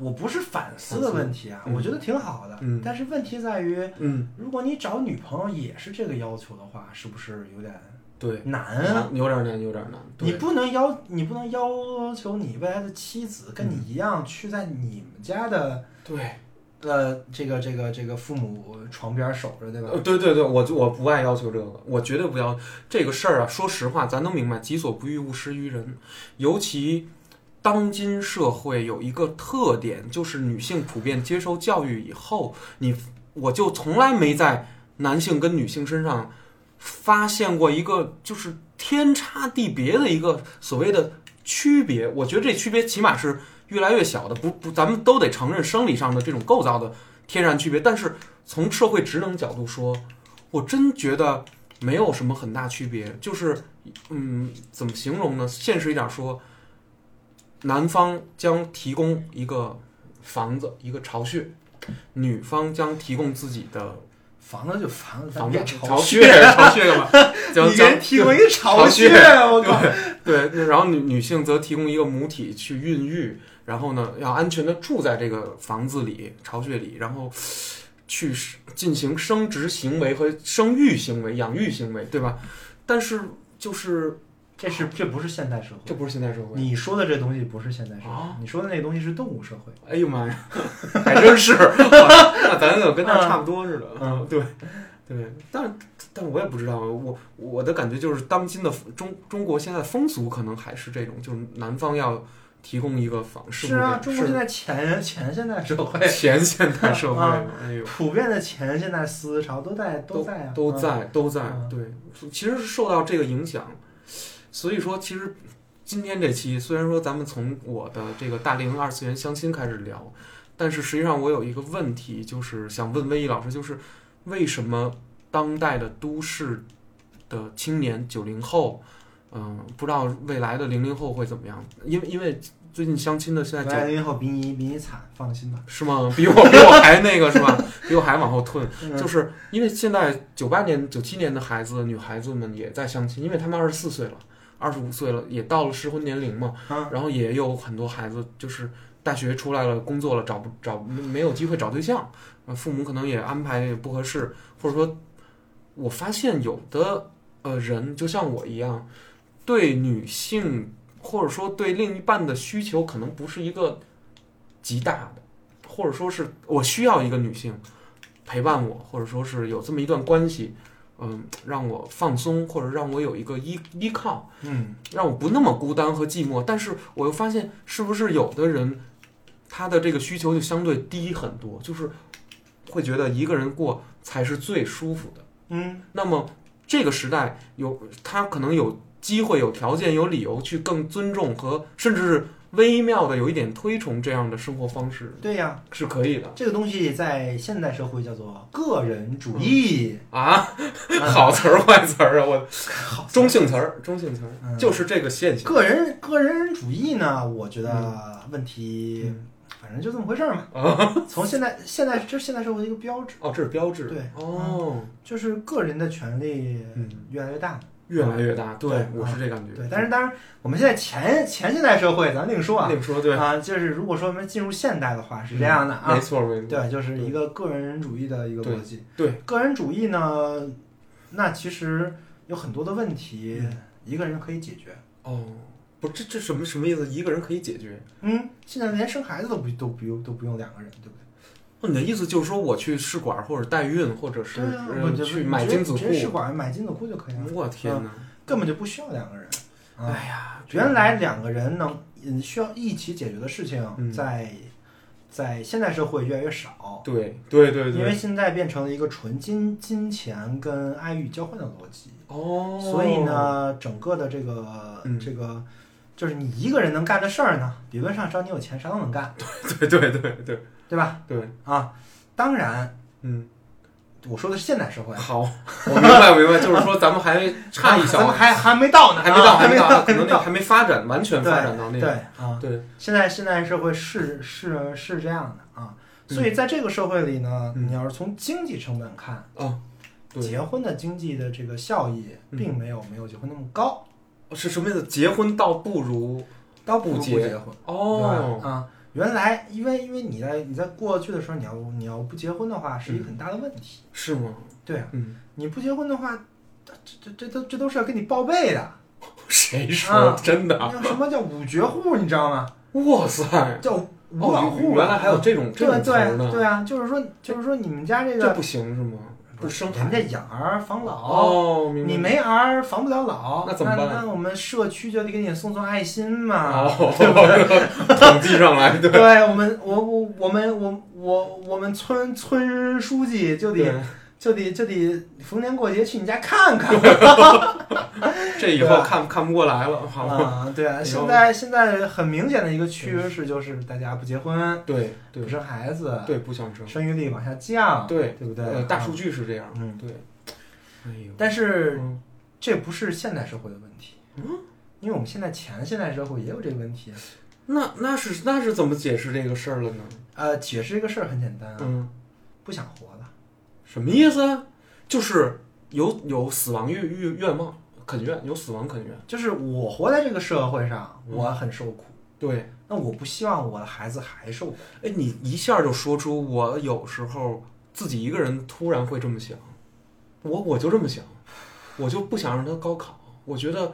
Speaker 2: 我不是反思的问题啊，
Speaker 1: 嗯
Speaker 2: 我觉得挺好的
Speaker 1: 嗯。
Speaker 2: 但是问题在于，
Speaker 1: 嗯，
Speaker 2: 如果你找女朋友也是这个要求的话，是不是有点
Speaker 1: 对，
Speaker 2: 难啊？
Speaker 1: 有点难，有点难。
Speaker 2: 你
Speaker 1: 对，
Speaker 2: 不能要，你不能要求你未来的妻子跟你
Speaker 1: 嗯
Speaker 2: 一样去在你们家的
Speaker 1: 对，
Speaker 2: 呃这个这个这个父母床边守着，对吧
Speaker 1: 呃？对对对，我就我不爱要求这个，我绝对不要这个事儿啊。说实话，咱能明白“己所不欲，勿施于人”。尤其当今社会有一个特点，就是女性普遍接受教育以后，你我就从来没在男性跟女性身上发现过一个就是天差地别的一个所谓的区别。我觉得这区别起码是越来越小的，不不，咱们都得承认生理上的这种构造的天然区别。但是从社会职能角度说，我真觉得没有什么很大区别。就是，嗯，怎么形容呢？现实一点说，男方将提供一个房子，一个巢穴。女方将提供自己的
Speaker 2: 房子就房子，咱
Speaker 1: 房
Speaker 2: 别
Speaker 1: 子
Speaker 2: 巢
Speaker 1: 巢穴，巢穴干嘛？
Speaker 2: *laughs*
Speaker 1: 将
Speaker 2: 你给
Speaker 1: 将
Speaker 2: 人提供一个巢
Speaker 1: 巢
Speaker 2: 穴
Speaker 1: 穴，
Speaker 2: 我靠！
Speaker 1: 对，那然后女女性则提供一个母体去孕育，然后呢，要安全的住在这个房子里、巢穴里，然后去进行生殖行为和生育行为、养育行为，对吧？但是就是
Speaker 2: 这是这不是现代社
Speaker 1: 这
Speaker 2: 会，
Speaker 1: 不是现代社会。
Speaker 2: 你说的这东西不是现代社会
Speaker 1: 啊，
Speaker 2: 你说的那个东西是动物社会。
Speaker 1: 哎呦妈呀，还真是，那咱可跟那差不多似的。
Speaker 2: 嗯，
Speaker 1: 对，对，但但我也不知道，我我的感觉就是，当今的中中国现在风俗可能还是这种，就是男方要提供一个房，
Speaker 2: 是
Speaker 1: 不
Speaker 2: 啊，
Speaker 1: 这样
Speaker 2: 中国
Speaker 1: 是
Speaker 2: 现在前前现代社会，
Speaker 1: *laughs* 前现代
Speaker 2: *laughs*
Speaker 1: 社会，
Speaker 2: 啊
Speaker 1: 哎呦，
Speaker 2: 普遍的前现代思潮都在
Speaker 1: 都
Speaker 2: 在啊，
Speaker 1: 都在都在
Speaker 2: 嗯，
Speaker 1: 对，其实是受到这个影响，所以说其实今天这期虽然说咱们从我的这个大龄二次元相亲开始聊，但是实际上我有一个问题，就是想问魏毅老师，就是为什么当代的都市的青年九零后，嗯、不知道未来的零零后会怎么样？因为因为最近相亲的现在
Speaker 2: 嗯。
Speaker 1: 九
Speaker 2: 完了以后比你比你惨，放心吧。
Speaker 1: 是吗？比我比我还那个是吧？比我还往后退，
Speaker 2: 嗯
Speaker 1: 就是因为现在九八年、九七年的孩子、女孩子们也在相亲，因为他们二十四岁了，二十五岁了，也到了适婚年龄嘛。
Speaker 2: 啊，
Speaker 1: 然后也有很多孩子就是大学出来了，工作了，找不找没没有机会找对象，呃父母可能也安排不合适，或者说，我发现有的呃人就像我一样，对女性或者说对另一半的需求可能不是一个极大的，或者说是我需要一个女性陪伴我，或者说是有这么一段关系。嗯，让我放松，或者让我有一个依依靠，
Speaker 2: 嗯，
Speaker 1: 让我不那么孤单和寂寞。但是我又发现，是不是有的人他的这个需求就相对低很多，就是会觉得一个人过才是最舒服的。
Speaker 2: 嗯，
Speaker 1: 那么这个时代有他可能有机会、有条件、有理由去更尊重和甚至是微妙的有一点推崇这样的生活方式
Speaker 2: 对呀，
Speaker 1: 是可以的
Speaker 2: 这个东西在现代社会叫做个人主义。
Speaker 1: 啊。
Speaker 2: 嗯
Speaker 1: *laughs* 好词儿坏词儿啊，我
Speaker 2: 好
Speaker 1: 中性词儿，中性词
Speaker 2: 嗯
Speaker 1: 儿就是这个现象
Speaker 2: 个人个人主义呢，我觉得问题、
Speaker 1: 嗯
Speaker 2: 反正就这么回事儿嘛。
Speaker 1: 啊。 *laughs*
Speaker 2: 从现在现在这是现代社会的一个标志，
Speaker 1: 哦，这是标志。
Speaker 2: 对嗯
Speaker 1: 哦，
Speaker 2: 就是个人的权利
Speaker 1: 嗯
Speaker 2: 越来越大。
Speaker 1: 越来越大，对
Speaker 2: 对
Speaker 1: 我是这感觉。
Speaker 2: 对，但是当然，我们现在前前现代社会咱另说啊
Speaker 1: 那个说对，
Speaker 2: 啊，就是如果说我们进入现代的话是这样的啊
Speaker 1: 没，错没错，
Speaker 2: 对，就是一个个人主义的一个
Speaker 1: 对
Speaker 2: 逻辑。
Speaker 1: 对
Speaker 2: 个人主义呢，那其实有很多的问题，
Speaker 1: 嗯
Speaker 2: 一个人可以解决。
Speaker 1: 哦，不，这这什么什么意思？一个人可以解决？
Speaker 2: 嗯，现在连生孩子都不都不用都不用两个人，对不对？
Speaker 1: 哦，你的意思就是说我去试管或者代孕，或者是
Speaker 2: 对啊，
Speaker 1: 呃
Speaker 2: 我觉得
Speaker 1: 去买精子
Speaker 2: 直接试
Speaker 1: 库？
Speaker 2: 管嗯买精子库就可以了，
Speaker 1: 我天哪！
Speaker 2: 根本就不需要两个人。啊，
Speaker 1: 哎呀，这
Speaker 2: 原来两个人能嗯需要一起解决的事
Speaker 1: 嗯
Speaker 2: 情，在在现代社会越来越少，
Speaker 1: 对对对
Speaker 2: 因为
Speaker 1: 对，
Speaker 2: 现在变成了一个纯金金钱跟爱欲交换的逻辑，
Speaker 1: 哦，
Speaker 2: 所以，
Speaker 1: *laughs*
Speaker 2: 呢，整个的这个
Speaker 1: 嗯
Speaker 2: 这个。就是你一个人能干的事儿呢，理论上只要你有钱，啥都能干，
Speaker 1: 对对对对
Speaker 2: 对吧？
Speaker 1: 对，
Speaker 2: 啊，当然，
Speaker 1: 嗯
Speaker 2: 我说的是现代社会，
Speaker 1: 好，我明白，我明白，就是说咱们还差一
Speaker 2: 啊咱
Speaker 1: 小
Speaker 2: 们，还还没到呢，啊
Speaker 1: 还没到，
Speaker 2: 还
Speaker 1: 啊还没
Speaker 2: 到，
Speaker 1: 到，可
Speaker 2: 还
Speaker 1: 能
Speaker 2: 没
Speaker 1: 那
Speaker 2: 到。
Speaker 1: 还没发展，完全
Speaker 2: 对
Speaker 1: 发展到那
Speaker 2: 对
Speaker 1: 个，
Speaker 2: 啊，
Speaker 1: 对，
Speaker 2: 现在现代社会是是是这样的啊，所以在这个社会里呢，
Speaker 1: 嗯
Speaker 2: 你要是从经济成本看，
Speaker 1: 哦，对，
Speaker 2: 结婚的经济的这个效益
Speaker 1: 嗯
Speaker 2: 并没有没有结婚那么高，
Speaker 1: 是什么意思？结婚倒不如
Speaker 2: 倒不如不
Speaker 1: 不结
Speaker 2: 结婚，对
Speaker 1: 哦，
Speaker 2: 吧？啊，原来因为因为你在你在过去的时候，你要你要不结婚的话，是一个很大的问题。
Speaker 1: 是吗？
Speaker 2: 对啊，
Speaker 1: 嗯，
Speaker 2: 你不结婚的话，这这这都这都是要跟你报
Speaker 1: *laughs*
Speaker 2: 备的。
Speaker 1: 谁
Speaker 2: 啊
Speaker 1: 说真的啊？
Speaker 2: 那什么叫五绝户，你知道吗？
Speaker 1: 哇塞！
Speaker 2: 叫五
Speaker 1: 哦
Speaker 2: 保，户啊。
Speaker 1: 原来还有这种这
Speaker 2: 对
Speaker 1: 种词儿
Speaker 2: 对
Speaker 1: 呢，
Speaker 2: 对啊，就是说就是说你们家这
Speaker 1: 这
Speaker 2: 个
Speaker 1: 不行是吗？不生
Speaker 2: 人
Speaker 1: 孩
Speaker 2: 家
Speaker 1: 子
Speaker 2: 养儿防老，
Speaker 1: 哦，明白
Speaker 2: 你没儿防不了老，
Speaker 1: 那怎么办
Speaker 2: 那我们社区就得给你送送爱心嘛。
Speaker 1: 哦，统计上来对
Speaker 2: 对我们，我我我们我我我们村村书记就
Speaker 1: *laughs*
Speaker 2: 得
Speaker 1: 对，
Speaker 2: 就得就得逢年过节去你家看看
Speaker 1: 这以
Speaker 2: 对
Speaker 1: 后
Speaker 2: 吧
Speaker 1: 看看不过来了， *laughs* 好吗？
Speaker 2: 啊！对啊，
Speaker 1: 呦
Speaker 2: 现在现在很明显的一个趋势就是大家不结婚、
Speaker 1: 对对
Speaker 2: 不生孩子，
Speaker 1: 对，不想生，
Speaker 2: 生育率往下降，
Speaker 1: 对
Speaker 2: 对不对？
Speaker 1: 呃，大数
Speaker 2: 据，
Speaker 1: 据是这样，
Speaker 2: 嗯
Speaker 1: 对，哎呦，
Speaker 2: 但是
Speaker 1: 嗯
Speaker 2: 这不是现代社会的问题，
Speaker 1: 嗯
Speaker 2: 因为我们现在前现代社会也有这个问题。
Speaker 1: 那那是那是怎么解释这个事儿了呢？
Speaker 2: 呃，解释这个事儿很简单啊，
Speaker 1: 嗯，
Speaker 2: 不想活了。
Speaker 1: 什么意思啊？就是有有死亡欲欲愿望，肯愿有死亡肯愿，
Speaker 2: 就是我活在这个社会上，
Speaker 1: 嗯
Speaker 2: 我很受苦。
Speaker 1: 对，
Speaker 2: 那我不希望我的孩子还受苦。
Speaker 1: 哎，你一下就说出我有时候自己一个人突然会这么想，我我就这么想，我就不想让他高考，我觉得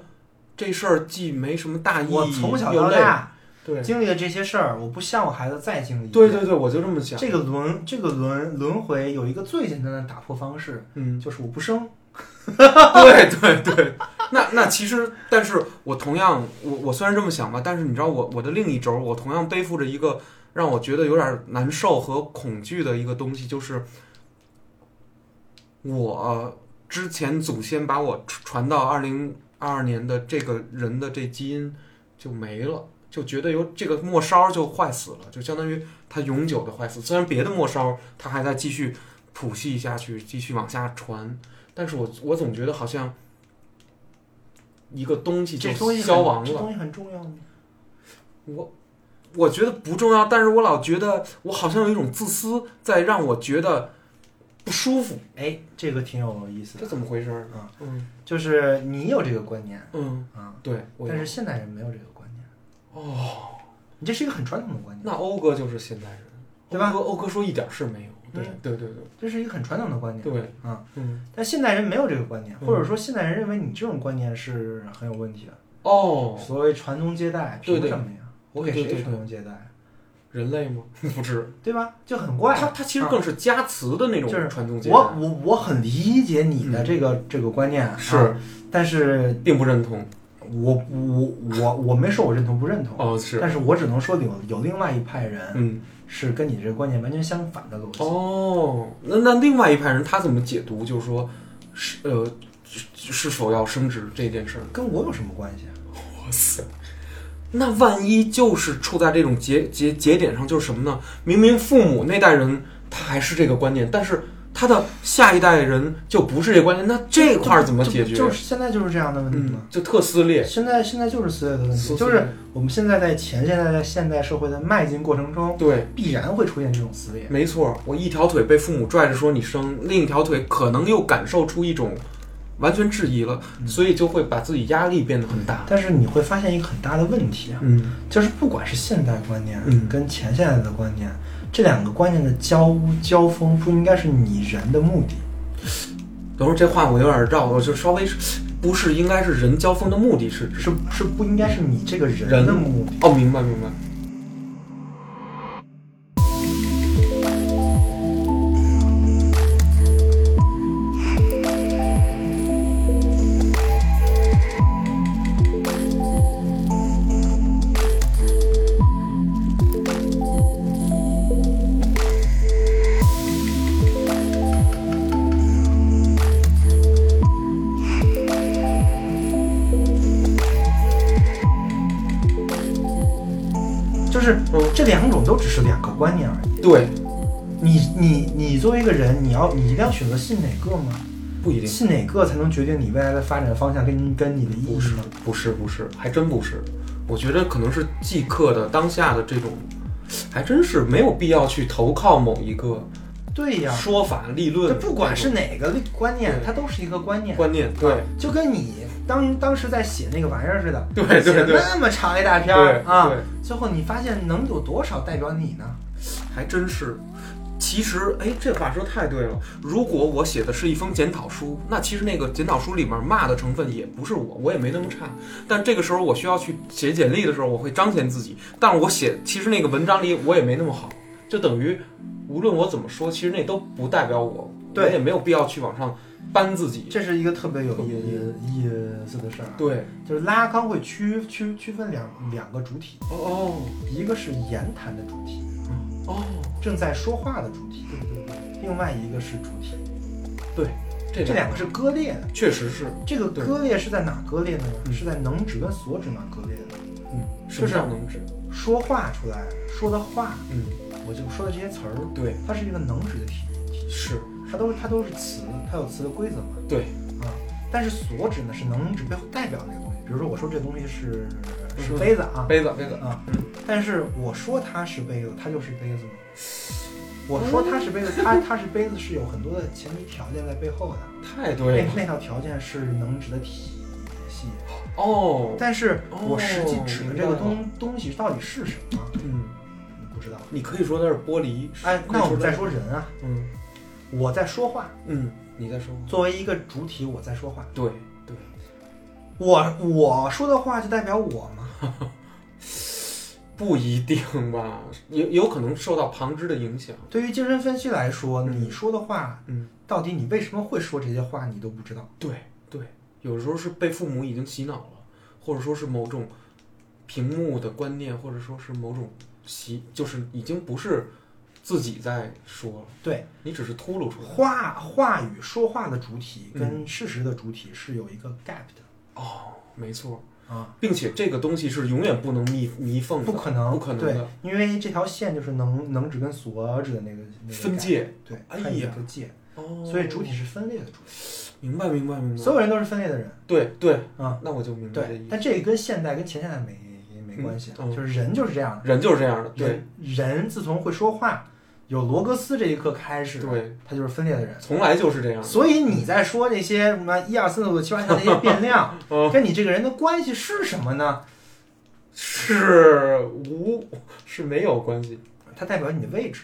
Speaker 1: 这事儿既没什么大意义，
Speaker 2: 我从小
Speaker 1: 又
Speaker 2: 到
Speaker 1: 哎累，
Speaker 2: 大
Speaker 1: 对
Speaker 2: 经历了这些事儿，我不希望我孩子再经历。
Speaker 1: 对对，对，我就这么想，
Speaker 2: 这个轮这个轮轮回有一个最简单的打破方式，
Speaker 1: 嗯，
Speaker 2: 就是我不生。
Speaker 1: 对对对，那那其实，但是我同样，我我虽然这么想吧，但是你知道我我的另一轴，我同样背负着一个让我觉得有点难受和恐惧的一个东西，就是我之前祖先把我传传到二零二二年的这个人的这基因就没了。就觉得有这个末梢就坏死了，就相当于它永久的坏死。虽然别的末梢它还在继续谱系下去，继续往下传，但是我我总觉得好像一个东西就
Speaker 2: 这东西很
Speaker 1: 消亡
Speaker 2: 这
Speaker 1: 了。
Speaker 2: 东西很重要吗？
Speaker 1: 我我觉得不重要，但是我老觉得我好像有一种自私在让我觉得不舒服，
Speaker 2: 哎，这个挺有意思
Speaker 1: 这
Speaker 2: 的，
Speaker 1: 怎么回事儿
Speaker 2: 啊？
Speaker 1: 嗯
Speaker 2: 就是你有这个观念
Speaker 1: 嗯，
Speaker 2: 啊，
Speaker 1: 对，我
Speaker 2: 但是现代人没有这个观念。
Speaker 1: 哦，
Speaker 2: 你这是一个很传统的观念，
Speaker 1: 那欧哥就是现代人，
Speaker 2: 对吧
Speaker 1: 欧哥欧哥说一点事儿没有，对
Speaker 2: 嗯
Speaker 1: 对对对
Speaker 2: 这是一个很传统的观念。
Speaker 1: 对，
Speaker 2: 啊，
Speaker 1: 嗯，
Speaker 2: 但现代人没有这个观念，
Speaker 1: 嗯
Speaker 2: 或者说现代人认为你这种观念是很有问题的。
Speaker 1: 哦，
Speaker 2: 所谓传宗接代，
Speaker 1: 对
Speaker 2: 凭
Speaker 1: 对
Speaker 2: 什么呀？我给
Speaker 1: 对对
Speaker 2: 谁
Speaker 1: 对
Speaker 2: 传宗接代？
Speaker 1: 人类吗？ *laughs* 不是，
Speaker 2: 对吧？就很怪
Speaker 1: 他
Speaker 2: 啊。
Speaker 1: 他其实更是加词的那种
Speaker 2: 就是
Speaker 1: 传宗接代，嗯
Speaker 2: 我我我很理解你的这个、这个观念，啊，
Speaker 1: 是
Speaker 2: 但是
Speaker 1: 并不认同
Speaker 2: 我我我我没说我认同不认同，
Speaker 1: 哦，是
Speaker 2: 但是我只能说有有另外一派人
Speaker 1: 嗯。
Speaker 2: 是跟你这个观念完全相反的逻辑。
Speaker 1: 哦，那那另外一派人他怎么解读？就是说，是呃，是是否要升职这件事儿？
Speaker 2: 跟我有什么关系啊？
Speaker 1: 哇塞！那万一就是处在这种节节节点上，就是什么呢？明明父母那代人他还是这个观念，但是他的下一代人就不是这个观念，那这块儿怎么解决？
Speaker 2: 就就是现在就是这样的问题
Speaker 1: 嗯
Speaker 2: 嘛。，
Speaker 1: 就特撕裂，
Speaker 2: 现在现在就是思维的问
Speaker 1: 撕
Speaker 2: 题，
Speaker 1: 裂
Speaker 2: 就是我们现在在前现代在现代社会的迈进过程中，
Speaker 1: 对，
Speaker 2: 必然会出现这种撕裂。
Speaker 1: 没错。我一条腿被父母拽着说你生，另一条腿可能又感受出一种完全质疑了，
Speaker 2: 嗯
Speaker 1: 所以就会把自己压力变得很大。
Speaker 2: 但是你会发现一个很大的问题啊，
Speaker 1: 嗯。
Speaker 2: 就是不管是现代观念
Speaker 1: 嗯
Speaker 2: 跟前现代的观念，这两个观念的交交锋不应该是你人的目的。
Speaker 1: 等会儿这话我有点绕，我就稍微是不是应该是人交锋的目的是
Speaker 2: 是是不应该是你这个人
Speaker 1: 人
Speaker 2: 的目的。
Speaker 1: 哦，明白明白。
Speaker 2: 就是
Speaker 1: 嗯
Speaker 2: 这两种都只是两个观念而已。
Speaker 1: 对，
Speaker 2: 你你你作为一个人，你要你一定要选择信哪个吗？
Speaker 1: 不一定，
Speaker 2: 信哪个才能决定你未来的发展方向跟跟你的意
Speaker 1: 不
Speaker 2: 义
Speaker 1: 是
Speaker 2: 吗？，
Speaker 1: 不是，不是，还真不是。我觉得可能是即刻的当下的这种，还真是没有必要去投靠某一个
Speaker 2: 对呀，
Speaker 1: 说法立
Speaker 2: 这
Speaker 1: 论，
Speaker 2: 不管是哪个观念，
Speaker 1: 对
Speaker 2: 它都是一个观念，
Speaker 1: 观念，对
Speaker 2: 就跟你当当时在写那个玩意儿似的，
Speaker 1: 对对
Speaker 2: 写了
Speaker 1: 对对
Speaker 2: 那么长一大
Speaker 1: 对
Speaker 2: 篇儿啊，，最后你发现能有多少代表你呢？
Speaker 1: 还真是。其实，哎，这话说太对了。如果我写的是一封检讨书，那其实那个检讨书里面骂的成分也不是我，我也没那么差。但这个时候我需要去写简历的时候，我会彰显自己。但是我写，其实那个文章里我也没那么好，就等于无论我怎么说，其实那都不代表我，我
Speaker 2: 对
Speaker 1: 也没有必要去往上搬自己。
Speaker 2: 这是一个特别有意意意思的事儿啊，
Speaker 1: 对，
Speaker 2: 就是拉康会区区区分两两个主体，
Speaker 1: 哦
Speaker 2: 一个是言谈的主体，
Speaker 1: 哦哦，
Speaker 2: 正在说话的主体，
Speaker 1: 对对对，
Speaker 2: 另外一个是主体，
Speaker 1: 哦这
Speaker 2: 这两个是割裂的。
Speaker 1: 确实是，
Speaker 2: 这个
Speaker 1: 对
Speaker 2: 割裂是在哪割裂呢
Speaker 1: 嗯？
Speaker 2: 是在能指跟所指那割裂的。
Speaker 1: 嗯，
Speaker 2: 就是
Speaker 1: 能指，
Speaker 2: 说话出来说的话，
Speaker 1: 嗯，
Speaker 2: 我就说的这些词儿，
Speaker 1: 对，
Speaker 2: 它是一个能指的体，
Speaker 1: 是，
Speaker 2: 它都它都是词，它有词的规则嘛。
Speaker 1: 对，
Speaker 2: 啊，但是所指呢是能指背后代表那个东西，比如说我说这东西是是
Speaker 1: 嗯
Speaker 2: 杯子啊，
Speaker 1: 杯子杯子，
Speaker 2: 啊
Speaker 1: 嗯，
Speaker 2: 但是我说它是杯子，它就是杯子吗？我说它是杯
Speaker 1: 哦
Speaker 2: 子，它它是杯子是有很多的前提条件在背后的，
Speaker 1: 太对了
Speaker 2: 那。那套条件是能指的体系，
Speaker 1: 哦，
Speaker 2: 但是我实际
Speaker 1: 哦
Speaker 2: 指的
Speaker 1: 明
Speaker 2: 这
Speaker 1: 白
Speaker 2: 个
Speaker 1: 了
Speaker 2: 东东西到底是什么，
Speaker 1: 嗯，
Speaker 2: 你不知道。
Speaker 1: 你可以说它是玻璃。
Speaker 2: 哎，
Speaker 1: 可以
Speaker 2: 那我们
Speaker 1: 它
Speaker 2: 再
Speaker 1: 是，
Speaker 2: 说人啊，
Speaker 1: 嗯
Speaker 2: 我在说话，
Speaker 1: 嗯，你再说。
Speaker 2: 作为一个主体，我在说话，
Speaker 1: 对对，
Speaker 2: 我我说的话就代表我吗？
Speaker 1: 不一定吧，有有可能受到旁支的影响。
Speaker 2: 对于精神分析来说，
Speaker 1: 嗯
Speaker 2: 你说的话，
Speaker 1: 嗯，
Speaker 2: 到底你为什么会说这些话，你都不知道。
Speaker 1: 对对，有时候是被父母已经洗脑了，或者说是某种屏幕的观念，或者说是某种习，就是已经不是自己在说了，
Speaker 2: 对，
Speaker 1: 你只是秃噜出来。
Speaker 2: 话话语说话的主体
Speaker 1: 嗯
Speaker 2: 跟事实的主体是有一个 gap 的
Speaker 1: 哦，没错，
Speaker 2: 啊，
Speaker 1: 并且这个东西是永远不能密密缝的，
Speaker 2: 不可能，
Speaker 1: 不可能
Speaker 2: 对
Speaker 1: 的，
Speaker 2: 因为这条线就是能能指跟所指的那个那个
Speaker 1: 分
Speaker 2: gap，
Speaker 1: 界。
Speaker 2: 对，
Speaker 1: 哎
Speaker 2: 它有一
Speaker 1: 呀
Speaker 2: 个界，
Speaker 1: 哦，
Speaker 2: 所以主体是分裂的主体，
Speaker 1: 明白明白明白。
Speaker 2: 所有人都是分裂的人
Speaker 1: 对对，
Speaker 2: 啊，
Speaker 1: 那我就明白这
Speaker 2: 对
Speaker 1: 意，思。
Speaker 2: 但这个跟现代跟前现代没没关系啊，
Speaker 1: 嗯嗯嗯
Speaker 2: 就是人就是这样的，
Speaker 1: 人就是这样的，对
Speaker 2: 人人自从会说话，有罗格斯这一刻开始，
Speaker 1: 对，嗯
Speaker 2: 他就是分裂的人。
Speaker 1: 从来就是这样的。，
Speaker 2: 所以你在说那些什么一二三四五七八九那些变量
Speaker 1: *laughs* 嗯
Speaker 2: 跟你这个人的关系是什么呢？
Speaker 1: 是无 *laughs* 是没有关系
Speaker 2: 它代表你的位置，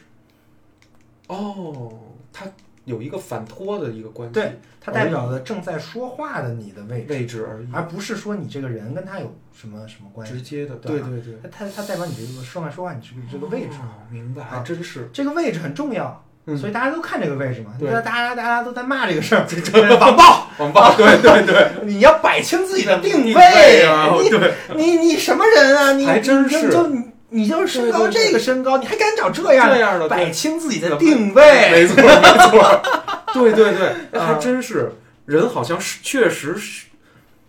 Speaker 1: 哦，它有一个反托的一个关系，
Speaker 2: 对，它代表了正在说话的你的位置，
Speaker 1: 位置而已，
Speaker 2: 而不是说你这个人跟他有什么什么
Speaker 1: 嗯
Speaker 2: 关
Speaker 1: 直
Speaker 2: 系。
Speaker 1: 接的，
Speaker 2: 对
Speaker 1: 对
Speaker 2: 吧
Speaker 1: 对对，
Speaker 2: 它它它代表你这个正在说话，你这个这个位置，
Speaker 1: 哦明白，
Speaker 2: 啊
Speaker 1: 还真是，
Speaker 2: 这个位置很重要，
Speaker 1: 嗯
Speaker 2: 所以大家都看这个位置嘛。
Speaker 1: 对
Speaker 2: 大家大家都在骂这个事儿，网暴，
Speaker 1: *laughs* 网吧，对对对，
Speaker 2: 你要摆清自己的定
Speaker 1: 定
Speaker 2: 位
Speaker 1: 啊，
Speaker 2: 你
Speaker 1: 对，
Speaker 2: 你你什么人啊？你
Speaker 1: 还真
Speaker 2: 你就是就你你就是身高
Speaker 1: 对对对
Speaker 2: 这个身高，你还敢找这样
Speaker 1: 这
Speaker 2: 的？
Speaker 1: 样的
Speaker 2: 摆
Speaker 1: 对
Speaker 2: 清自己的定位。
Speaker 1: 没错没
Speaker 2: *laughs*
Speaker 1: 错，对对对，
Speaker 2: 啊
Speaker 1: *laughs* 还真是，人好像是确实是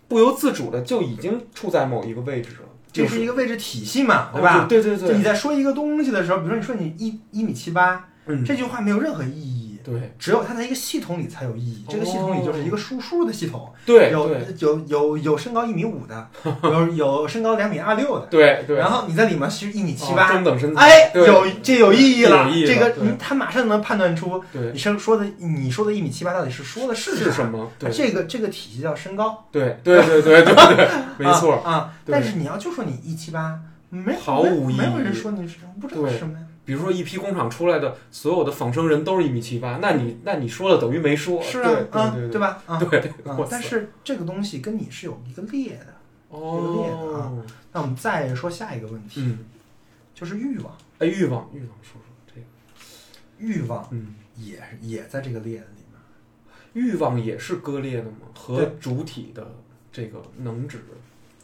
Speaker 1: 不由自主的就已经处在某一个位置了，
Speaker 2: 这
Speaker 1: 就是
Speaker 2: 一个位置体系嘛，
Speaker 1: 哦
Speaker 2: 对吧？
Speaker 1: 对对
Speaker 2: 就
Speaker 1: 对
Speaker 2: 你
Speaker 1: 对，
Speaker 2: 在说一个东西的时候，比如说你说你一一米七八，
Speaker 1: 嗯，
Speaker 2: 这句话没有任何意义，
Speaker 1: 对
Speaker 2: 只有它在一个系统里才有意义。这个系统里就是一
Speaker 1: 哦
Speaker 2: 个数数的系统，
Speaker 1: 对
Speaker 2: 有
Speaker 1: 对
Speaker 2: 有有有身高一米五的，有有身高两米二六的，
Speaker 1: 对对，
Speaker 2: 然后你在里面是一米七
Speaker 1: 哦
Speaker 2: 八，
Speaker 1: 中等身材，
Speaker 2: 哎，
Speaker 1: 对
Speaker 2: 有这有意义了
Speaker 1: 有意义，了
Speaker 2: 这个
Speaker 1: 对
Speaker 2: 你他马上能判断出
Speaker 1: 对
Speaker 2: 你生说的你说的一米七八到底是说的是啊
Speaker 1: 是
Speaker 2: 啥
Speaker 1: 什么？对
Speaker 2: 这个这个体系叫身高，
Speaker 1: 对对 *laughs* 对对对
Speaker 2: *laughs*
Speaker 1: 对，没错，
Speaker 2: 啊啊
Speaker 1: 对
Speaker 2: 但是你要就说你一七八，没
Speaker 1: 毫无意义
Speaker 2: 没有人说你是什么，不知道是什么呀。
Speaker 1: 比如说一批工厂出来的所有的仿生人都是一米七八，那你那你说了等于没说，
Speaker 2: 是啊
Speaker 1: 对，
Speaker 2: 啊，
Speaker 1: 对
Speaker 2: 对
Speaker 1: 对
Speaker 2: 吧？啊，
Speaker 1: 对对，
Speaker 2: 啊
Speaker 1: 哇塞
Speaker 2: 但是这个东西跟你是有一个裂的。有裂的
Speaker 1: 哦
Speaker 2: 啊，那我们再说下一个问题，
Speaker 1: 嗯，
Speaker 2: 就是欲望，
Speaker 1: 哎，欲望欲望，说说这个，
Speaker 2: 欲望
Speaker 1: 嗯，
Speaker 2: 也也在这个裂的里面。
Speaker 1: 欲望也是割裂的吗？和
Speaker 2: 对
Speaker 1: 主体的这个能指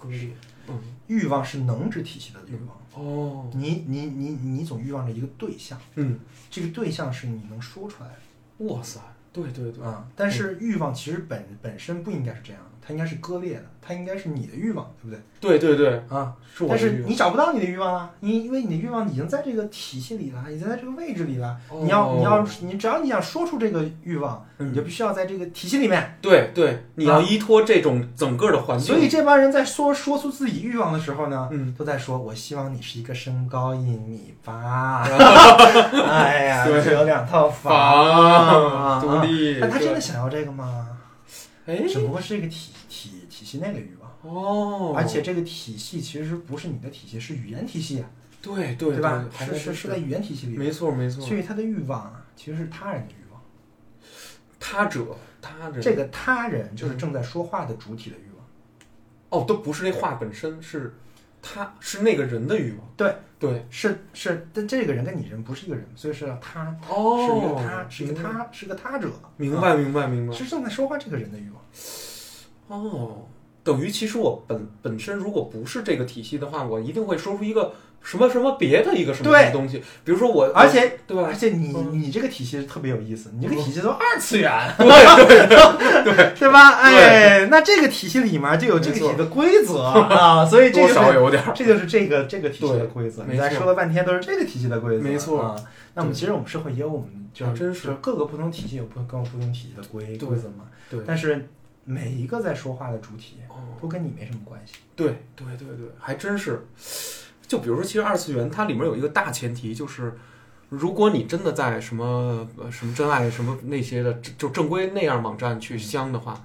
Speaker 1: 割裂，嗯，
Speaker 2: 欲望是能指体系的欲望，
Speaker 1: 哦，
Speaker 2: 你你你你总欲望着一个对象，
Speaker 1: 嗯，
Speaker 2: 这个对象是你能说出来的。
Speaker 1: 哇塞，对对嗯对，
Speaker 2: 啊、但是欲望其实本本身不应该是这样的，它应该是割裂的，它应该是你的欲望，对不对？
Speaker 1: 对对对，
Speaker 2: 啊，
Speaker 1: 是我的
Speaker 2: 但是
Speaker 1: 欲望。
Speaker 2: 你找不到你的欲望了，你因为你的欲望已经在这个体系里了，已经在这个位置里了。
Speaker 1: 哦
Speaker 2: 你要你要你只要你想说出这个欲望，
Speaker 1: 嗯
Speaker 2: 你就必须要在这个体系里面。
Speaker 1: 对对，你
Speaker 2: 啊
Speaker 1: 要依托这种整个的环境，
Speaker 2: 所以这帮人在说说出自己欲望的时候呢，
Speaker 1: 嗯，
Speaker 2: 都在说我希望你是一个身高一米
Speaker 1: *laughs*
Speaker 2: 八，哎呀，
Speaker 1: 对
Speaker 2: 只有两套房。
Speaker 1: 房独立，
Speaker 2: 啊但他真的
Speaker 1: 对
Speaker 2: 想要这个吗？
Speaker 1: 哎
Speaker 2: 只不过是一个体体体系内的欲望。
Speaker 1: 哦，
Speaker 2: 而且这个体系其实不是你的体系，是语言体系，
Speaker 1: 对对
Speaker 2: 吧？
Speaker 1: 还
Speaker 2: 是
Speaker 1: 是
Speaker 2: 是在语言体系里
Speaker 1: 没
Speaker 2: 面，
Speaker 1: 错没错，
Speaker 2: 所以他的欲望啊，其实是他人的欲望。
Speaker 1: 他者他者
Speaker 2: 这个他人就是正在说话的主体的欲望。
Speaker 1: 哦，都不是那话本身，是他是那个人的欲望，
Speaker 2: 对
Speaker 1: 对
Speaker 2: 是是，但这个人跟你人不是一个人，所以是他，
Speaker 1: 哦，
Speaker 2: 是一个他，是一个
Speaker 1: 明白，
Speaker 2: 他，是个他者，
Speaker 1: 明白明白明
Speaker 2: 啊
Speaker 1: 白
Speaker 2: 是正在说话这个人的欲望。
Speaker 1: 哦。等于其实我本本身如果不是这个体系的话，我一定会说出一个什么什么别的一个什么
Speaker 2: 对
Speaker 1: 什么东西，比如说我，
Speaker 2: 而且
Speaker 1: 对吧
Speaker 2: 而？且你
Speaker 1: 嗯
Speaker 2: 你这个体系特别有意思，你这个体系都二次元， *laughs*
Speaker 1: 对对
Speaker 2: 对吧？哎，那这个体系里面就有这个
Speaker 1: 没
Speaker 2: 体
Speaker 1: 错
Speaker 2: 系的规则啊，所以这
Speaker 1: 多
Speaker 2: 就是
Speaker 1: 少有点儿，
Speaker 2: 这就是这个这个体系的规则。
Speaker 1: 对
Speaker 2: 你再
Speaker 1: 没错
Speaker 2: 说了半天都是这个体系的规则，
Speaker 1: 没错
Speaker 2: 啊。那我们其实我们社会也有我们就
Speaker 1: 啊真是
Speaker 2: 就各个不同体系有不各个不同体系的规
Speaker 1: 对
Speaker 2: 规则嘛。
Speaker 1: 对
Speaker 2: 但是每一个在说话的主体
Speaker 1: 哦
Speaker 2: 都跟你没什么关系。
Speaker 1: 对对对对，还真是。就比如说，其实二次元它里面有一个大前提，就是如果你真的在什么呃什么真爱什么那些的就正规那样网站
Speaker 2: 嗯
Speaker 1: 去相的话，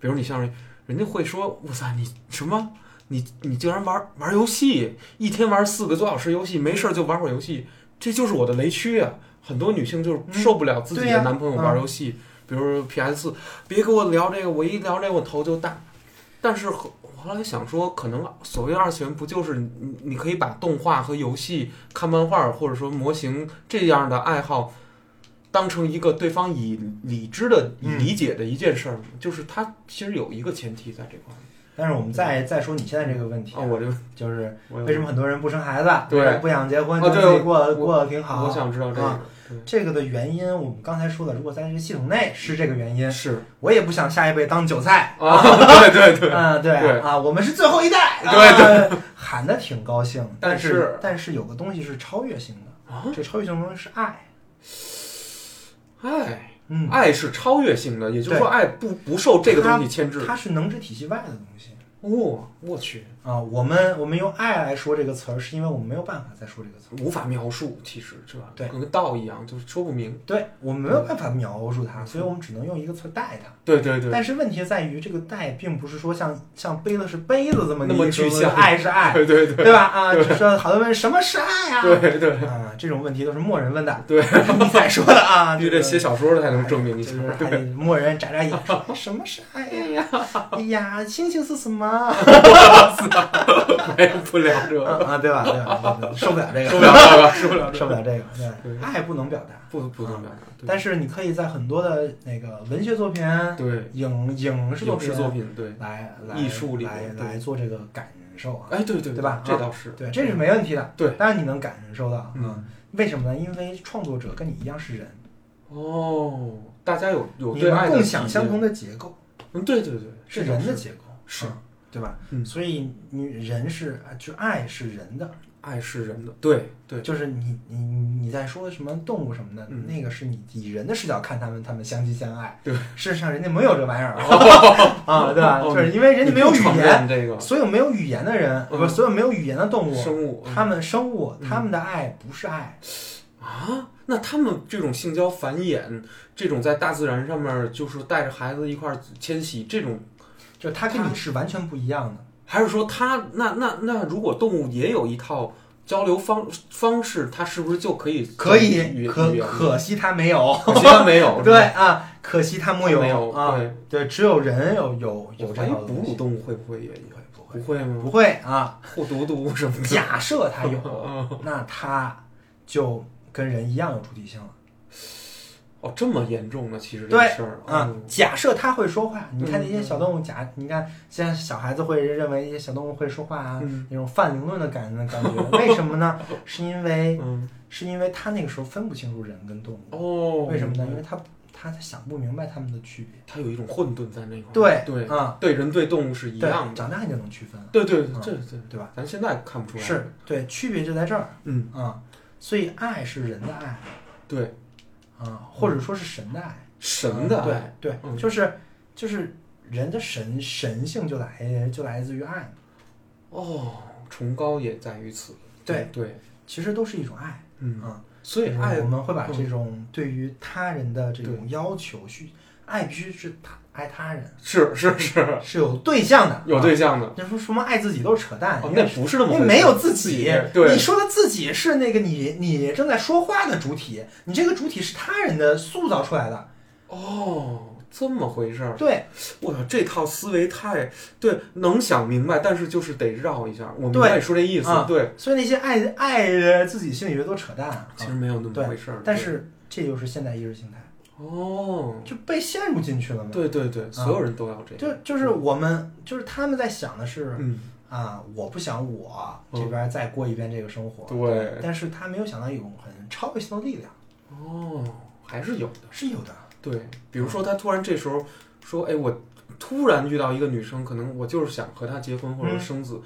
Speaker 1: 比如你像人人家会说：“哇塞，你什么？你你竟然玩玩游戏，一天玩四个多小时游戏，没事儿就玩会儿游戏，这就是我的雷区啊！”很多女性就是受不了自己
Speaker 2: 嗯对呀
Speaker 1: 的男朋友玩
Speaker 2: 嗯
Speaker 1: 游戏，比如 PS 四，别跟我聊这个，我一聊这个我头就大。但是和我后来想说，可能所谓的二次元不就是你你你可以把动画和游戏、看漫画或者说模型这样的爱好，当成一个对方以理知的、以
Speaker 2: 嗯
Speaker 1: 理解的一件事儿吗，就是它其实有一个前提在这块儿。
Speaker 2: 但是我们再再说你现在这个问题
Speaker 1: 啊，
Speaker 2: 啊
Speaker 1: 我这个
Speaker 2: 就是
Speaker 1: 我
Speaker 2: 为什么很多人不生孩子，
Speaker 1: 嗯
Speaker 2: 啊
Speaker 1: 对
Speaker 2: 不想结婚，
Speaker 1: 哦
Speaker 2: 觉得
Speaker 1: 对
Speaker 2: 自己过得
Speaker 1: 我
Speaker 2: 过得挺好。
Speaker 1: 我想知道这个
Speaker 2: 啊，这个的原因，我们刚才说了，如果在这个系统内是这个原
Speaker 1: 对
Speaker 2: 因，
Speaker 1: 是
Speaker 2: 我也不想下一辈当韭菜。
Speaker 1: 啊，对对
Speaker 2: *laughs*
Speaker 1: 对，
Speaker 2: 嗯，对
Speaker 1: 对
Speaker 2: 啊，我们是最后一代。
Speaker 1: 对
Speaker 2: 对，喊的挺高兴，
Speaker 1: 但
Speaker 2: 但
Speaker 1: 是
Speaker 2: 但是有个东西是超越性的，
Speaker 1: 啊，
Speaker 2: 这超越性的东西是爱。
Speaker 1: 爱
Speaker 2: 嗯，
Speaker 1: 爱是超越性的，也就是说爱不不受这个东西牵制。
Speaker 2: 它是能指体系外的东西
Speaker 1: 哦，我去，
Speaker 2: 啊。我们我们用爱来说这个词儿，是因为我们没有办法再说这个词儿。
Speaker 1: 无法描述，其实是吧？
Speaker 2: 对
Speaker 1: 跟道一样，就是说不明。
Speaker 2: 对，我们没有办法描述它，所以我们只能用一个词儿代它。
Speaker 1: 对对对，
Speaker 2: 但是问题在于，这个代并不是说像像杯子是杯子这么
Speaker 1: 那么
Speaker 2: 一个
Speaker 1: 具象
Speaker 2: 爱是爱，
Speaker 1: 对对对
Speaker 2: 对吧？啊，就说好多人问什么是爱啊？
Speaker 1: 对对，
Speaker 2: 啊，这种问题都是默人问的，
Speaker 1: 对，
Speaker 2: *laughs* 你才说
Speaker 1: *laughs*
Speaker 2: 的啊，
Speaker 1: 必须得写
Speaker 2: 这
Speaker 1: 小说的才能证明一
Speaker 2: 个
Speaker 1: 下
Speaker 2: 就。是还得默人眨眨眼
Speaker 1: *laughs*
Speaker 2: 说哎什么是爱呀？哎呀，星星是什么？
Speaker 1: 没有不聊这
Speaker 2: 啊
Speaker 1: 个，
Speaker 2: 啊，对吧？对吧？对吧受不了这个，
Speaker 1: 受不了这个，受不了这
Speaker 2: 受
Speaker 1: 个，
Speaker 2: 不了这个，
Speaker 1: 对
Speaker 2: 对，爱不能表达，
Speaker 1: *laughs* 不不能表达。对
Speaker 2: 但是你可以在很多的那个文学作品、
Speaker 1: 对
Speaker 2: 影影视作
Speaker 1: 影视作
Speaker 2: 品
Speaker 1: 品，啊对，
Speaker 2: 来来
Speaker 1: 艺术里
Speaker 2: 来
Speaker 1: 面对
Speaker 2: 来做这个感受啊，
Speaker 1: 哎对对
Speaker 2: 对吧
Speaker 1: 这倒是，
Speaker 2: 对，这是没问题的，
Speaker 1: 对
Speaker 2: 当然你能感受到，啊
Speaker 1: 嗯，
Speaker 2: 为什么呢？因为创作者跟你一样是人，
Speaker 1: 哦，大家有有
Speaker 2: 你
Speaker 1: 对爱
Speaker 2: 们
Speaker 1: 的
Speaker 2: 共
Speaker 1: 体
Speaker 2: 享
Speaker 1: 验
Speaker 2: 相同，的结构。
Speaker 1: 嗯，对对对，
Speaker 2: 是
Speaker 1: 这倒
Speaker 2: 人的结构，
Speaker 1: 是
Speaker 2: 嗯对吧？
Speaker 1: 嗯
Speaker 2: 所以你人是呃就爱是人的，
Speaker 1: 爱是人的，对对，
Speaker 2: 就是你你你在说什么动物什么的，
Speaker 1: 嗯
Speaker 2: 那个是你以人的视角看他们，他们相亲相爱。
Speaker 1: 对，
Speaker 2: 事实上人家没有这玩意儿
Speaker 1: *laughs*
Speaker 2: 啊，对吧？
Speaker 1: 哦
Speaker 2: 就是因为人家没有
Speaker 1: 你
Speaker 2: 语
Speaker 1: 不承
Speaker 2: 言，
Speaker 1: 认这个
Speaker 2: 所有没有语言的人，
Speaker 1: 嗯
Speaker 2: 不是所有没有语言的动物，
Speaker 1: 生物
Speaker 2: 他们生物
Speaker 1: 嗯
Speaker 2: 他们的爱不是爱，
Speaker 1: 啊。那他们这种性交繁衍，这种在大自然上面就是带着孩子一块儿迁徙，这种
Speaker 2: 就它跟
Speaker 1: 它
Speaker 2: 你是完全不一样的。
Speaker 1: 还是说它那那那如果动物也有一套交流方方式，它是不是就可以
Speaker 2: 可
Speaker 1: 语
Speaker 2: 以，
Speaker 1: 言
Speaker 2: 可
Speaker 1: 语言
Speaker 2: 可惜它没有，
Speaker 1: 可惜它没有，
Speaker 2: 对啊，可惜它没
Speaker 1: 没有
Speaker 2: 啊，
Speaker 1: 对，
Speaker 2: 对，只有人有有有
Speaker 1: 我
Speaker 2: 这
Speaker 1: 怀疑
Speaker 2: 套
Speaker 1: 哺
Speaker 2: 东
Speaker 1: 乳
Speaker 2: 西，
Speaker 1: 动物会不会也
Speaker 2: 不会不
Speaker 1: 不
Speaker 2: 会
Speaker 1: 会吗？
Speaker 2: 不会啊！
Speaker 1: 护犊犊什么的， *laughs*
Speaker 2: 假设它有，
Speaker 1: 嗯
Speaker 2: 那它就跟人一样有主体性了。
Speaker 1: 哦，这么严重呢？其实这
Speaker 2: 对
Speaker 1: 个事儿
Speaker 2: 啊，
Speaker 1: 嗯
Speaker 2: 假设它会说话，你看
Speaker 1: 嗯
Speaker 2: 那些小动物假，你看现在小孩子会认为一些小动物会说话啊
Speaker 1: 嗯，
Speaker 2: 那种泛灵论的感感觉，为什么
Speaker 1: *laughs*
Speaker 2: 呢？是因为
Speaker 1: 嗯
Speaker 2: 是因为它那个时候分不清楚人跟动物，
Speaker 1: 哦，
Speaker 2: 为什么呢？因为它他想不明白他们的区别。
Speaker 1: 它有一种混沌在那块儿。
Speaker 2: 对
Speaker 1: 对
Speaker 2: 嗯
Speaker 1: 对，人对动物是一
Speaker 2: 对
Speaker 1: 样，的。
Speaker 2: 长大你就能区分了，
Speaker 1: 对对，
Speaker 2: 嗯
Speaker 1: 这这
Speaker 2: 对吧？
Speaker 1: 咱现在看不出来。，
Speaker 2: 是对，区别就在这儿
Speaker 1: 嗯，
Speaker 2: 啊、嗯所以爱是人的爱啊、
Speaker 1: 对，
Speaker 2: 嗯或者说是神的爱。啊
Speaker 1: 神的爱，
Speaker 2: 对对、
Speaker 1: 嗯
Speaker 2: 就是就是人的神神性就来就来自于爱嘛，
Speaker 1: 哦，崇高也在于此。
Speaker 2: 对
Speaker 1: 对，
Speaker 2: 其实都是一种爱。
Speaker 1: 嗯
Speaker 2: 嗯，
Speaker 1: 所以爱
Speaker 2: 我们会把
Speaker 1: 嗯
Speaker 2: 这种对于他人的这种
Speaker 1: 对
Speaker 2: 要求需爱必须是他爱他人
Speaker 1: 是是
Speaker 2: *laughs*
Speaker 1: 是
Speaker 2: 是有对象的，
Speaker 1: 有
Speaker 2: 啊。
Speaker 1: 对象的，
Speaker 2: 那说什么爱自己都是扯淡，
Speaker 1: 哦
Speaker 2: 因，为
Speaker 1: 那不是那么
Speaker 2: 因
Speaker 1: 回
Speaker 2: 为
Speaker 1: 事
Speaker 2: 没有自己，
Speaker 1: 对
Speaker 2: 你说的自己是那个你你正在说话的主体，你这个主体是他人的塑造出来的，
Speaker 1: 哦，这么回事儿。
Speaker 2: 对
Speaker 1: 我操，这套思维太对，能想明白，但是就是得绕一下。我明
Speaker 2: 对
Speaker 1: 白你说这意思
Speaker 2: 啊，
Speaker 1: 对，
Speaker 2: 所以那些爱爱自己心理学都扯淡啊，
Speaker 1: 其实没有那
Speaker 2: 对
Speaker 1: 么回事儿。
Speaker 2: 但
Speaker 1: 对
Speaker 2: 是这就是现代意识形态，
Speaker 1: 哦，
Speaker 2: 就被陷入进去了嘛，
Speaker 1: 对对对，所有人都要这样。
Speaker 2: 就就是我们就是他们在想的是
Speaker 1: 嗯，
Speaker 2: 啊，我不想我
Speaker 1: 嗯
Speaker 2: 这边再过一遍这个生活，
Speaker 1: 对，
Speaker 2: 但是他没有想到一种很超越性的力量
Speaker 1: 哦，还是有的。
Speaker 2: 是有的，
Speaker 1: 对，比如说他突然这时候说：“哎，我突然遇到一个女生，可能我就是想和她结婚或者
Speaker 2: 嗯
Speaker 1: 生子。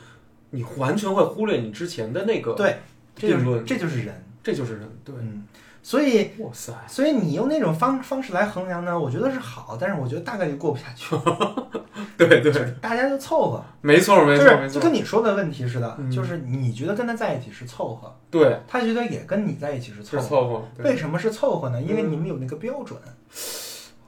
Speaker 1: 你完全会忽略你之前的那个，
Speaker 2: 对，这就
Speaker 1: 定
Speaker 2: 是
Speaker 1: 论
Speaker 2: 这就是人，
Speaker 1: 这就是人。对，
Speaker 2: 嗯，所以。
Speaker 1: 哇塞，
Speaker 2: 所以你用那种方方式来衡量呢，我觉得是好，但是我觉得大概率过不下去，
Speaker 1: *laughs* 对
Speaker 2: 就
Speaker 1: 对，
Speaker 2: 是大家就凑合，
Speaker 1: 没错没
Speaker 2: 就
Speaker 1: 错没
Speaker 2: 是就
Speaker 1: 错，
Speaker 2: 跟你说的问题似的，
Speaker 1: 嗯
Speaker 2: 就是你觉得跟他在一起是凑合，
Speaker 1: 对，
Speaker 2: 他觉得也跟你在一起是凑
Speaker 1: 是
Speaker 2: 合。
Speaker 1: 凑合。对
Speaker 2: 为什么是凑合呢？因为
Speaker 1: 嗯
Speaker 2: 你们有那个标准，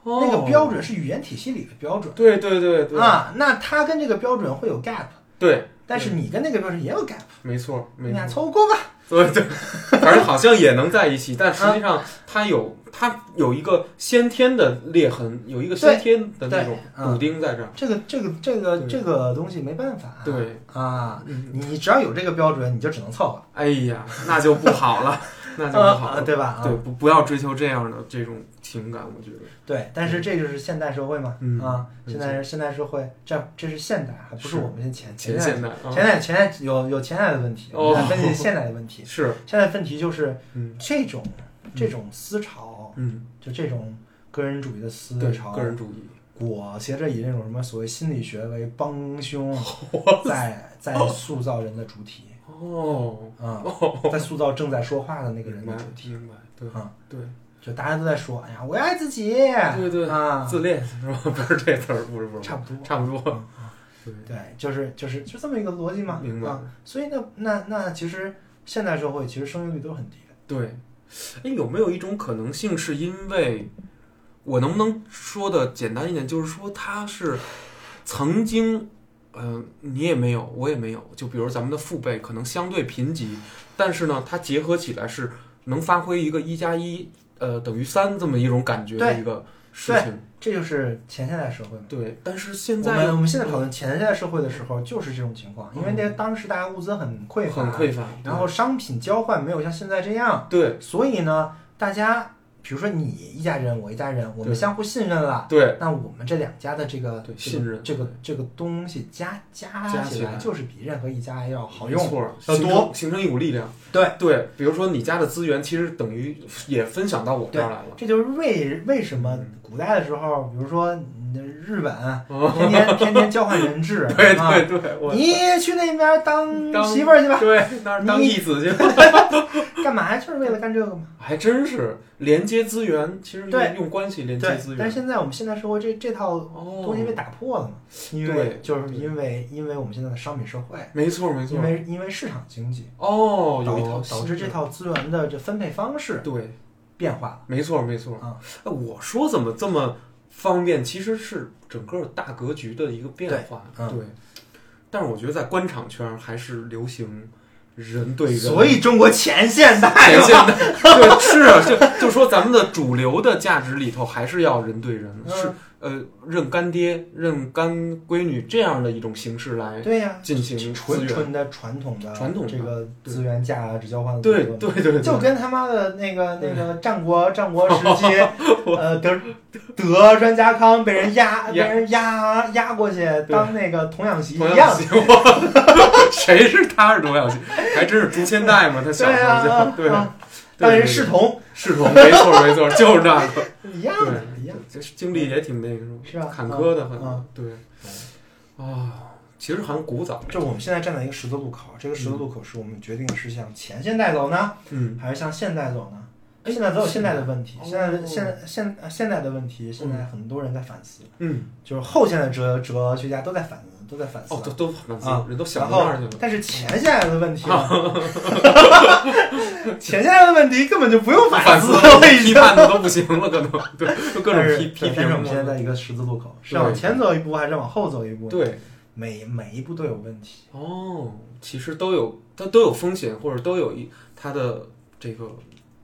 Speaker 1: 哦
Speaker 2: 那个标准是语言体系里的标准
Speaker 1: 对对对对
Speaker 2: 啊。那他跟这个标准会有 gap，
Speaker 1: 对，
Speaker 2: 但是你跟那个标准也有 gap，
Speaker 1: 没错
Speaker 2: 你
Speaker 1: 没
Speaker 2: 俩
Speaker 1: 错，
Speaker 2: 凑合过吧。
Speaker 1: 对对，反正好像也能在一起，但实
Speaker 2: 啊
Speaker 1: 际上他有他有一个先天的裂痕，有一个先天的那种
Speaker 2: 对嗯
Speaker 1: 补丁在这儿。
Speaker 2: 这个这个这个
Speaker 1: 对
Speaker 2: 这个东西没办法，
Speaker 1: 对，
Speaker 2: 啊，
Speaker 1: 嗯，
Speaker 2: 你你只要有这个标准，你就只能凑合，
Speaker 1: 哎呀，那就不好
Speaker 2: *laughs*
Speaker 1: 了，那就不好
Speaker 2: 啊，
Speaker 1: 了。
Speaker 2: 对吧？啊
Speaker 1: 对，不不要追求这样的这种情感，我觉得
Speaker 2: 对，但是这就是现代社会嘛，
Speaker 1: 嗯
Speaker 2: 啊，
Speaker 1: 没
Speaker 2: 现代现代社会，这这是现代，还不是
Speaker 1: 是
Speaker 2: 我们现前
Speaker 1: 前
Speaker 2: 代
Speaker 1: 现代啊
Speaker 2: 呃前代前代有有前代的问题，
Speaker 1: 哦
Speaker 2: 我们分析现代的问题。
Speaker 1: 是，
Speaker 2: 现在问题就是
Speaker 1: 嗯
Speaker 2: 这种这种思潮，
Speaker 1: 嗯，
Speaker 2: 就这种个人主义的思
Speaker 1: 对，
Speaker 2: 潮
Speaker 1: 个，人主义，
Speaker 2: 裹挟着以那种什么所谓心理学为帮凶，在在塑造人的主体
Speaker 1: 哦，
Speaker 2: 啊，在塑造正在说话的那个人
Speaker 1: 明
Speaker 2: 的
Speaker 1: 白
Speaker 2: 主体。
Speaker 1: 明白，对
Speaker 2: 啊
Speaker 1: 对，
Speaker 2: 就大家都在说，哎呀，我要爱自己，
Speaker 1: 对对
Speaker 2: 啊，
Speaker 1: 自恋是吧？ *laughs* 不是这词儿，不是不是，
Speaker 2: 差不多。
Speaker 1: 差不多
Speaker 2: 嗯，
Speaker 1: 对，
Speaker 2: 对，就是就是就这么一个逻辑嘛，
Speaker 1: 明白
Speaker 2: 啊。所以呢，那那其实现代社会其实生育率都很低的，
Speaker 1: 对，哎，有没有一种可能性是因为我能不能说的简单一点，就是说他是曾经，嗯、你也没有，我也没有，就比如咱们的父辈可能相对贫瘠，但是呢，它结合起来是能发挥一个一加一呃等于三这么一种感觉的
Speaker 2: 对
Speaker 1: 一个事
Speaker 2: 对
Speaker 1: 情。
Speaker 2: 这就是前现代社会嘛。
Speaker 1: 对，但是现
Speaker 2: 我们
Speaker 1: 在
Speaker 2: 我们现在讨论前现代社会的时候，就是这种情况，因为那当时大家物资很匮乏，
Speaker 1: 嗯很匮乏，
Speaker 2: 然后商品交换没有像现在这样，
Speaker 1: 对
Speaker 2: 所以呢，大家比如说你一家人，我一家人，我们
Speaker 1: 对
Speaker 2: 相互信任了。
Speaker 1: 对
Speaker 2: 那我们这两家的这个
Speaker 1: 对
Speaker 2: 这个
Speaker 1: 信任
Speaker 2: 这个这个东西加加
Speaker 1: 加
Speaker 2: 起
Speaker 1: 起
Speaker 2: 来，
Speaker 1: 来
Speaker 2: 就是比任何一家要好
Speaker 1: 没
Speaker 2: 用。
Speaker 1: 错，
Speaker 2: 要
Speaker 1: 形成
Speaker 2: 多
Speaker 1: 形成一股力量。
Speaker 2: 对
Speaker 1: 对，比如说你家的资源，其实等于也分享到我这儿来了。
Speaker 2: 这就是为为什么古代的时候，比如说嗯日本
Speaker 1: 嗯哦
Speaker 2: 天天天天交换人质，
Speaker 1: *laughs* 对
Speaker 2: 啊，
Speaker 1: 对对，我
Speaker 2: 你去那边当
Speaker 1: 当
Speaker 2: 媳妇儿去吧，
Speaker 1: 对那儿当
Speaker 2: 你
Speaker 1: 义子去，
Speaker 2: 干嘛？就是为了干这个嘛。
Speaker 1: *laughs* 还真是连接资源，其实
Speaker 2: 对
Speaker 1: 用用关系连接
Speaker 2: 对
Speaker 1: 资，
Speaker 2: 但
Speaker 1: 源
Speaker 2: 是。现在我们现代社会这这套东西被
Speaker 1: 哦，
Speaker 2: 打破了嘛，因为
Speaker 1: 对
Speaker 2: 就是
Speaker 1: 对
Speaker 2: 因为因为我们现在的商品社会，
Speaker 1: 没错没错
Speaker 2: 因。为因为市场经济
Speaker 1: 哦，有一
Speaker 2: 导
Speaker 1: 套
Speaker 2: 导致这
Speaker 1: 新的
Speaker 2: 套资源的这分配方式
Speaker 1: 对，
Speaker 2: 变化了。
Speaker 1: 没错没错
Speaker 2: 啊。
Speaker 1: 哎，我说怎么这么方便，其实是整个大格局的一个变化。
Speaker 2: 对嗯
Speaker 1: 对，但是我觉得在官场圈还是流行人对人，
Speaker 2: 所以中国前现代
Speaker 1: 前现
Speaker 2: 嘛
Speaker 1: 代 *laughs* 对是啊，就就说咱们的主流的价值里头，还是要人对人，
Speaker 2: 嗯
Speaker 1: 是呃认干爹、认干闺女这样的一种形式来
Speaker 2: 对呀，
Speaker 1: 进行资
Speaker 2: 纯
Speaker 1: 源。
Speaker 2: 纯的传统的
Speaker 1: 传统的
Speaker 2: 这个资源价值交换的
Speaker 1: 对
Speaker 2: 理论
Speaker 1: 对对对，
Speaker 2: *laughs* 就跟他妈的那个那个战国战国时
Speaker 1: *laughs*
Speaker 2: 期，呃德德川家康被人压被
Speaker 1: 压
Speaker 2: 人压压过去当那个童养媳一
Speaker 1: 同
Speaker 2: 样
Speaker 1: 样，行， *laughs* 谁是他是多样性，还真是竹千代嘛，他小
Speaker 2: 对
Speaker 1: 时候
Speaker 2: 啊
Speaker 1: 就对
Speaker 2: 啊，
Speaker 1: 对
Speaker 2: 当
Speaker 1: 对对
Speaker 2: 人视同 *laughs*
Speaker 1: 是同，没错没错，就是那个，
Speaker 2: 一样的
Speaker 1: 对
Speaker 2: 一
Speaker 1: 这经历也挺那个什么，
Speaker 2: 是吧
Speaker 1: 坎坷的
Speaker 2: 嗯
Speaker 1: 很，
Speaker 2: 嗯
Speaker 1: 对，啊、其实很古早，
Speaker 2: 就我们现在站在一个十字路口，这个十字路口是我们决定是向前现代走呢，
Speaker 1: 嗯，
Speaker 2: 还是向现代走呢？
Speaker 1: 哎
Speaker 2: 现代走有现代的问题，
Speaker 1: 是
Speaker 2: 现在
Speaker 1: 哦
Speaker 2: 的现在现呃现代的问题，现在很多人在反思，
Speaker 1: 嗯，
Speaker 2: 就是后现代哲哲学家都在反思，都在反思。
Speaker 1: 哦，都都满足、
Speaker 2: 啊
Speaker 1: 人都想
Speaker 2: 然
Speaker 1: 到那
Speaker 2: 后
Speaker 1: 儿去了，，
Speaker 2: 但是前现代的问
Speaker 1: *laughs*
Speaker 2: 题呢，前现代的问题根本就不用
Speaker 1: 反
Speaker 2: 思，
Speaker 1: 思
Speaker 2: 我已
Speaker 1: 批
Speaker 2: 经。
Speaker 1: 判的都不行了，可能对，就各种
Speaker 2: 但是
Speaker 1: 批批
Speaker 2: 对但
Speaker 1: 评
Speaker 2: 是我们现在
Speaker 1: 了，
Speaker 2: 在一个十字路口，是往前走一步还是往后走一步？，
Speaker 1: 对，
Speaker 2: 每每一步都有问题。
Speaker 1: 哦，其实都有，它都有风险，或者都有一它的这个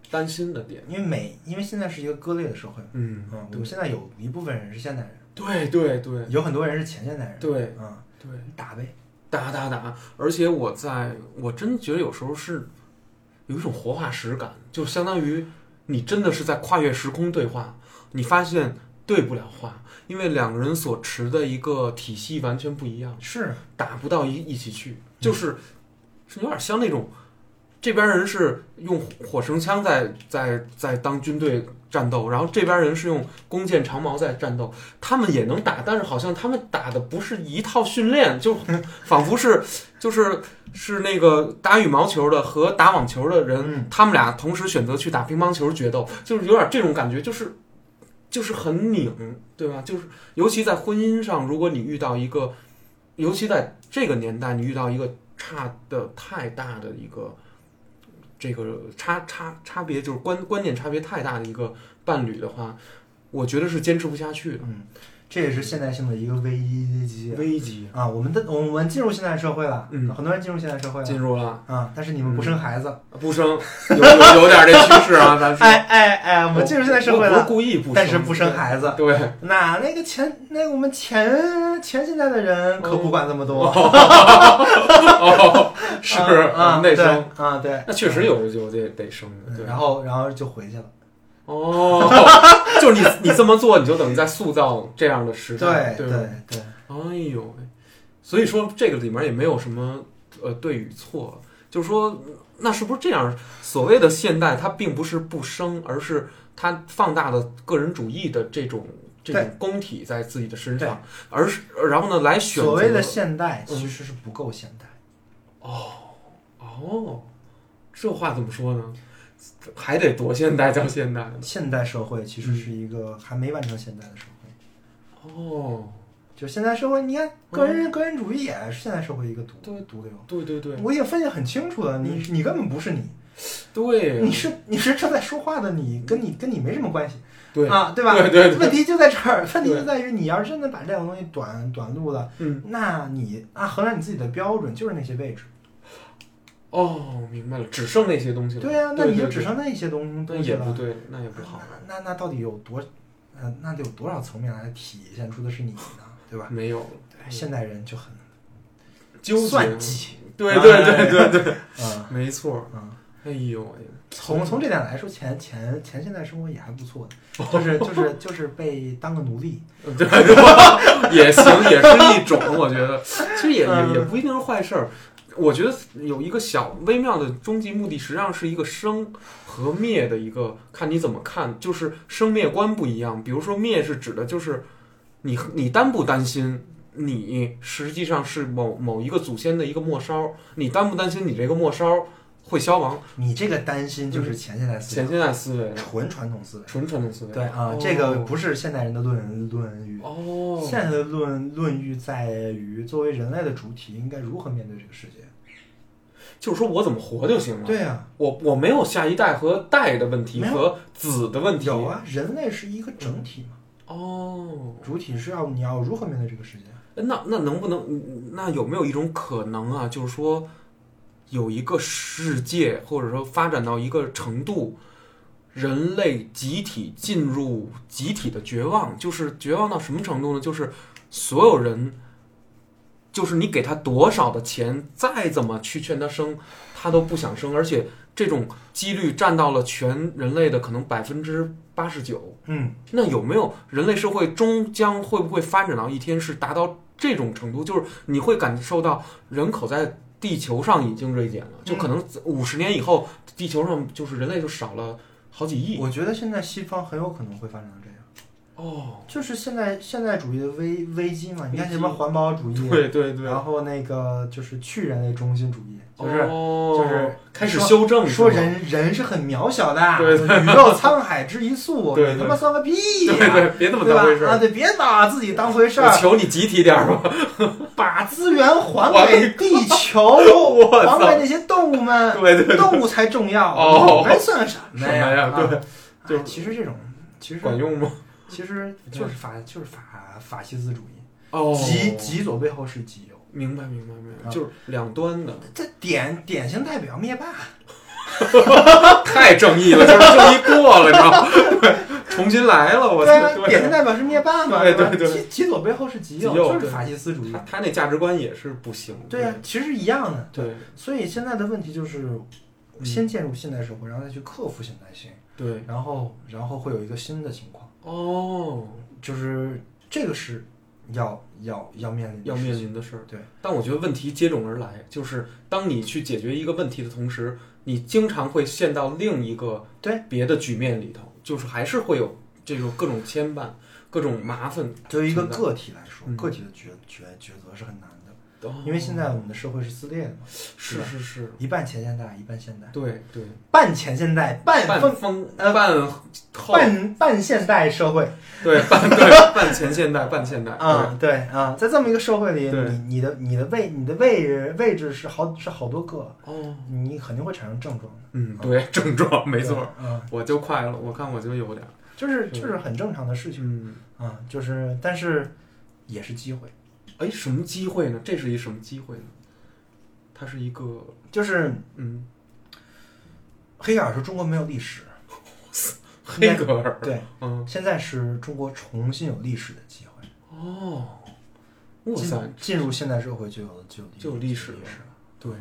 Speaker 1: 担心的点，
Speaker 2: 因为每因为现在是一个割裂的社会嘛，
Speaker 1: 嗯
Speaker 2: 嗯，我们现在有一部分人是现代人，
Speaker 1: 对对对
Speaker 2: 有很多人是前现代人，
Speaker 1: 对
Speaker 2: 嗯，
Speaker 1: 对，
Speaker 2: 打呗，
Speaker 1: 打打打，而且我在我真觉得有时候是有一种活化石感，就相当于你真的是在跨越时空对话，你发现对不了话，因为两个人所持的一个体系完全不一样，
Speaker 2: 是，啊
Speaker 1: 打不到一一起去，就是是有点像那种。这边人是用火绳枪在在在当军队战斗，然后这边人是用弓箭长矛在战斗，他们也能打，但是好像他们打的不是一套训练，就仿佛是就是是那个打羽毛球的和打网球的人，
Speaker 2: 嗯
Speaker 1: 他们俩同时选择去打乒乓球决斗，就是有点这种感觉，就是就是很拧，对吧？就是尤其在婚姻上，如果你遇到一个，尤其在这个年代，你遇到一个差的太大的一个。这个差差差别就是观观念差别太大的一个伴侣的话，我觉得是坚持不下去的。
Speaker 2: 嗯，这也是现代性的一个危机
Speaker 1: 危机
Speaker 2: 啊。我们的我们进入现代社会了，
Speaker 1: 嗯
Speaker 2: 很多人进入现代社会
Speaker 1: 进
Speaker 2: 了，
Speaker 1: 入嗯了，
Speaker 2: 啊，但是你们不生孩子，
Speaker 1: 不生有有有点这趋势啊，咱
Speaker 2: 哎哎哎，我们进入现代社会
Speaker 1: 我不是
Speaker 2: 了，
Speaker 1: 故意不生，
Speaker 2: 但是不生孩子，
Speaker 1: 对，
Speaker 2: 那那个前那我们前前现代的人可不管这么多，嗯
Speaker 1: *laughs* 哦，是嗯
Speaker 2: 啊，
Speaker 1: 内
Speaker 2: 对
Speaker 1: 生，
Speaker 2: 啊，对，
Speaker 1: 那确实有有得得生的，对
Speaker 2: 嗯，然后然后就回去了。
Speaker 1: 哦， *laughs* 就是你你这么做，你就等于在塑造这样的时代，
Speaker 2: 对
Speaker 1: 吧？
Speaker 2: 对，
Speaker 1: 哎呦喂，所以说这个里面也没有什么呃对与错，就是说那是不是这样？所谓的现代，它并不是不生，而是它放大了个人主义的这种这种功体在自己的身上，而是然后呢来选择
Speaker 2: 所谓的现代
Speaker 1: 嗯
Speaker 2: 其实是不够现代，
Speaker 1: 哦，这话怎么说呢？还得多现代叫现代
Speaker 2: 现代社会其实
Speaker 1: 嗯
Speaker 2: 是一个还没完成现代的社会。
Speaker 1: 哦，
Speaker 2: 就现代社会，你看个人、个人主义也是现代社会一个毒
Speaker 1: 嗯对
Speaker 2: 毒瘤。
Speaker 1: 对对对嗯
Speaker 2: 我也分析很清楚了，你你根本不是你，
Speaker 1: 对，啊
Speaker 2: 你是你是正在说话的你，跟你跟你没什么关系，
Speaker 1: 对
Speaker 2: 啊，对吧？
Speaker 1: 对对对
Speaker 2: 问题就在这儿，问题
Speaker 1: 对
Speaker 2: 就在于你要是真的把这种东西短短路了，
Speaker 1: 嗯
Speaker 2: 那你按衡量你自己的标准就是那些位置，
Speaker 1: 哦，明白了，只剩那些东西了。
Speaker 2: 对啊，那你就
Speaker 1: 对
Speaker 2: 只剩那些东
Speaker 1: 那
Speaker 2: 东西
Speaker 1: 也
Speaker 2: 了
Speaker 1: 不，对，那也不好。
Speaker 2: 那那到底有多，呃，那得有多少层面来体现出的是你呢？对吧？
Speaker 1: 没有
Speaker 2: 对现代人就很
Speaker 1: 纠结
Speaker 2: 算计，
Speaker 1: 对对对对对，
Speaker 2: 嗯
Speaker 1: 没错。
Speaker 2: 嗯，
Speaker 1: 哎呦喂，
Speaker 2: 从从这点来说，前前前现代生活也还不错的，就是就是就是被当个奴隶，
Speaker 1: 对对 *laughs* 也行，也是一种，我觉得其实也也
Speaker 2: 嗯
Speaker 1: 也不一定是坏事儿。我觉得有一个小微妙的终极目的，实际上是一个生和灭的一个，看你怎么看，就是生灭观不一样。比如说灭是指的就是你你担不担心。你实际上是某某一个祖先的一个末梢，你担不担心你这个末梢会消亡？
Speaker 2: 你这个担心就是前现代思
Speaker 1: 前
Speaker 2: 想，
Speaker 1: 现代思维，
Speaker 2: 纯传统思维。
Speaker 1: 纯传统思维。
Speaker 2: 对啊
Speaker 1: 哦，
Speaker 2: 这个不是现代人的论论语，
Speaker 1: 哦，
Speaker 2: 现代的论论语在于作为人类的主体应该如何面对这个世界。
Speaker 1: 就是说我怎么活就行了。
Speaker 2: 对啊，
Speaker 1: 我我没有下一代和代的问题
Speaker 2: 没有
Speaker 1: 和子的问题。
Speaker 2: 有啊，人类是一个整体嘛，
Speaker 1: 哦，
Speaker 2: 主体是要你要如何面对这个世界。
Speaker 1: 那那能不能，那有没有一种可能啊？就是说，有一个世界，或者说发展到一个程度，人类集体进入集体的绝望，就是绝望到什么程度呢？就是所有人，就是你给他多少的钱，再怎么去劝他生，他都不想生，而且这种几率占到了全人类的可能百分之八十九。
Speaker 2: 嗯，
Speaker 1: 那有没有人类社会终将会不会发展到一天是达到这种程度？就是你会感受到人口在地球上已经锐减了，就可能五十年以后，地球上就是人类就少了好几亿。
Speaker 2: 嗯我觉得现在西方很有可能会发展成这样。 *laughs*
Speaker 1: 哦，
Speaker 2: 就是现在现代主义的危危机嘛。你看
Speaker 1: 危
Speaker 2: 什
Speaker 1: 机
Speaker 2: 么环保主义，
Speaker 1: 对对对，
Speaker 2: 然后那个就是去人类中心主义，就是
Speaker 1: 哦
Speaker 2: 就是
Speaker 1: 开始
Speaker 2: 说
Speaker 1: 修正是
Speaker 2: 说
Speaker 1: 吗
Speaker 2: 人人是很渺小的，
Speaker 1: 哦对
Speaker 2: 宇宙沧海之一粟，
Speaker 1: 对对
Speaker 2: 你他妈算个屁呀、
Speaker 1: 对对，别那么
Speaker 2: 对
Speaker 1: 当回事
Speaker 2: 吧？啊，
Speaker 1: 儿。
Speaker 2: 啊对，别把自己当回事
Speaker 1: 我
Speaker 2: 儿，
Speaker 1: 求你集体点儿吧！
Speaker 2: 把资源还给
Speaker 1: *laughs*
Speaker 2: 地球，
Speaker 1: 我
Speaker 2: 还
Speaker 1: 操！
Speaker 2: 给那些动物们，
Speaker 1: 对对对，
Speaker 2: 动物才重要，
Speaker 1: 哦
Speaker 2: 你们算什么
Speaker 1: 什么呀
Speaker 2: 呀？
Speaker 1: 对
Speaker 2: 啊，
Speaker 1: 就
Speaker 2: 哎其实这种，其实
Speaker 1: *laughs* 管用吗？
Speaker 2: 其实就是法，就是法法西斯主义，
Speaker 1: 哦
Speaker 2: 极极左背后是极右，
Speaker 1: 明白明白明白，
Speaker 2: 啊
Speaker 1: 就是两端的，
Speaker 2: 这典典型代表灭霸，
Speaker 1: 太正义了，就是正义过了，你知道吗？ *laughs* 对，重新来了，我
Speaker 2: 对啊
Speaker 1: 操！，
Speaker 2: 典型代表是灭霸嘛，
Speaker 1: 对
Speaker 2: 吧
Speaker 1: 对对
Speaker 2: 极极左背后是极
Speaker 1: 极右
Speaker 2: 右，就是
Speaker 1: 对
Speaker 2: 法西斯主义
Speaker 1: 他，他那价值观也是不行。
Speaker 2: 对啊呀，其实一样的，
Speaker 1: 对
Speaker 2: 所以现在的问题就是。
Speaker 1: 嗯
Speaker 2: 先进入现代社会，然后再去克服现代性，
Speaker 1: 对，
Speaker 2: 然后然后会有一个新的情况，
Speaker 1: 哦，
Speaker 2: 就是这个是要要要面临的
Speaker 1: 要
Speaker 2: 事
Speaker 1: 面
Speaker 2: 情
Speaker 1: 临的事儿。
Speaker 2: 对，
Speaker 1: 但我觉得问题接踵而来，就是当你去解决一个问题的同时，你经常会陷到另一个
Speaker 2: 对
Speaker 1: 别的局面里头，就是还是会有这种各种牵绊、各种麻烦。
Speaker 2: 对于一个个体来说，
Speaker 1: 嗯
Speaker 2: 个体的抉抉抉择是很难的，
Speaker 1: 哦
Speaker 2: 因为现在我们的社会是撕裂的嘛，
Speaker 1: 是是是，
Speaker 2: 一半前现代，一半现代，
Speaker 1: 对对，
Speaker 2: 半前现代，半
Speaker 1: 半
Speaker 2: 封
Speaker 1: 风
Speaker 2: 呃
Speaker 1: 半后
Speaker 2: 半半现代社会
Speaker 1: 对半对半前现代半现代
Speaker 2: 啊，对啊，在这么一个社会里，
Speaker 1: 对
Speaker 2: 你你的你的位你的位位置是好是好多个，
Speaker 1: 对哦
Speaker 2: 你肯定会产生症状的，
Speaker 1: 嗯对症状没错，
Speaker 2: 啊对，嗯，
Speaker 1: 我就快了，我看我就有点儿
Speaker 2: 就是
Speaker 1: 是
Speaker 2: 就是很正常的事情
Speaker 1: 嗯。
Speaker 2: 啊，就是但是也是机会。
Speaker 1: 哎，什么机会呢？这是一什么机会呢？它是一个，
Speaker 2: 就是
Speaker 1: 嗯，
Speaker 2: 黑格尔说中国没有历史，
Speaker 1: 黑格尔，
Speaker 2: 对，
Speaker 1: 嗯，
Speaker 2: 现在是中国重新有历史的机会。
Speaker 1: 哦，哇
Speaker 2: 进
Speaker 1: 塞，
Speaker 2: 进入现代社会就有就有
Speaker 1: 就有历史了
Speaker 2: 历史
Speaker 1: 对，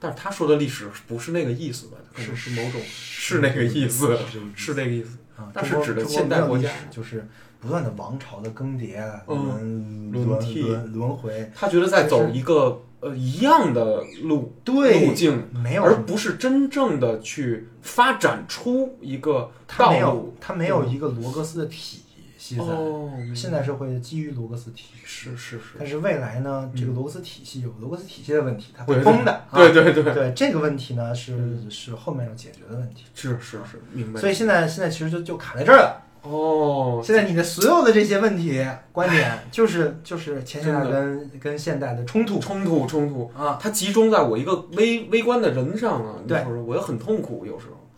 Speaker 1: 但是他说的历史不是那个意思吧？可能
Speaker 2: 是
Speaker 1: 是某种是那个意思，是那个意思，
Speaker 2: 啊，
Speaker 1: 但是
Speaker 2: 中国
Speaker 1: 指的
Speaker 2: 中国
Speaker 1: 现代
Speaker 2: 没有
Speaker 1: 国
Speaker 2: 历
Speaker 1: 家
Speaker 2: 史就是不断的王朝的更迭、
Speaker 1: 嗯
Speaker 2: 轮
Speaker 1: 轮
Speaker 2: 轮
Speaker 1: 替
Speaker 2: 轮轮回，
Speaker 1: 他觉得在走一个呃一样的路路
Speaker 2: 对，
Speaker 1: 径，
Speaker 2: 没有
Speaker 1: 而不是真正的去发展出一个
Speaker 2: 他
Speaker 1: 道
Speaker 2: 没
Speaker 1: 路
Speaker 2: 有。他没有一个罗格斯的体系在，
Speaker 1: 哦，明白
Speaker 2: 现代社会基于罗格斯体系，
Speaker 1: 是是是，
Speaker 2: 但是未来呢，
Speaker 1: 嗯
Speaker 2: 这个罗格斯体系有罗格斯体系的问题，它会
Speaker 1: 对
Speaker 2: 崩的，啊
Speaker 1: 对对对，
Speaker 2: 对这个问题呢是是后面要解决的问题，
Speaker 1: 是是是，明白。
Speaker 2: 所以现在现在其实就就卡在这儿了。
Speaker 1: 哦，
Speaker 2: 现在你的所有的这些问题观点，就是就是前现代
Speaker 1: 真
Speaker 2: 跟跟现代的冲突
Speaker 1: 冲突冲突，
Speaker 2: 啊，
Speaker 1: 它集中在我一个微微观的人上啊。你
Speaker 2: 对
Speaker 1: 说说，我也很痛苦，有时候，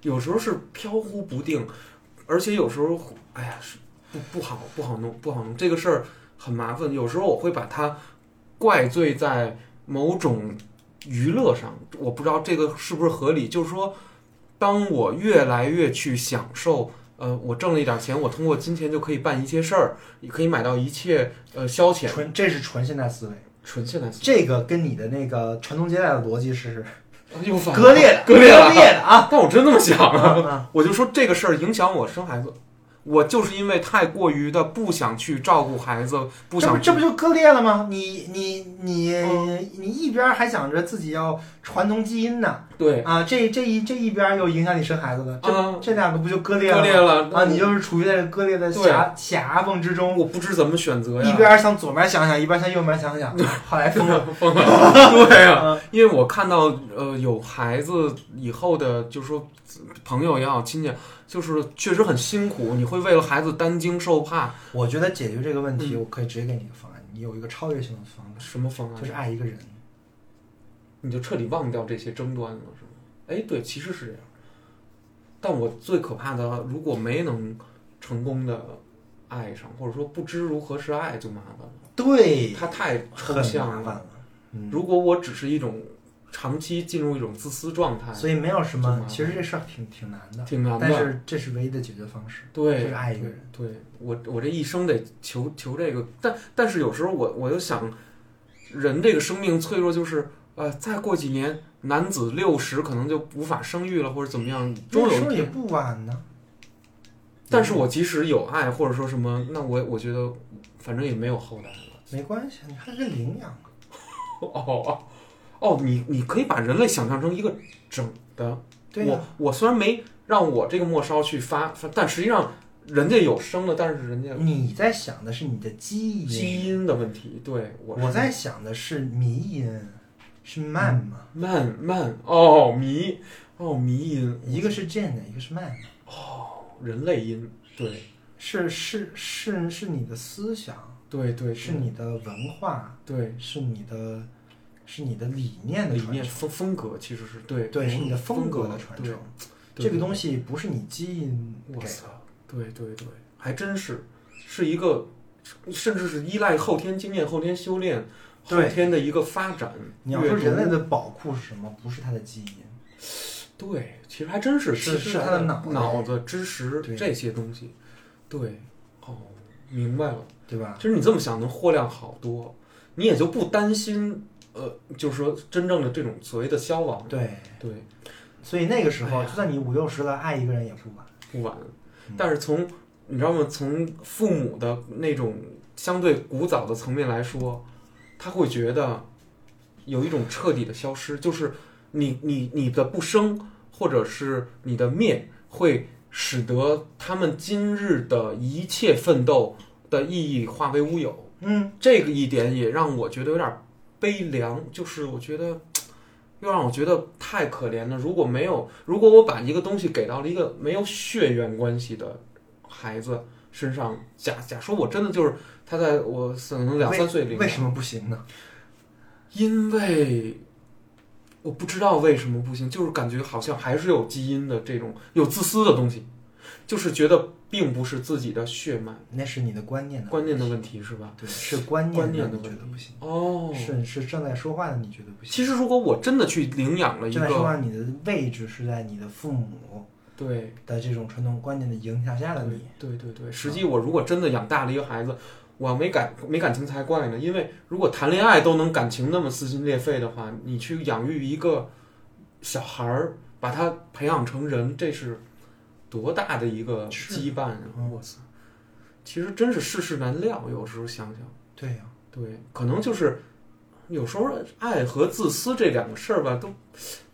Speaker 1: 有时候是飘忽不定，而且有时候，哎呀，是不不好不好弄不好弄这个事儿很麻烦。有时候我会把它怪罪在某种娱乐上，我不知道这个是不是合理。就是说，当我越来越去享受。呃，我挣了一点钱，我通过金钱就可以办一切事儿，也可以买到一切呃消遣，
Speaker 2: 纯这是纯现代思维，
Speaker 1: 纯现代思
Speaker 2: 这个跟你的那个传宗接代的逻辑是
Speaker 1: 维，又哎反
Speaker 2: 割裂的，
Speaker 1: 割裂了
Speaker 2: 的
Speaker 1: *laughs*
Speaker 2: 啊！
Speaker 1: 但我真那么想
Speaker 2: 啊
Speaker 1: 啊，
Speaker 2: 啊
Speaker 1: *laughs* 我就说这个事儿影响我生孩子，我就是因为太过于的不想去照顾孩子，不
Speaker 2: 这不
Speaker 1: 想
Speaker 2: 这不就割裂了吗？你你你
Speaker 1: 嗯
Speaker 2: 你一边还想着自己要传宗基因呢
Speaker 1: 对
Speaker 2: 啊，这这一这一边又影响你生孩子了，
Speaker 1: 嗯
Speaker 2: 这这两个不就割裂
Speaker 1: 割
Speaker 2: 了
Speaker 1: 裂
Speaker 2: 吗？
Speaker 1: 了
Speaker 2: 啊，你就是处于在割裂的
Speaker 1: 对
Speaker 2: 狭狭缝之中，
Speaker 1: 我不知怎么选择呀，
Speaker 2: 一边向左面想想，一边向右面想想， *laughs* 后来疯了。
Speaker 1: 疯了， *laughs* 对呀、
Speaker 2: 嗯
Speaker 1: 因为我看到呃有孩子以后的，就是说朋友也好，亲戚，就是确实很辛苦，你会为了孩子担惊受怕，
Speaker 2: 我觉得解决这个问题，
Speaker 1: 嗯
Speaker 2: 我可以直接给你一个方案，你有一个超越性的方案，
Speaker 1: 什么啊方案？
Speaker 2: 就是爱一个人。
Speaker 1: 你就彻底忘掉这些争端了，是吗？哎，对，其实是这样。但我最可怕的，如果没能成功的爱上，或者说不知如何是爱，就麻烦了。
Speaker 2: 对，
Speaker 1: 它太
Speaker 2: 很
Speaker 1: 抽
Speaker 2: 麻
Speaker 1: 象
Speaker 2: 烦
Speaker 1: 了。
Speaker 2: 了。嗯，
Speaker 1: 如果我只是一种长期进入一种自私状态，
Speaker 2: 所以没有什
Speaker 1: 很麻
Speaker 2: 么
Speaker 1: 烦，
Speaker 2: 其实这事儿挺挺难的，
Speaker 1: 挺难的。
Speaker 2: 但是这是唯一的解决方式。
Speaker 1: 对，
Speaker 2: 就是爱一个人。
Speaker 1: 对我，我这一生得求求这个，但但是有时候我我又想，人这个生命脆弱，就是呃，再过几年，男子六十可能就无法生育了，或者怎么样，终有
Speaker 2: 说
Speaker 1: 一
Speaker 2: 也
Speaker 1: 天。
Speaker 2: 不晚呢。
Speaker 1: 但是我即使有爱，或者说什么，那我我觉得反正也没有后代了。 *laughs*
Speaker 2: 没关系，你还可以领养。
Speaker 1: 哦哦，你你可以把人类想象成一个整的。
Speaker 2: 对呀
Speaker 1: 我我虽然没让我这个末梢去发，发但实际上人家有生了，但是人家
Speaker 2: 你在想的是你的基因，
Speaker 1: 基因的问题。对我
Speaker 2: 我在想的是迷因，是慢
Speaker 1: 嗯
Speaker 2: 嘛？
Speaker 1: 慢慢哦迷哦迷因，
Speaker 2: 一个是 gene，一个是慢嘛，
Speaker 1: 人类因，对
Speaker 2: 是是是是你的思想，
Speaker 1: 对对
Speaker 2: 是你的文化，
Speaker 1: 对
Speaker 2: 是你的是你的理念的
Speaker 1: 理
Speaker 2: 传
Speaker 1: 念
Speaker 2: 承
Speaker 1: 风风格其实是对
Speaker 2: 对，是你的
Speaker 1: 风
Speaker 2: 风格
Speaker 1: 格
Speaker 2: 的传
Speaker 1: 对
Speaker 2: 承。
Speaker 1: 对
Speaker 2: 这个
Speaker 1: 对
Speaker 2: 东西不是你基因给
Speaker 1: 我
Speaker 2: 的，
Speaker 1: 操，对对对，还真是，是一个，甚至是依赖后天经验、后天修炼、后
Speaker 2: 对
Speaker 1: 天的一个发展。
Speaker 2: 你要说
Speaker 1: 阅读
Speaker 2: 人类，的宝库是什么？不是他的基因，
Speaker 1: 对，其实还真是
Speaker 2: 是
Speaker 1: 其
Speaker 2: 是
Speaker 1: 实
Speaker 2: 他
Speaker 1: 他
Speaker 2: 的脑
Speaker 1: 脑
Speaker 2: 袋
Speaker 1: 子、知识
Speaker 2: 对
Speaker 1: 这些东西。对，哦，明白了。
Speaker 2: 对吧？
Speaker 1: 其实你这么想，能货量好多，你也就不担心，呃，就是说真正的这种所谓的消亡。
Speaker 2: 对，
Speaker 1: 对，
Speaker 2: 所以那个时候，
Speaker 1: 哎呀
Speaker 2: 就算你五六十了，爱一个人也不晚。
Speaker 1: 不晚
Speaker 2: 嗯。
Speaker 1: 但是从你知道吗？从父母的那种相对古早的层面来说，他会觉得有一种彻底的消失，就是你你你的不生或者是你的灭，会使得他们今日的一切奋斗的意义化为乌有。
Speaker 2: 嗯，
Speaker 1: 这个一点也让我觉得有点悲凉，就是我觉得又让我觉得太可怜了。如果没有，如果我把一个东西给到了一个没有血缘关系的孩子身上，假假说我真的就是他在我可能两三岁
Speaker 2: 为
Speaker 1: 龄，
Speaker 2: 为什么不行呢？
Speaker 1: 因为我不知道为什么不行，就是感觉好像还是有基因的这种有自私的东西，就是觉得并不是自己的血脉
Speaker 2: 那是你的观念的
Speaker 1: 观念的问题，是吧？
Speaker 2: 对，是观念
Speaker 1: 观念的
Speaker 2: 你觉
Speaker 1: 问
Speaker 2: 得不行，
Speaker 1: 哦，
Speaker 2: 是是正在说话的你觉得不行。
Speaker 1: 其实，如果我真的去领养了一
Speaker 2: 正在说
Speaker 1: 个，
Speaker 2: 话，你的位置是在你的父母
Speaker 1: 对
Speaker 2: 的这种传统观念的影响下的你。
Speaker 1: 对对对，实际我如果真的养大了一个孩子，我没感没感情才怪呢。因为如果谈恋爱都能感情那么撕心裂肺的话，你去养育一个小孩儿，把他培养成人，这是多大的一个
Speaker 2: 是
Speaker 1: 羁绊啊！
Speaker 2: 嗯
Speaker 1: 我操，其实真是世事难料，有时候想想。
Speaker 2: 对啊呀、
Speaker 1: 对，可能就是有时候爱和自私这两个事儿吧，都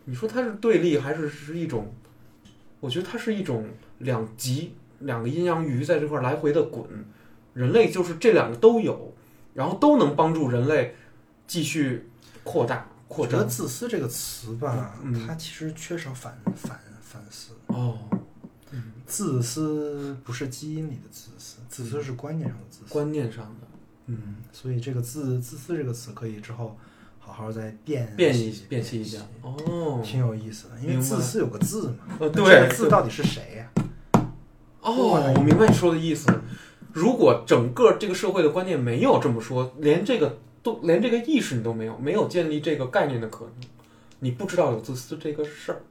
Speaker 1: 你说它是对立还是是一种？我觉得它是一种两极，两个阴阳鱼在这块儿来回的滚。人类就是这两个都有，然后都能帮助人类继续扩大扩
Speaker 2: 我觉得
Speaker 1: 张。
Speaker 2: 自私这个词吧，
Speaker 1: 嗯
Speaker 2: 它其实缺少反反反思。
Speaker 1: 哦，
Speaker 2: 自私不是基因里的自私，自私是观念上的自私。
Speaker 1: 嗯观念上的，嗯，
Speaker 2: 所以这个自自私这个词可以之后好好再辨
Speaker 1: 辨
Speaker 2: 析
Speaker 1: 析辨析一下。哦，
Speaker 2: 挺有意思的，因为
Speaker 1: 明白
Speaker 2: 自私有个字嘛，
Speaker 1: 呃，
Speaker 2: 那这
Speaker 1: *laughs* 对
Speaker 2: 个，字到底是谁呀、
Speaker 1: 哦，我明白你说的意思。如果整个这个社会的观念没有这么说，连这个都连这个意识你都没有，没有建立这个概念的可能，你不知道有自私这个事儿。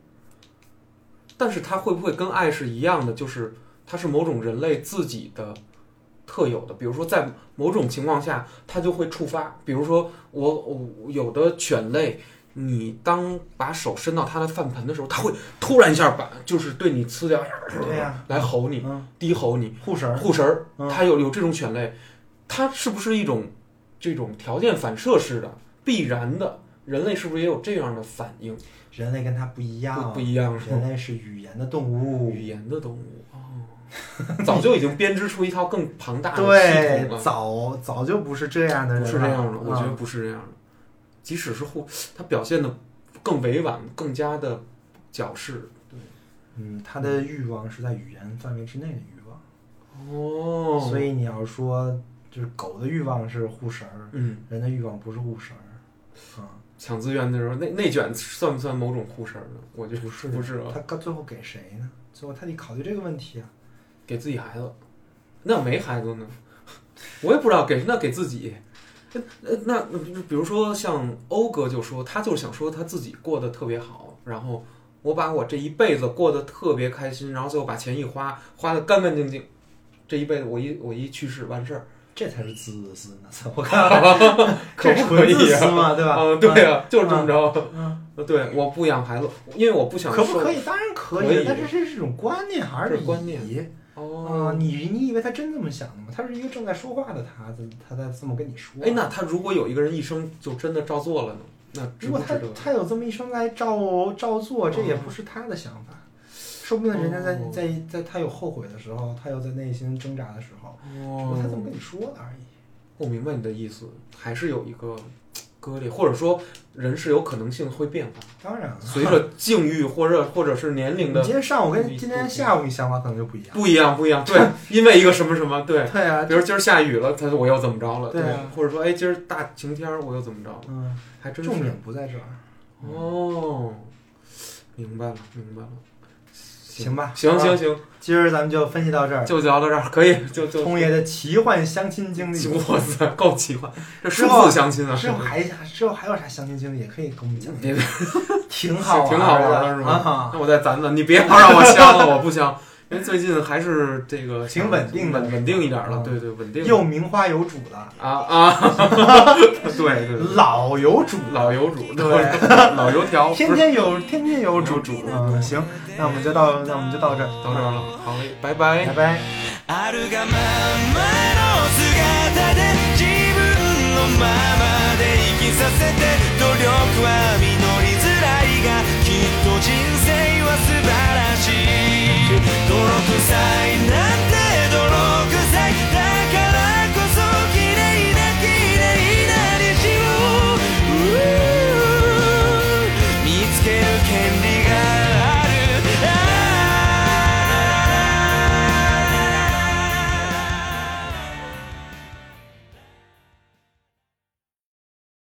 Speaker 1: 但是它会不会跟爱是一样的？就是它是某种人类自己的特有的，比如说在某种情况下，它就会触发。比如说我我有的犬类，你当把手伸到它的饭盆的时候，它会突然一下把就是对你呲掉，
Speaker 2: 对呀
Speaker 1: 来吼你。
Speaker 2: 嗯，
Speaker 1: 低吼你，
Speaker 2: 护神儿，
Speaker 1: 护食儿，
Speaker 2: 嗯
Speaker 1: 它有有这种犬类，它是不是一种这种条件反射式的必然的？人类是不是也有这样的反应？
Speaker 2: 人类跟它不一样，
Speaker 1: 不不一样是
Speaker 2: 人
Speaker 1: 吗？
Speaker 2: 类啊是语言的动物
Speaker 1: 语，言的动物哦，早就已经编织出一套更庞大的系
Speaker 2: 对
Speaker 1: 统，了，
Speaker 2: 早早就不是这样的人
Speaker 1: 不
Speaker 2: 了，
Speaker 1: 是这样的，我觉得
Speaker 2: 嗯
Speaker 1: 不是这样的。即使是护，它表现的更委婉，更加的矫饰。
Speaker 2: 嗯，它的欲望是在语言范围之内的欲望，
Speaker 1: 哦，
Speaker 2: 所以你要说就是狗的欲望是护神儿，
Speaker 1: 嗯，
Speaker 2: 人的欲望不是护神儿，啊、
Speaker 1: 抢资源的时候，内内卷算不算某种护食儿呢？我觉得不是，不是啊。
Speaker 2: 它到最后给谁呢？最后他得考虑这个问题啊。
Speaker 1: 给自己孩子，那没孩子呢， *laughs* 我也不知道给那给自己，那那那比如说像欧哥就说，他就想说他自己过得特别好，然后我把我这一辈子过得特别开心，然后最后把钱一花，花的干干净净，这一辈子我一我一去世完事
Speaker 2: *laughs*
Speaker 1: 儿，
Speaker 2: 这才是自私呢！ *laughs* 操，我看
Speaker 1: 可
Speaker 2: 这
Speaker 1: 不可
Speaker 2: 纯自
Speaker 1: 以
Speaker 2: 私
Speaker 1: 啊？
Speaker 2: 嘛， *laughs* 对吧？
Speaker 1: 啊， *laughs* 对啊，就是这么着。
Speaker 2: 嗯，
Speaker 1: 对，我不养孩子，因为我不想
Speaker 2: 可不
Speaker 1: 受
Speaker 2: 可以？当然可
Speaker 1: 可以
Speaker 2: 但是这是一种观念还
Speaker 1: 这
Speaker 2: 是
Speaker 1: 是观念
Speaker 2: 礼仪啊、
Speaker 1: 哦。
Speaker 2: 你你以为他真这么想的吗？他是一个正在说话的他，他他在这么跟你说。
Speaker 1: 哎，那他如果有一个人一生就真的照做了呢？那值
Speaker 2: 如
Speaker 1: 不
Speaker 2: 果
Speaker 1: 值
Speaker 2: 他
Speaker 1: 得？
Speaker 2: 他有这么一生来照照做，这也不是他的想法，说不定人家在
Speaker 1: 哦
Speaker 2: 在在他有后悔的时候，他有在内心挣扎的时候，只不
Speaker 1: 哦
Speaker 2: 过他怎么跟你说的而已。
Speaker 1: 我明白你的意思，还是有一个割裂，或者说人是有可能性会变化，
Speaker 2: 当然了，
Speaker 1: 随
Speaker 2: *laughs*
Speaker 1: 着境遇或者或者是年龄
Speaker 2: 你
Speaker 1: 的
Speaker 2: 今天上午跟今天下午你想法可能就不一样。
Speaker 1: 不一样，不一样。
Speaker 2: *laughs*
Speaker 1: 对，因为一个什么什么，对，
Speaker 2: 对啊，
Speaker 1: 比如今儿下雨了，他说我又怎么着了，
Speaker 2: 对啊
Speaker 1: 或者说哎今儿大晴天儿我又怎么着了，
Speaker 2: 嗯，
Speaker 1: 还真
Speaker 2: 重
Speaker 1: 是
Speaker 2: 点不在这儿。
Speaker 1: 哦，明白了，明白了。
Speaker 2: 行吧
Speaker 1: 行
Speaker 2: 啊
Speaker 1: 行行，
Speaker 2: 今儿咱们就分析到这儿。
Speaker 1: 就聊到这儿，可以，就就啊
Speaker 2: 通爷的奇幻相亲经历，
Speaker 1: 哇塞，够奇幻，这
Speaker 2: 之
Speaker 1: 数
Speaker 2: 后
Speaker 1: 字相亲啊，
Speaker 2: 之后还之后还有啥相亲经历也可以跟我们讲，
Speaker 1: 别
Speaker 2: 挺好
Speaker 1: 挺好玩
Speaker 2: 玩
Speaker 1: 的是吧
Speaker 2: 啊
Speaker 1: 那我再攒攒，你别老让我香了，我不香，因为最近还是这个
Speaker 2: 挺稳定的
Speaker 1: 稳稳定一点了，
Speaker 2: 嗯
Speaker 1: 对对，稳定
Speaker 2: 又名花有主了，
Speaker 1: 啊啊， *laughs* 对对，对
Speaker 2: *laughs* 老有主了，
Speaker 1: 老油主，
Speaker 2: 对
Speaker 1: 老油条，
Speaker 2: 天天有天天有主
Speaker 1: 有主
Speaker 2: 嗯，行，那我们就到那我们就到这儿，
Speaker 1: 不是到这儿了，好嘞，拜
Speaker 2: 嗯，
Speaker 1: 拜
Speaker 2: 拜。拜。
Speaker 3: あるがまんまの姿で自分のままで生きさせて努力は実りづらいがきっと人生は素晴らしい泥臭いなんて